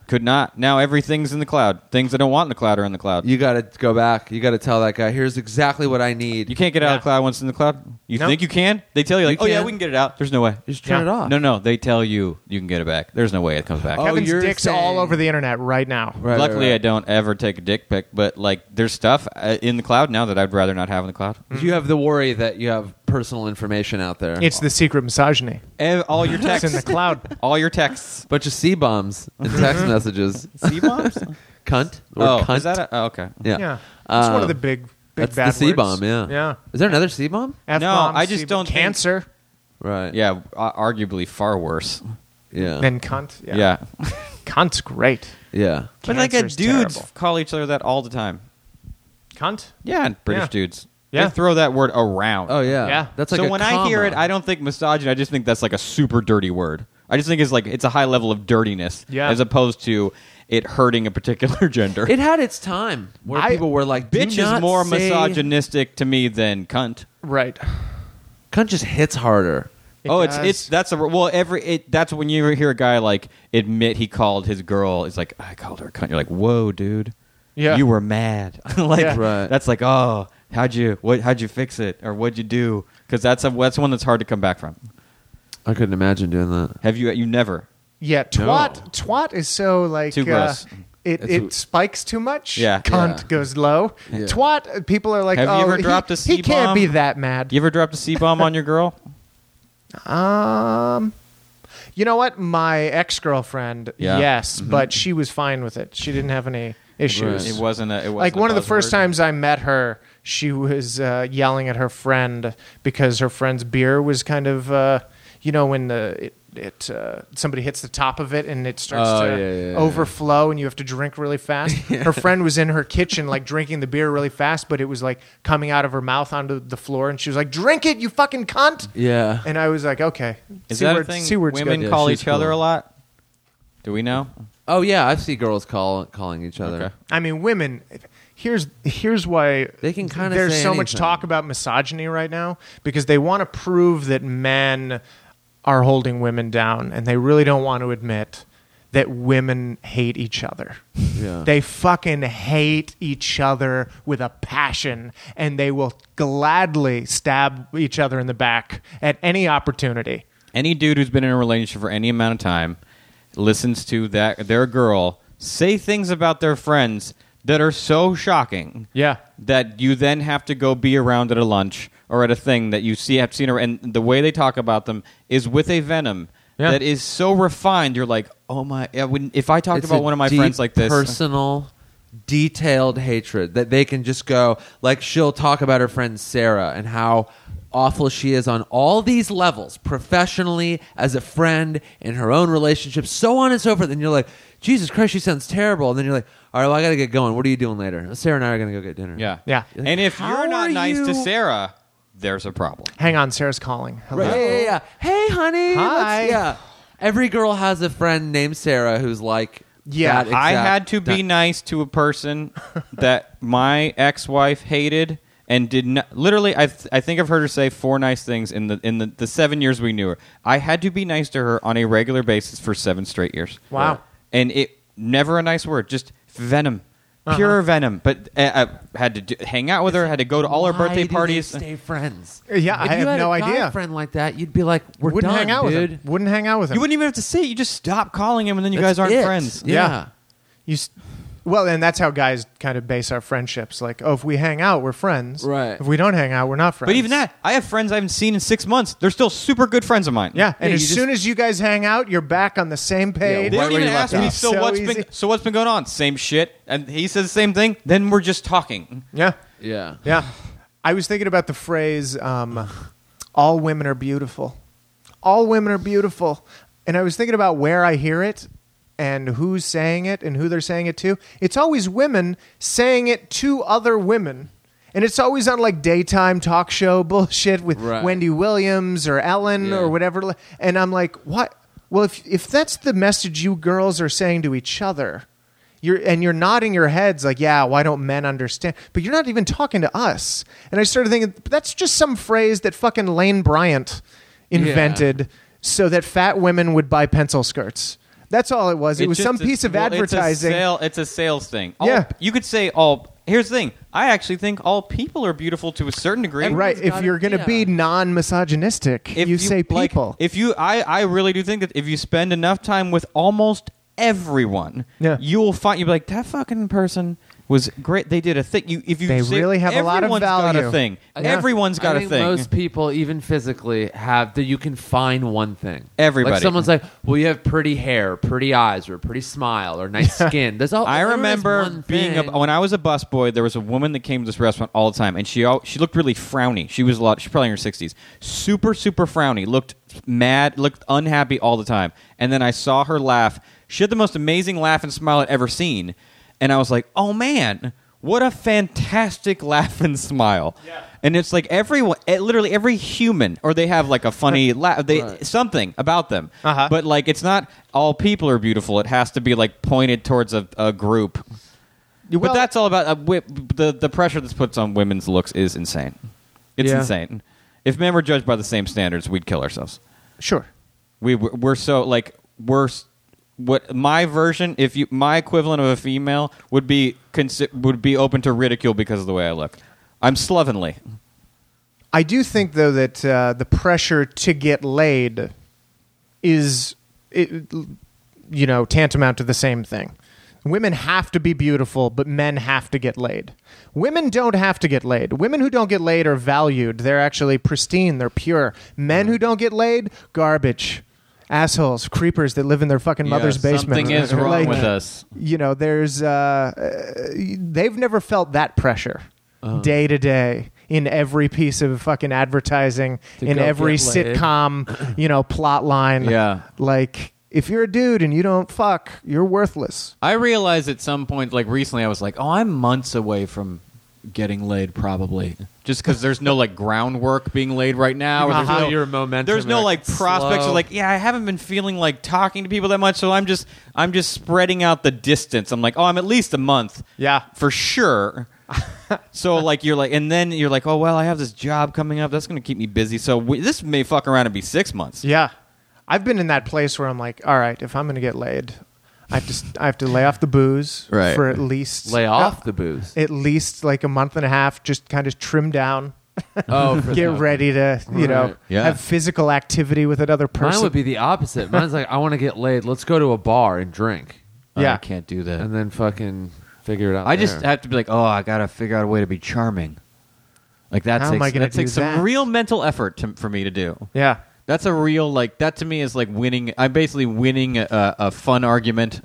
Could not. Now everything's in the cloud. Things I don't want in the cloud are in the cloud. You, you got to go back. You got to tell that guy, here's exactly what I need. You can't get out of Yeah. the cloud once it's in the cloud. You Nope. think you can? They tell you like, You oh yeah, can. we can get it out. There's no way. just turn Yeah. it off. No, no. They tell you you can get it back. There's no way it comes back. Oh, Kevin's you're dicks saying- all over the internet right now. Right, right, Luckily, right. I don't ever take a dick pic, but like, there's stuff uh, in the cloud now that I'd rather not have in the cloud. You have the worry that you have personal information out there. It's the secret misogyny. Ev- all your It's in texts, the cloud. all your texts. bunch of C bombs and text messages. C bombs? Cunt or oh, cunt. is that? A, oh, okay. yeah. Yeah. It's one Um, of the big, big That's bad the C bomb. Yeah. words. Yeah. Is there another C bomb? F-bomb, I just C- don't think- Cancer, Right. Yeah, uh, arguably far worse. Yeah. then cunt. yeah. Cunt's great. yeah. But like a Cancer's dudes terrible. call each other that all the time. Cunt? Yeah, and British Yeah. dudes. Yeah. They throw that word around. Oh yeah. Yeah. That's like so a when I hear it, comma. I don't think misogyny. I just think that's like a super dirty word. I just think it's like it's a high level of dirtiness, Yeah. as opposed to it hurting a particular gender. it had its time where I- people were like, "Do Bitch not is more say- misogynistic to me than cunt. Right. Cunt just hits harder. It oh, does. it's it's that's a well every it that's when you hear a guy like admit he called his girl. It's like I called her a cunt. You're like, whoa, dude. Yeah. you were mad. like Yeah. Right. that's like oh how'd you what how'd you fix it or what'd you do? Because that's a, that's one that's hard to come back from. I couldn't imagine doing that. Have you you never? Yeah, twat. Twat is so like Too gross. Uh, it, It's- it spikes too much. Yeah. Cunt Yeah. goes low. Yeah. Twat, uh, people are like, Have you oh, ever he, dropped a he can't C-bomb? be that mad. You ever dropped a C bomb on your girl? Um, you know what? My ex girlfriend, Yeah. yes, but she was fine with it. She didn't have any issues. It wasn't a. It wasn't like a one of the first buzzword. times I met her, she was uh, yelling at her friend because her friend's beer was kind of, uh, you know, when the it, it uh, somebody hits the top of it and it starts Oh, to yeah, yeah, yeah. overflow and you have to drink really fast. Her friend was in her kitchen like drinking the beer really fast, but it was like coming out of her mouth onto the floor, and she was like, "Drink it, you fucking cunt!" Yeah. And I was like, "Okay, Is C that word- a thing? C words Women good. Yeah, call she's each other cool. a lot. Do we know? Oh yeah, I see girls call calling each other. Okay. I mean, women. Here's here's why They can kinda There's say so much anything. talk about misogyny right now because they want to prove that men are holding women down, and they really don't want to admit that women hate each other. Yeah. They fucking hate each other with a passion, and they will gladly stab each other in the back at any opportunity. Any dude who's been in a relationship for any amount of time listens to that their girl say things about their friends that are so shocking. Yeah. That you then have to go be around at a lunch or at a thing that you see have seen her, and the way they talk about them is with a venom Yeah. that is so refined. You're like, oh my! I wouldn't- if I talked It's about a one of my deep, friends like this, personal, detailed hatred that they can just go like she'll talk about her friend Sarah and how awful she is on all these levels, professionally, as a friend, in her own relationship, so on and so forth. And you're like, Jesus Christ, she sounds terrible. And then you're like, all right, well, I got to get going. What are you doing later? Sarah and I are going to go get dinner. yeah, Yeah. Like, And if how you're not are nice you- to Sarah, there's a problem. Hang on, Sarah's calling. Hello. Right. Yeah, yeah, yeah. Hey, honey. let's- Hi. Yeah. Every girl has a friend named Sarah who's like, Yeah, that I exact- had to be nice to a person that my ex-wife hated and did not. Literally, I th- I think I've heard her say four nice things in the in the, the seven years we knew her. I had to be nice to her on a regular basis for seven straight years. Wow. And it never a nice word, just venom, Uh-huh. pure venom. But uh, I had to do, hang out with her. Had to go to all her Why birthday do they parties. Stay friends. Yeah, if I you have had no a guy idea. Friend like that, you'd be like, we're Wouldn't done, hang out dude. with him. Wouldn't hang out with him. You wouldn't even have to say. it. You just stop calling him, and then you That's guys aren't it. friends. Yeah. Yeah. You, s- well, and that's how guys kind of base our friendships. Like, oh, if we hang out, we're friends. Right. If we don't hang out, we're not friends. But even that, I have friends I haven't seen in six months. They're still super good friends of mine. Yeah. And Yeah, as you just- soon as you guys hang out, you're back on the same page. They Right don't where even you left ask me. off. So, So what's easy. been so what's been going on? Same shit, and he says the same thing. Then we're just talking. yeah. Yeah. Yeah. I was thinking about the phrase, um, all women are beautiful. All women are beautiful. And I was thinking about where I hear it and who's saying it and who they're saying it to. It's always women saying it to other women. And it's always on like daytime talk show bullshit with Right. Wendy Williams or Ellen Yeah. or whatever. And I'm like, what? Well, if, if that's the message you girls are saying to each other, you're, and you're nodding your heads like, yeah, why don't men understand? But you're not even talking to us. And I started thinking, that's just some phrase that fucking Lane Bryant invented so that fat women would buy pencil skirts. That's all it was. It, was just some a- piece of well, advertising. It's a, sale, it's a sales thing. All- Yeah. you could say all. Here's the thing. I actually think all people are beautiful to a certain degree. right. Everyone's If got you're it, going to yeah. be non misogynistic, you, say like, people. if you, I, I really do think that if you spend enough time with almost everyone, Yeah. you will find you'll be like that fucking person was great. They did a thing. You, if you, They say- really have a lot of everyone's got value. a thing. I- Everyone's I got a think thing. Most people, even physically, have that you can find one thing. Everybody. Like someone's like, well, you have pretty hair, pretty eyes, or a pretty smile, or nice skin. There's all. I everyone has remember one being a, thing. when I was a busboy. There was a woman that came to this restaurant all the time, and she al- she looked really frowny. She was a lot. She's probably in her sixties. Super super frowny. Looked mad. Looked unhappy all the time. And then I saw her laugh. She had the most amazing laugh and smile I'd ever seen. And I was like, oh man. What a fantastic laugh and smile! And it's like everyone, eh, literally every human, or they have like a funny laugh, they something about them. Uh-huh. But like, it's not all people are beautiful. It has to be like pointed towards a, a group. Well- but that's all about uh, wi- the the pressure that's put on women's looks is insane. It's Yeah. insane. If men were judged by the same standards, we'd kill ourselves. sure. We we're we're so like we're s- what my version, if you my equivalent of a female would be consi- would be open to ridicule because of the way I look. I'm slovenly. I do think though that uh, the pressure to get laid is, it, you know, tantamount to the same thing. Women have to be beautiful, but men have to get laid. Women don't have to get laid. Women who don't get laid are valued. They're actually pristine. They're pure. Men who don't get laid, garbage. assholes, creepers that live in their fucking mother's basement. Something is wrong Like, with us. You know, there's uh, uh, they've never felt that pressure Uh-huh. day to day in every piece of fucking advertising, To in go every get laid. sitcom, you know, plot line. Yeah. like if you're a dude and you don't fuck, you're worthless. I realized at some point, like recently, I was like, oh, I'm months away from getting laid, probably. Just because there's no like groundwork being laid right now. or there's Uh-huh. no- Your momentum There's no is like prospects. slow. Of, like, yeah, I haven't been feeling like talking to people that much, so I'm just I'm just spreading out the distance. I'm like, oh, I'm at least a month. Yeah. for sure. so like you're like, and then you're like, oh well, I have this job coming up that's going to keep me busy. So we, this may fuck around and be six months. Yeah. I've been in that place where I'm like, all right, if I'm going to get laid, I have to, s- I have to lay off the booze Right. for at least Lay off uh, the booze. at least like a month and a half, just kind of trim down, Oh, for get the- ready to, you know, Right. Yeah. have physical activity with another person. Mine would be the opposite. Mine's like, I want to get laid. Let's go to a bar and drink, yeah. I can't do that. and then fucking figure it out. I just there. have to be like, oh, I gotta figure out a way to be charming. Like that How am takes I gonna that do takes that? some real mental effort to, for me to do. yeah. That's a real like that to me is like winning. I'm basically winning a, a fun argument.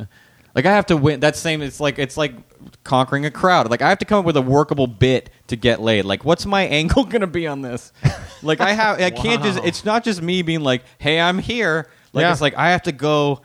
Like I have to win that same. It's like it's like conquering a crowd. Like I have to come up with a workable bit to get laid. Like what's my angle gonna be on this? Like I have I can't just. It's not just me being like, hey, I'm here. Like Yeah. it's like I have to go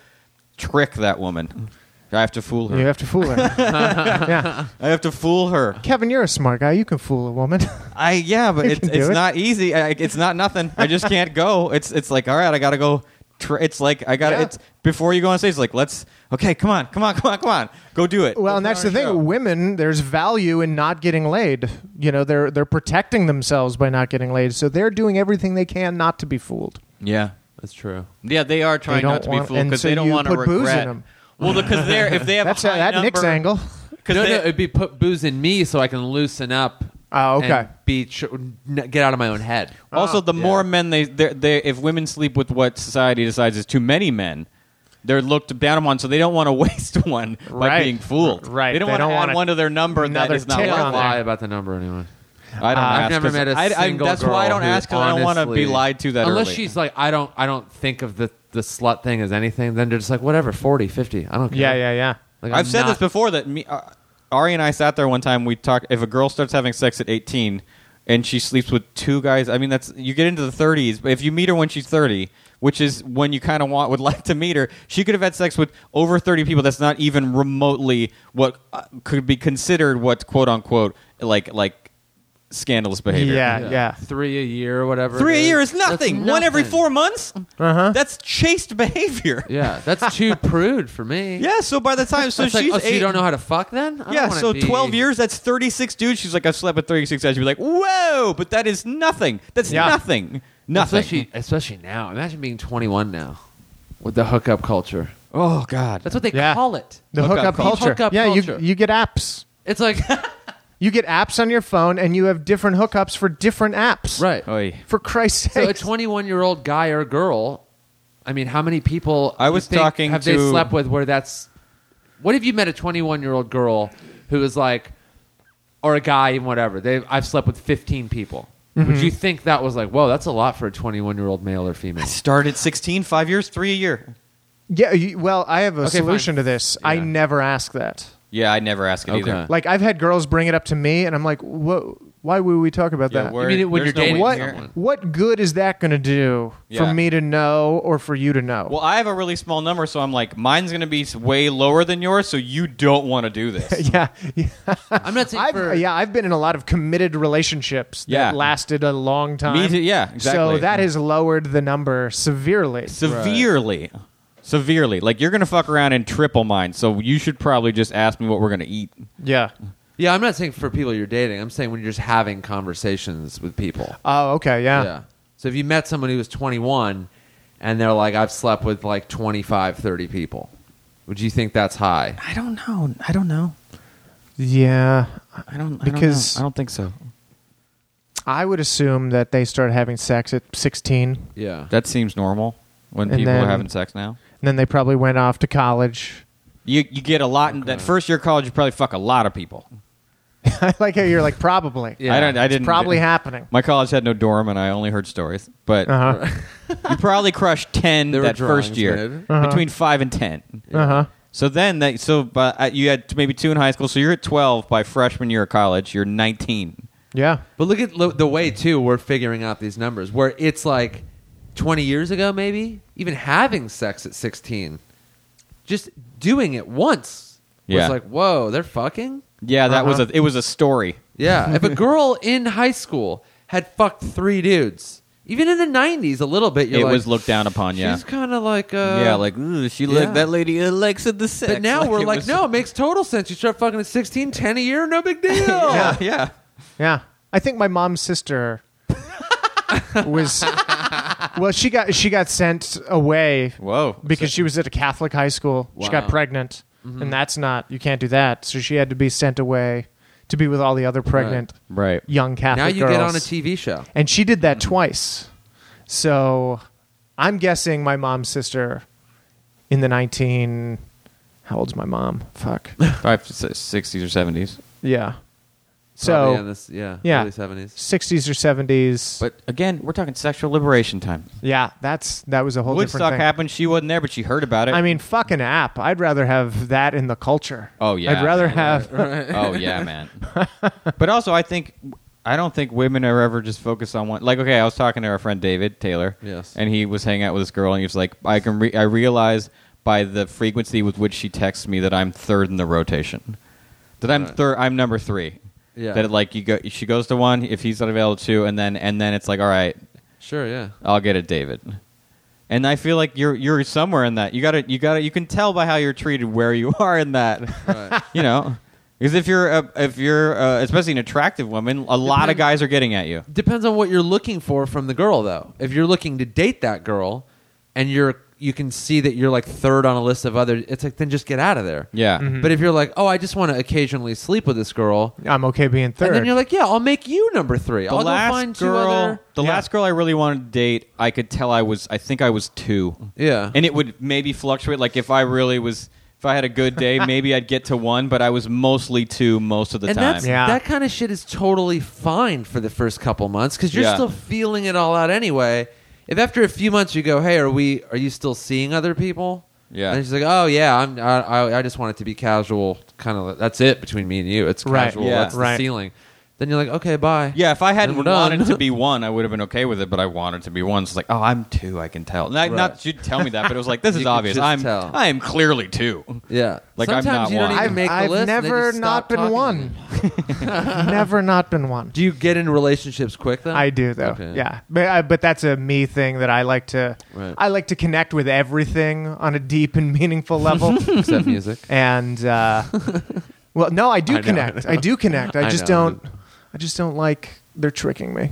trick that woman. I have to fool her. You have to fool her. yeah. I have to fool her. Kevin, you're a smart guy. You can fool a woman. I yeah, but You it's can do it's it. not easy. I, it's not nothing. I just can't go. It's it's like all right, I gotta go. Tr- it's like I gotta. Yeah. It's before you go on stage. It's like let's okay, come on, come on, come on, come on, go do it. well, and Let's that's put the on a thing. show. Women, there's value in not getting laid. You know, they're they're protecting themselves by not getting laid. So they're doing everything they can not to be fooled. Yeah, That's true. yeah, they are trying don't not to be want- fooled and because so they don't you want to put booze in regret. them. Well, because they're if they have That's a high that Nick's number- angle. 'cause no, they- no, it'd be put booze in me so I can loosen up. Ah, Oh, okay. and be ch- n- get out of my own head. Oh, Also, the yeah. more men they, they're, they, if women sleep with what society decides is too many men, they're looked down upon, so they don't want to waste one by Right. being fooled. Right. They don't They want don't to add wanna- one to their number that another is not tick They on don't one. there. lie about the number anyway. I don't. I've ask never 'cause met a I- I- single That's why I girl don't who ask because I don't want to be honestly- lied to that Unless early. she's like, I don't, I don't think of the the slut thing as anything. Then they're just like, whatever, 40, 50. I don't care. Yeah, yeah, yeah. Like, I've I'm said not- this before that me, uh, Ari and I sat there one time. We talked. If a girl starts having sex at eighteen and she sleeps with two guys, I mean that's you get into the thirties. But if you meet her when she's thirty, which is when you kind of want would like to meet her, she could have had sex with over thirty people. That's not even remotely what uh, could be considered what quote unquote like like scandalous behavior. Yeah, yeah. Three a year or whatever. Three it a year is That's nothing. One every nothing. four months. Uh-huh. That's chaste behavior. Yeah, that's too prude for me. Yeah, so by the time so That's like, she's oh, so eight, you don't know how to fuck then? I don't yeah, wanna so be- 12 years, that's 36 dudes. She's like, I've slept with 36 guys. You'd be like, whoa, but that is nothing. That's Yeah. nothing. Nothing. Especially, especially now. Imagine being 21 now with the hookup culture. oh, God. That's what they Yeah. call it. The Hookup hookup, culture. culture. Hookup yeah, culture. you you get apps. It's like, You get apps on your phone, and you have different hookups for different apps. right. Oy. For Christ's So a sake. 21 year old guy or girl, I mean, how many people I you was think talking have they to- slept with where that's. What if you met a 21 year old girl who is like, or a guy and whatever? They, I've slept with 15 people. Would Mm-hmm. you think that was like, whoa, that's a lot for a 21 year old male or female? Start at 16, five years, three a year. yeah. You, well, I have a Okay, solution fine. to this. I Yeah. never ask that. Yeah, I never ask it either. Okay. Like I've had girls bring it up to me, and I'm like, "What? Why would we talk about Yeah, that? we're- You mean it when there's you're dating no way what? someone? here. What good is that going to do Yeah. for me to know or for you to know? Well, I have a really small number, so I'm like, mine's going to be way lower than yours, so you don't want to do this. yeah, yeah. I'm not saying I've, for, yeah, I've been in a lot of committed relationships that Yeah. lasted a long time. Me too, yeah, So exactly. that has lowered the number severely. Severely. Severely. Like, you're going to fuck around and triple mine, so you should probably just ask me what we're going to eat. yeah. Yeah, I'm not saying for people you're dating. I'm saying when you're just having conversations with people. Oh, okay. Yeah. yeah. So if you met someone who was 21 and they're like, I've slept with like 25, 30 people, would you think that's high? I don't know. I don't know. Yeah. I don't Because- I don't think so. I would assume that they start having sex at 16, and Yeah. That seems normal when And people are then- having sex now. then they probably went off to college. You you get a lot in that first year of college. You probably fuck a lot of people. I like how you're like probably. Yeah. I don't. I didn't. Probably happening. My college had no dorm, and I only heard stories. But Uh huh. you probably crushed ten There were that first drawings year, made. Uh-huh. between five and ten. Uh huh. So then, that, so but uh, you had maybe two in high school. So you're at twelve by freshman year of college. You're nineteen. Yeah. But look at lo- the way too we're figuring out these numbers, where it's like 20 years ago, maybe even having sex at 16, just doing it once Yeah. was like, whoa, they're fucking. Yeah, that was Uh-huh. a. It was a story. Yeah, if a girl in high school had fucked three dudes, even in the 90s, a little bit, you're it like, was looked down upon. Yeah. she's kind of like, uh, yeah, like "Ooh, she yeah. like that lady uh, likes it the sex. But now Like, we're it like, was- no, it makes total sense. You start fucking at 16, 10 a year, no big deal. yeah, yeah. Yeah. I think my mom's sister was well she got she got sent away Whoa, because she was at a Catholic high school. She got Wow. pregnant Mm-hmm. and that's not you can't do that. So she had to be sent away to be with all the other pregnant right. young Catholic Now you girls. get on a TV show. And she did that twice. So I'm guessing my mom's sister in the 19 how old's my mom? Fuck. Five, sixties or seventies. yeah. Probably in So this, yeah, yeah. early 70s. 60s or 70s. But again, we're talking sexual liberation time. Yeah, that's that was a whole different Woodstock thing. happened. She wasn't there, but she heard about it. I mean, fucking app. I'd rather have that in the culture. Oh, yeah. I'd rather Right, have. oh yeah, man. but also, I think I don't think women are ever just focused on one. Like, okay, I was talking to our friend David Taylor. Yes. And he was hanging out with this girl, and he was like, "I can. Re- I realize by the frequency with which she texts me that I'm third in the rotation. That I'm Right. third. I'm number three. Yeah. That like you go. She goes to one if he's not available to, and then and then it's like, all right, Sure, yeah. I'll get it, David. And I feel like you're you're somewhere in that. You got to you got to you can tell by how you're treated where you are in that. Right. you know, because if you're a, if you're uh, especially an attractive woman, a lot of Depend- guys are getting at you. Depends on what you're looking for from the girl, though. If you're looking to date that girl, and you're you can see that you're like third on a list of other, it's like then just get out of there. Yeah. But if you're like, oh, I just want to occasionally sleep with this girl, I'm okay being third. and then you're like, yeah, I'll make you number three. The I'll last go find girl, two other. the Yeah. last girl I really wanted to date, I could tell I was I think I was two. Yeah. and it would maybe fluctuate. Like if I really was. If I had a good day, maybe I'd get to one, but I was mostly two most of the and time. that's Yeah. that kind of shit is totally fine for the first couple months because you're Yeah. still feeling it all out anyway. If after a few months you go, hey, are we? Are you still seeing other people? Yeah. And she's like, oh yeah, I'm. I, I, I just want it to be casual. Kind of. That's it between me and you. It's Right. casual. Yeah. That's Right. the ceiling. Then you're like, okay, bye. Yeah, if I hadn't we're done. wanted to be one, I would have been okay with it. But I wanted to be one. So it's like, oh, I'm two. I can tell. Not, not Right. you tell me that, but it was like, this You is could obvious. just I'm tell. I am clearly two. Yeah. Like, I'm Sometimes not you don't one. even I've, make the I've list. and they never just not stop been talking to one. you. never not been one. Do you get in relationships quick then? I do though. Okay. Yeah, but I, but that's a me thing that I like to. Right. I like to connect with everything on a deep and meaningful level. Except music. and uh, well, no, I do I know, connect. I, do connect. I, I just know. don't. I just don't like they're tricking me.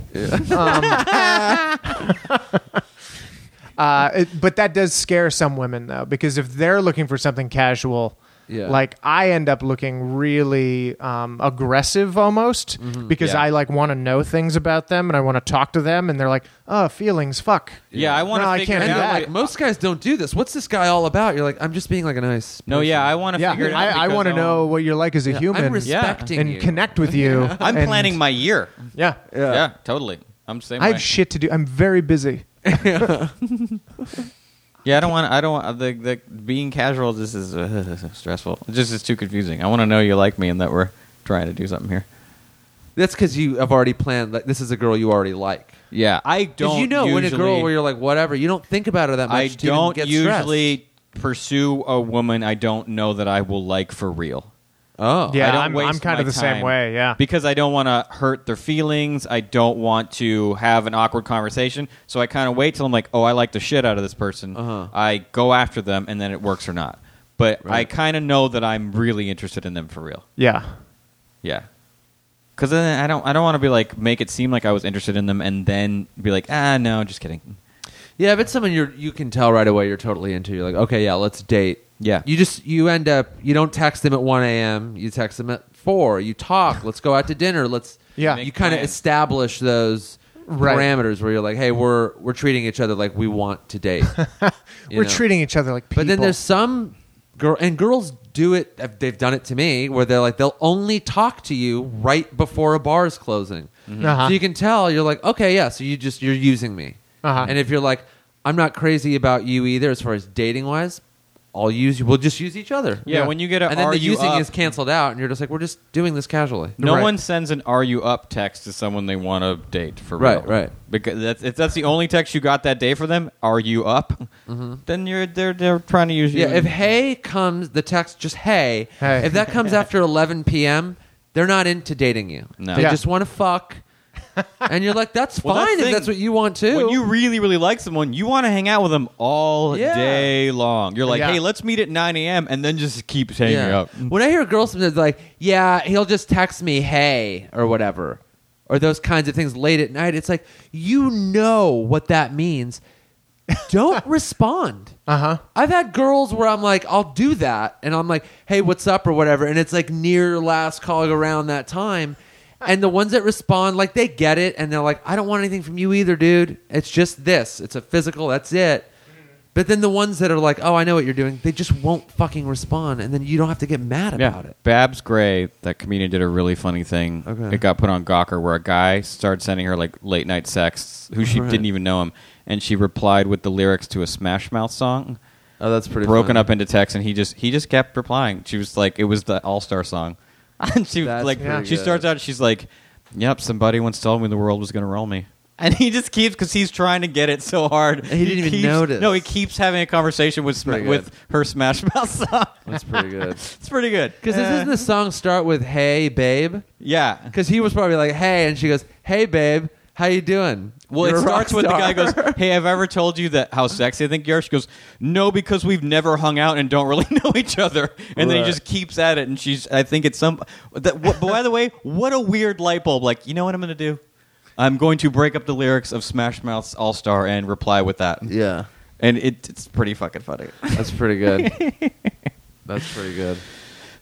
Um, uh, it- but that does scare some women though, because if they're looking for something casual, Yeah. like I end up looking really um, aggressive almost, Mm-hmm. because Yeah. I like want to know things about them and I want to talk to them, and they're like, "Oh, feelings, fuck." Yeah, I want to No, I figure can't it And do you're Yeah. out. like, most guys don't do this. What's this guy all about? You're like, I'm just being like a nice. no, yeah, I person. want to Yeah, figure it out. I, I because um, want to I'll- know what you're like as a human. I'm respecting and you. connect with you. I'm and- planning my year. Yeah. Yeah, totally. I'm the same. I way. have shit to do. I'm very busy. yeah, I don't want. I don't want the, the being casual. This is uh, stressful. It just is too confusing. I want to know you like me and that we're trying to do something here. That's because you have already planned. Like, this is a girl you already like. Yeah, I 'Cause don't. you know when a girl usually- where you're like whatever, you don't think about her that much. I to even don't get usually pursue a woman I don't know that I will like for real. stressed. Oh Yeah, I don't I'm, waste I'm kind my of the time same way. Yeah. Because I don't want to hurt their feelings. I don't want to have an awkward conversation. So I kind of wait till I'm like, oh, I like the shit out of this person. Uh-huh. I go after them, and then it works or not. But I Right. kind of know that I'm really interested in them for real. yeah. Yeah. Because then I don't, I don't want to be like make it seem like I was interested in them, and then be like, ah, no, just kidding. yeah. If it's someone you you can tell right away you're totally into, you're like okay, yeah, let's date. Yeah. You just you end up you don't text them at 1 a.m. You text them at four. You talk. let's go out to dinner. Let's Yeah. You Make kind of plans. establish those Right. parameters where you're like, hey, we're we're treating each other like we want to date. You We're know? treating each other like people. But then there's some girl and girls do it. I've- They've done it to me where they're like they'll only talk to you right before a bar is closing, Mm-hmm. Uh-huh. so you can tell you're like, okay, yeah. So you just you're using me, Uh-huh. and if you're like, I'm not crazy about you either as far as dating wise, I'll use you. We'll just use each other. Yeah, when you get a and then "Are the you using up?" is canceled out, and you're just like, we're just doing this casually. No Right. one sends an "Are you up?" text to someone they want to date for Right, real. right. Because that's if that's the only text you got that day for them, "Are you up?" Then you're they're they're trying to use you. Mm-hmm. Yeah, if hey comes, the text just hey. Hey. If that comes after 11 p.m., they're not into dating you. No. They Yeah. just want to fuck. And you're like, that's Well, fine that's the if thing. that's what you want too. when you really really like someone, you want to hang out with them all Yeah. day long. You're like, Yeah. "Hey, let's meet at 9 a.m." and then just keep hanging yeah. out. When I hear girls sometimes like, yeah, he'll just text me hey or whatever, or those kinds of things late at night. It's like you know what that means. Don't respond. Uh huh. I've had girls where I'm like, I'll do that, and I'm like, hey, what's up or whatever, and it's like near last call around that time, and the ones that respond like they get it, and they're like, I don't want anything from you either, dude. It's just this. It's a physical. That's it. But then the ones that are like, oh, I know what you're doing, they just won't fucking respond, and then you don't have to get mad about it. Babs Gray, that comedian, did a really funny thing. Okay. It got put on Gawker where a guy started sending her like late night sexts who she Right. didn't even know him, and she replied with the lyrics to a Smash Mouth song, Oh, that's pretty broken up into text, and he just he just kept replying. She was like, it was the All Star song, and she was That's like pretty she good. starts out, she's like, "Yep, somebody once told me the world was gonna roll me." And he just keeps because he's trying to get it so hard. He didn't even keeps- notice. No, he keeps having a conversation with Sma- Pretty good. with her Smash Mouth song. That's pretty good. it's pretty good Because doesn't the song start with "Hey, babe"? yeah. Because he was probably like, "Hey," and she goes, "Hey, babe, how you doing?" Well, You're it a rock starts with the guy star." goes, "Hey, have I ever told you that how sexy I think you are?" She goes, "No, because we've never hung out and don't really know each other." And then he Right. just keeps at it, and she's. I think it's some. That, what, but by the way, what a weird light bulb! Like, you know what I'm going to do? I'm going to break up the lyrics of Smash Mouth's All Star and reply with that. Yeah, And it, it's pretty fucking funny. that's pretty good. that's pretty good.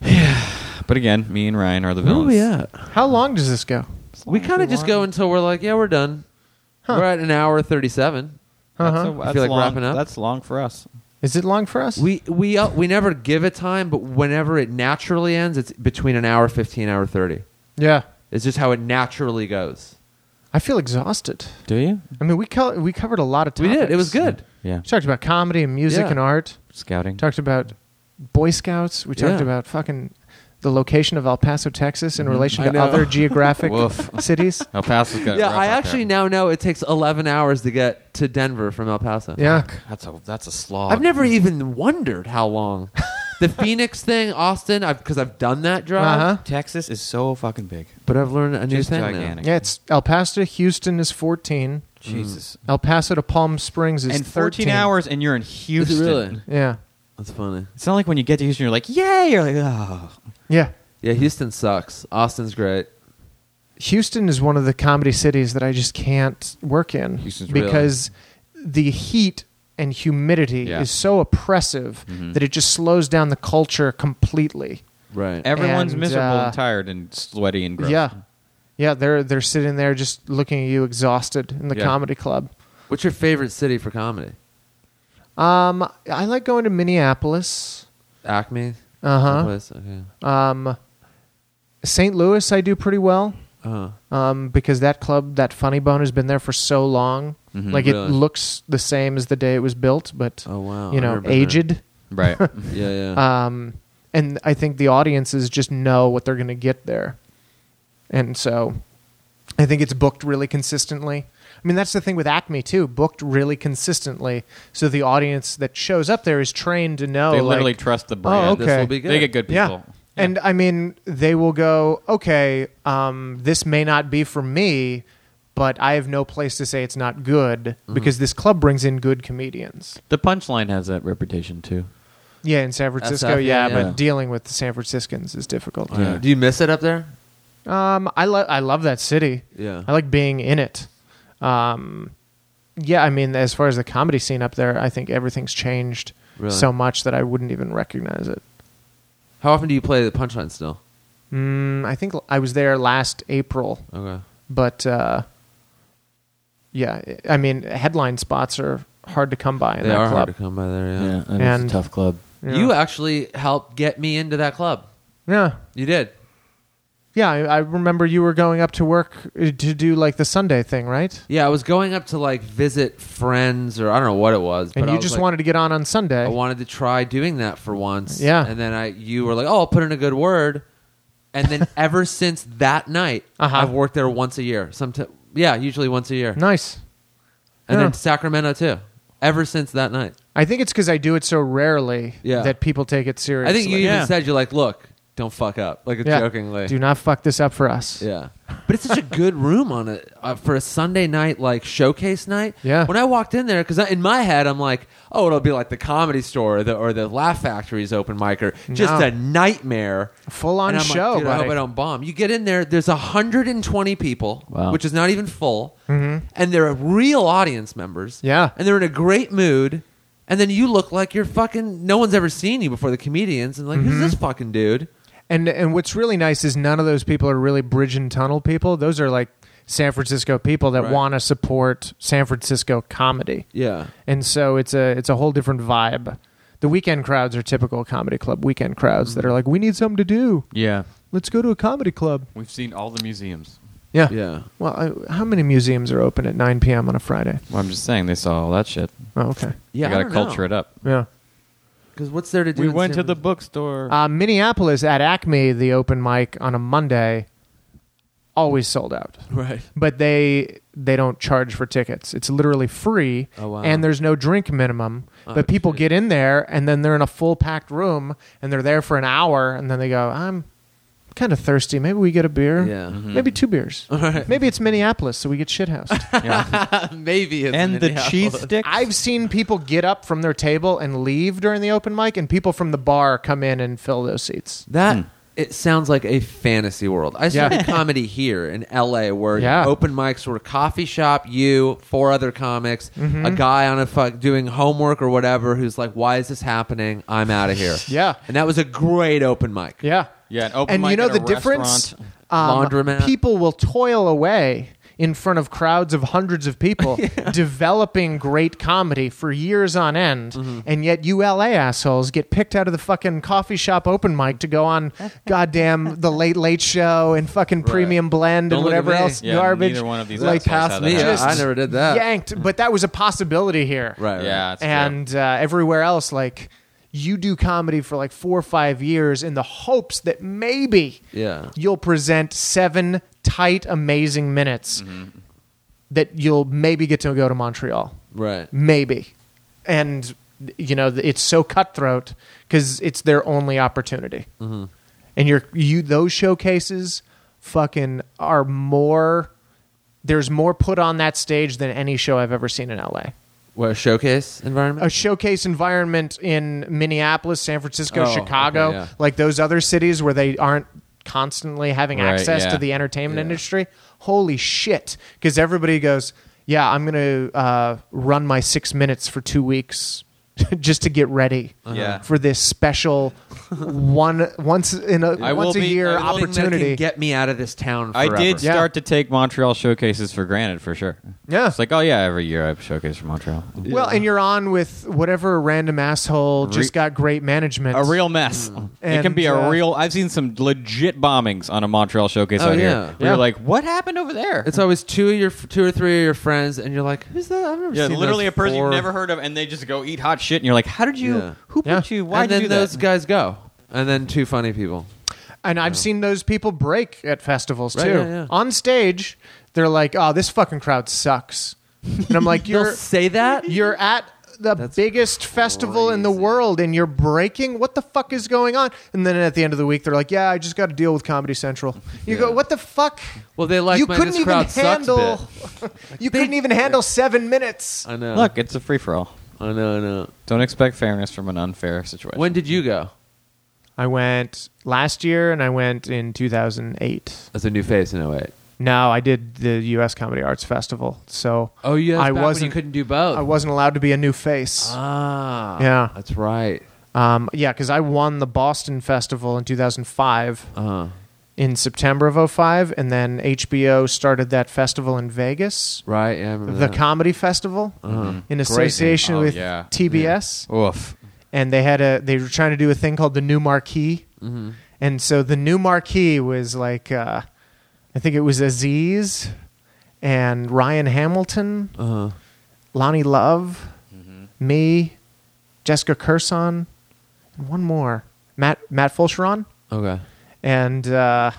But again, me and Ryan are the villains. at? How long does this go? We kind of just go until we're like, yeah, we're done. We're at an hour thirty-seven. That's, Uh-huh. a- that's like long, wrapping up? That's long for us. Is it long for us? We we uh, we never give a time, but whenever it naturally ends, it's between an hour fifteen, hour thirty. yeah. It's just how it naturally goes. I feel exhausted. Do you? I mean, we co- we covered a lot of We topics. did. It was good. Yeah. We talked about comedy and music Yeah. and art. Scouting. We talked about Boy Scouts. We talked Yeah. Mm-hmm. about fucking the location of El Paso, Texas, in relation I to know. Oh, other geographic Woof. cities. El Paso's got it Yeah, rough I out actually there. now know it takes eleven hours to get to Denver from El Paso. Yeah. That's a that's a slog. I've never even wondered how long. the Phoenix thing, Austin, I've because I've done that drive, Uh huh. Texas is so fucking big. Mm. but I've learned a new Just thing now. gigantic. Yeah, it's El Paso to Houston is 14. Jesus. El Paso to Palm Springs is And 14 hours, and you're in Houston. really? Yeah. That's funny. It's not like when you get to Houston, you're like, yay! You're like, oh. Yeah. Yeah, Houston sucks. Austin's great. Houston is one of the comedy cities that I just can't work in Houston's really- because the heat and humidity Yeah. Mm-hmm. is so oppressive that it just slows down the culture completely. Right. Everyone's And, miserable uh, and tired and sweaty and gross. Yeah. Yeah, they're they're sitting there just looking at you exhausted in the Yeah. comedy club. What's your favorite city for comedy? Um I like going to Minneapolis. Acme. Uh-huh. Place? Okay. Um St. Louis I do pretty well. Uh-huh. um, because that club, that Funny Bone, has been there for so long. Like Mm-hmm. Really? it looks the same as the day it was built, but Oh, wow. you I've know, never been there. aged. Right. Yeah, yeah. Um, and I think the audiences just know what they're going to get there, and so I think it's booked really consistently. I mean, that's the thing with Acme too, booked really consistently, so the audience that shows up there is trained to know. they literally Oh, like, trust the brand. okay. This will be good. They get good people. yeah. And I mean, they will go, okay, um, this may not be for me, but I have no place to say it's not good Mm-hmm. because this club brings in good comedians. the punchline has that reputation, too. Yeah, in San Francisco, SF, yeah, yeah, but yeah. dealing with the San Franciscans is difficult. Yeah. Do you miss it up there? Um, I love I love that city. Yeah. I like being in it. Um, yeah, I mean, as far as the comedy scene up there, I think everything's changed Really? so much that I wouldn't even recognize it. How often do you play the punchline still? Mm, I think l- I was there last April. Okay. but uh, yeah, I mean, headline spots are hard to come by in They that are club. hard to come by there, yeah. it's a And- tough club. You actually helped get me into that club. Yeah. You did. Yeah, I, I remember you were going up to work uh, to do like the Sunday thing, right? Yeah, I was going up to like visit friends or I don't know what it was. And but I you was just like, wanted to get on on Sunday. I wanted to try doing that for once. Yeah. And then I you were like, Oh, I'll put in a good word. And then ever since that night, Uh-huh. I've worked there once a year. Sometimes yeah, usually once a year. nice. and yeah. then Sacramento too. Ever since that night. I think it's because I do it so rarely Yeah. that people take it seriously. I think you even Yeah. said you're like, Look, don't fuck up. Like Yeah. jokingly. Do not fuck this up for us. Yeah, but it's such a good room on a uh, for a Sunday night like showcase night. Yeah. when I walked in there because in my head I'm like, oh, it'll be like the Comedy Store or the, or the Laugh Factory's open mic or just No. a nightmare. Full on And I'm like, show, Dude, I hope buddy." I don't bomb. You get in there, there's 120 people, Wow. which is not even full, Mm-hmm. and they're real audience members. Yeah. and they're in a great mood. And then you look like you're fucking. No one's ever seen you before. The comedians and like, who's this fucking dude? And and what's really nice is none of those people are really bridge and tunnel people. Those are like San Francisco people that Right. want to support San Francisco comedy. Yeah, And so it's a it's a whole different vibe. The weekend crowds are typical comedy club weekend crowds that are like, we need something to do. Yeah. Let's go to a comedy club. We've seen all the museums. Yeah. yeah. Well, I, how many museums are open at 9 p.m. on a Friday? Well, I'm just saying they saw all that shit. Oh, okay. Yeah, you gotta culture it up. Yeah. Because what's there to do? We in went San to the Francisco? bookstore. Uh, Minneapolis at Acme, the open mic on a Monday, always sold out. Right. But they they don't charge for tickets. It's literally free, Oh, wow. Oh, and there's no drink minimum. but people get in there, and then they're in a full packed room, and they're there for an hour, and then they go, "I'm kind of thirsty. Maybe we get a beer. Yeah. Mhm. Maybe two beers. Maybe it's Minneapolis, so we get shithoused." Maybe it's and the Minneapolis. cheese sticks. I've seen people get up from their table and leave during the open mic, and people from the bar come in and fill those seats. That it sounds like a fantasy world. I Hmm. Yeah. started comedy here in LA where Yeah. open mics were coffee shop, you, four other comics, Mm-hmm. a guy on a fuck doing homework or whatever who's like, Why is this happening? I'm out of here. Yeah. And that was a great open mic. Yeah. Yeah, an open and mic you know at a the difference? Um, restaurant. Laundromat. People will toil away in front of crowds of hundreds of people developing great comedy for years on end, Mm-hmm. and yet you LA assholes get picked out of the fucking coffee shop open mic to go on goddamn the Late Late Show and fucking Premium Blend Don't and look at whatever me. else Yeah, garbage. neither one of these like assholes had pass that Yeah, Just I never did that. yanked, but that was a possibility here. Right. right. Yeah, it's true. and uh, everywhere else like you do comedy for like four or five years in the hopes that maybe Yeah. you'll present seven tight amazing minutes that you'll maybe get to go to montreal Right. maybe and you know it's so cutthroat because it's their only opportunity and you're you those showcases fucking are more there's more put on that stage than any show i've ever seen in la What a showcase a environment? showcase environment in Minneapolis, San Francisco, Oh, Chicago, okay, yeah. like those other cities where they aren't constantly having Right, access yeah. to the entertainment Yeah. industry. Holy shit. Because everybody goes, yeah, I'm going to uh, run my six minutes for two weeks just to get ready Uh-huh. Yeah. for this special one once in a I will once a be- year I will be That opportunity. can get me out of this town I forever. did Yeah. start to take Montreal showcases for granted for sure. Yeah. It's like, oh yeah, every year I have a showcase for Montreal. well, and you're on with whatever random asshole just got great management. A real mess. Mm. it can And, be a uh, real. I've seen some legit bombings on a Montreal showcase Oh, out yeah. here. You're Yeah. like, what happened over there? It's always two of your two or three of your friends, and you're like, "Who's that? I've never yeah, seen those literally a person you four- you've never heard of, and they just go eat hot shit, and you're like, how did you? Yeah. Who put Yeah. you? Why and did then you do those that? guys go, and then two funny people. And I've seen those people break at festivals Right, too. yeah, yeah. On stage, they're like, "Oh, this fucking crowd sucks," and I'm like, You'll "You're say that? you're at the biggest festival in the crazy. world, and you're breaking. What the fuck is going on?" And then at the end of the week, they're like, "Yeah, I just got to deal with Comedy Central." You go, "What the fuck?" Well, they like you my couldn't this even crowd sucks handle. bit. you couldn't even handle seven minutes. I know. Look, it's a free for all. I know. I know. Don't expect fairness from an unfair situation. When did you go I went last year, and I went in 2008. as a new face in 08? No, I did the U.S. Comedy Arts Festival. So Oh, yeah. I I was. You wasn't. couldn't do both. I wasn't allowed to be a new face. Oh. Ah. Yeah. That's right. Um, yeah, because I won the Boston Festival in 2005 Uh, in September of 05, and then HBO started that festival in Vegas, right. Yeah. I remember the that. comedy festival, in Great name. association Oh, with yeah. TBS. Oof. and they had a they were trying to do a thing called the new marquee, and so the new marquee was like uh, I think it was Aziz and Ryan Hamilton, Uh-huh. Lonnie Love, me, Jessica Curson, and one more Matt Matt Fulcheron Okay. and uh,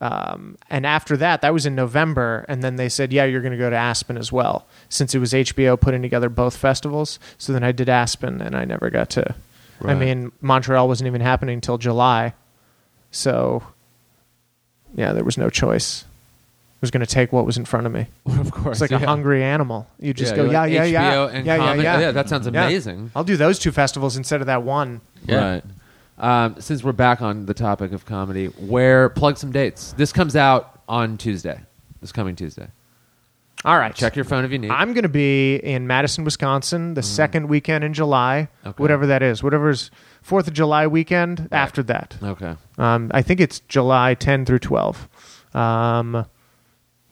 um, and after that, that was in November, and then they said, "Yeah, you're going to go to Aspen as well," since it was HBO putting together both festivals. So then I did Aspen, and I never got to. I Right. mean, Montreal wasn't even happening till July, so yeah, there was no choice. I was going to take what was in front of me. Of course. It's like a hungry animal. You just go, yeah, yeah, yeah, HBO And yeah, comic. yeah, yeah, That sounds Yeah. amazing. I'll do those two festivals instead of that one. Yeah. Um, since we're back on the topic of comedy, where plug some dates. This comes out on Tuesday. This coming Tuesday. All right, Check your phone if you need. I'm going to be in Madison, Wisconsin, the second weekend in July, Okay. whatever that is, whatever's Fourth of July weekend after that. okay. Um, I think it's July 10 through 12. Um,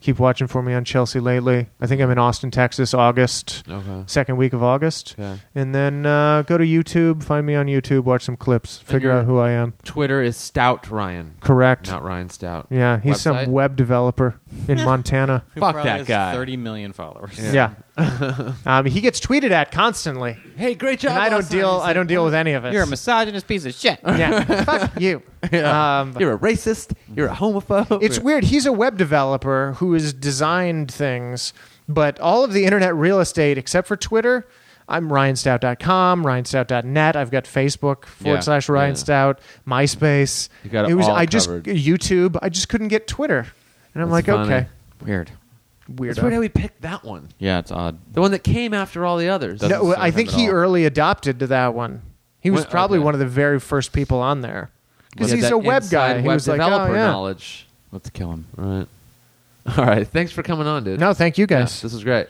keep watching for me on Chelsea lately. I think I'm in Austin, Texas, August, Okay. second week of August, Okay. and then uh, go to YouTube, find me on YouTube, watch some clips, figure you're- out who I am. Twitter is Stout Ryan, Correct. not Ryan Stout. Yeah, he's Website? some web developer in Montana. Who Fuck probably that has guy. Thirty million followers. Yeah, um, he gets tweeted at constantly. Hey, great job. and I don't deal. I don't deal with any of it. You're a misogynist piece of shit. yeah. Fuck you. Um, You're a racist. You're a homophobe. it's weird. He's a web developer who has designed things, but all of the internet real estate, except for Twitter, I'm ryanstout.com, ryanstout.net. I've got Facebook forward Yeah, slash yeah. ryanstout, MySpace. You got it was. all I just covered. YouTube. I just couldn't get Twitter, and I'm like, funny. okay, Weird. weird. It's weird how we picked that one. Yeah, it's odd. The one that came after all the others. Doesn't No, serve I him think at he all. early adopted to that one. He was Well, probably okay. one of the very first people on there because Yeah, he's that a web inside guy. Web he was like, developer oh, yeah. knowledge. Let's kill him. Right. All right. Thanks for coming on, dude. No, thank you Yeah, guys. this is great.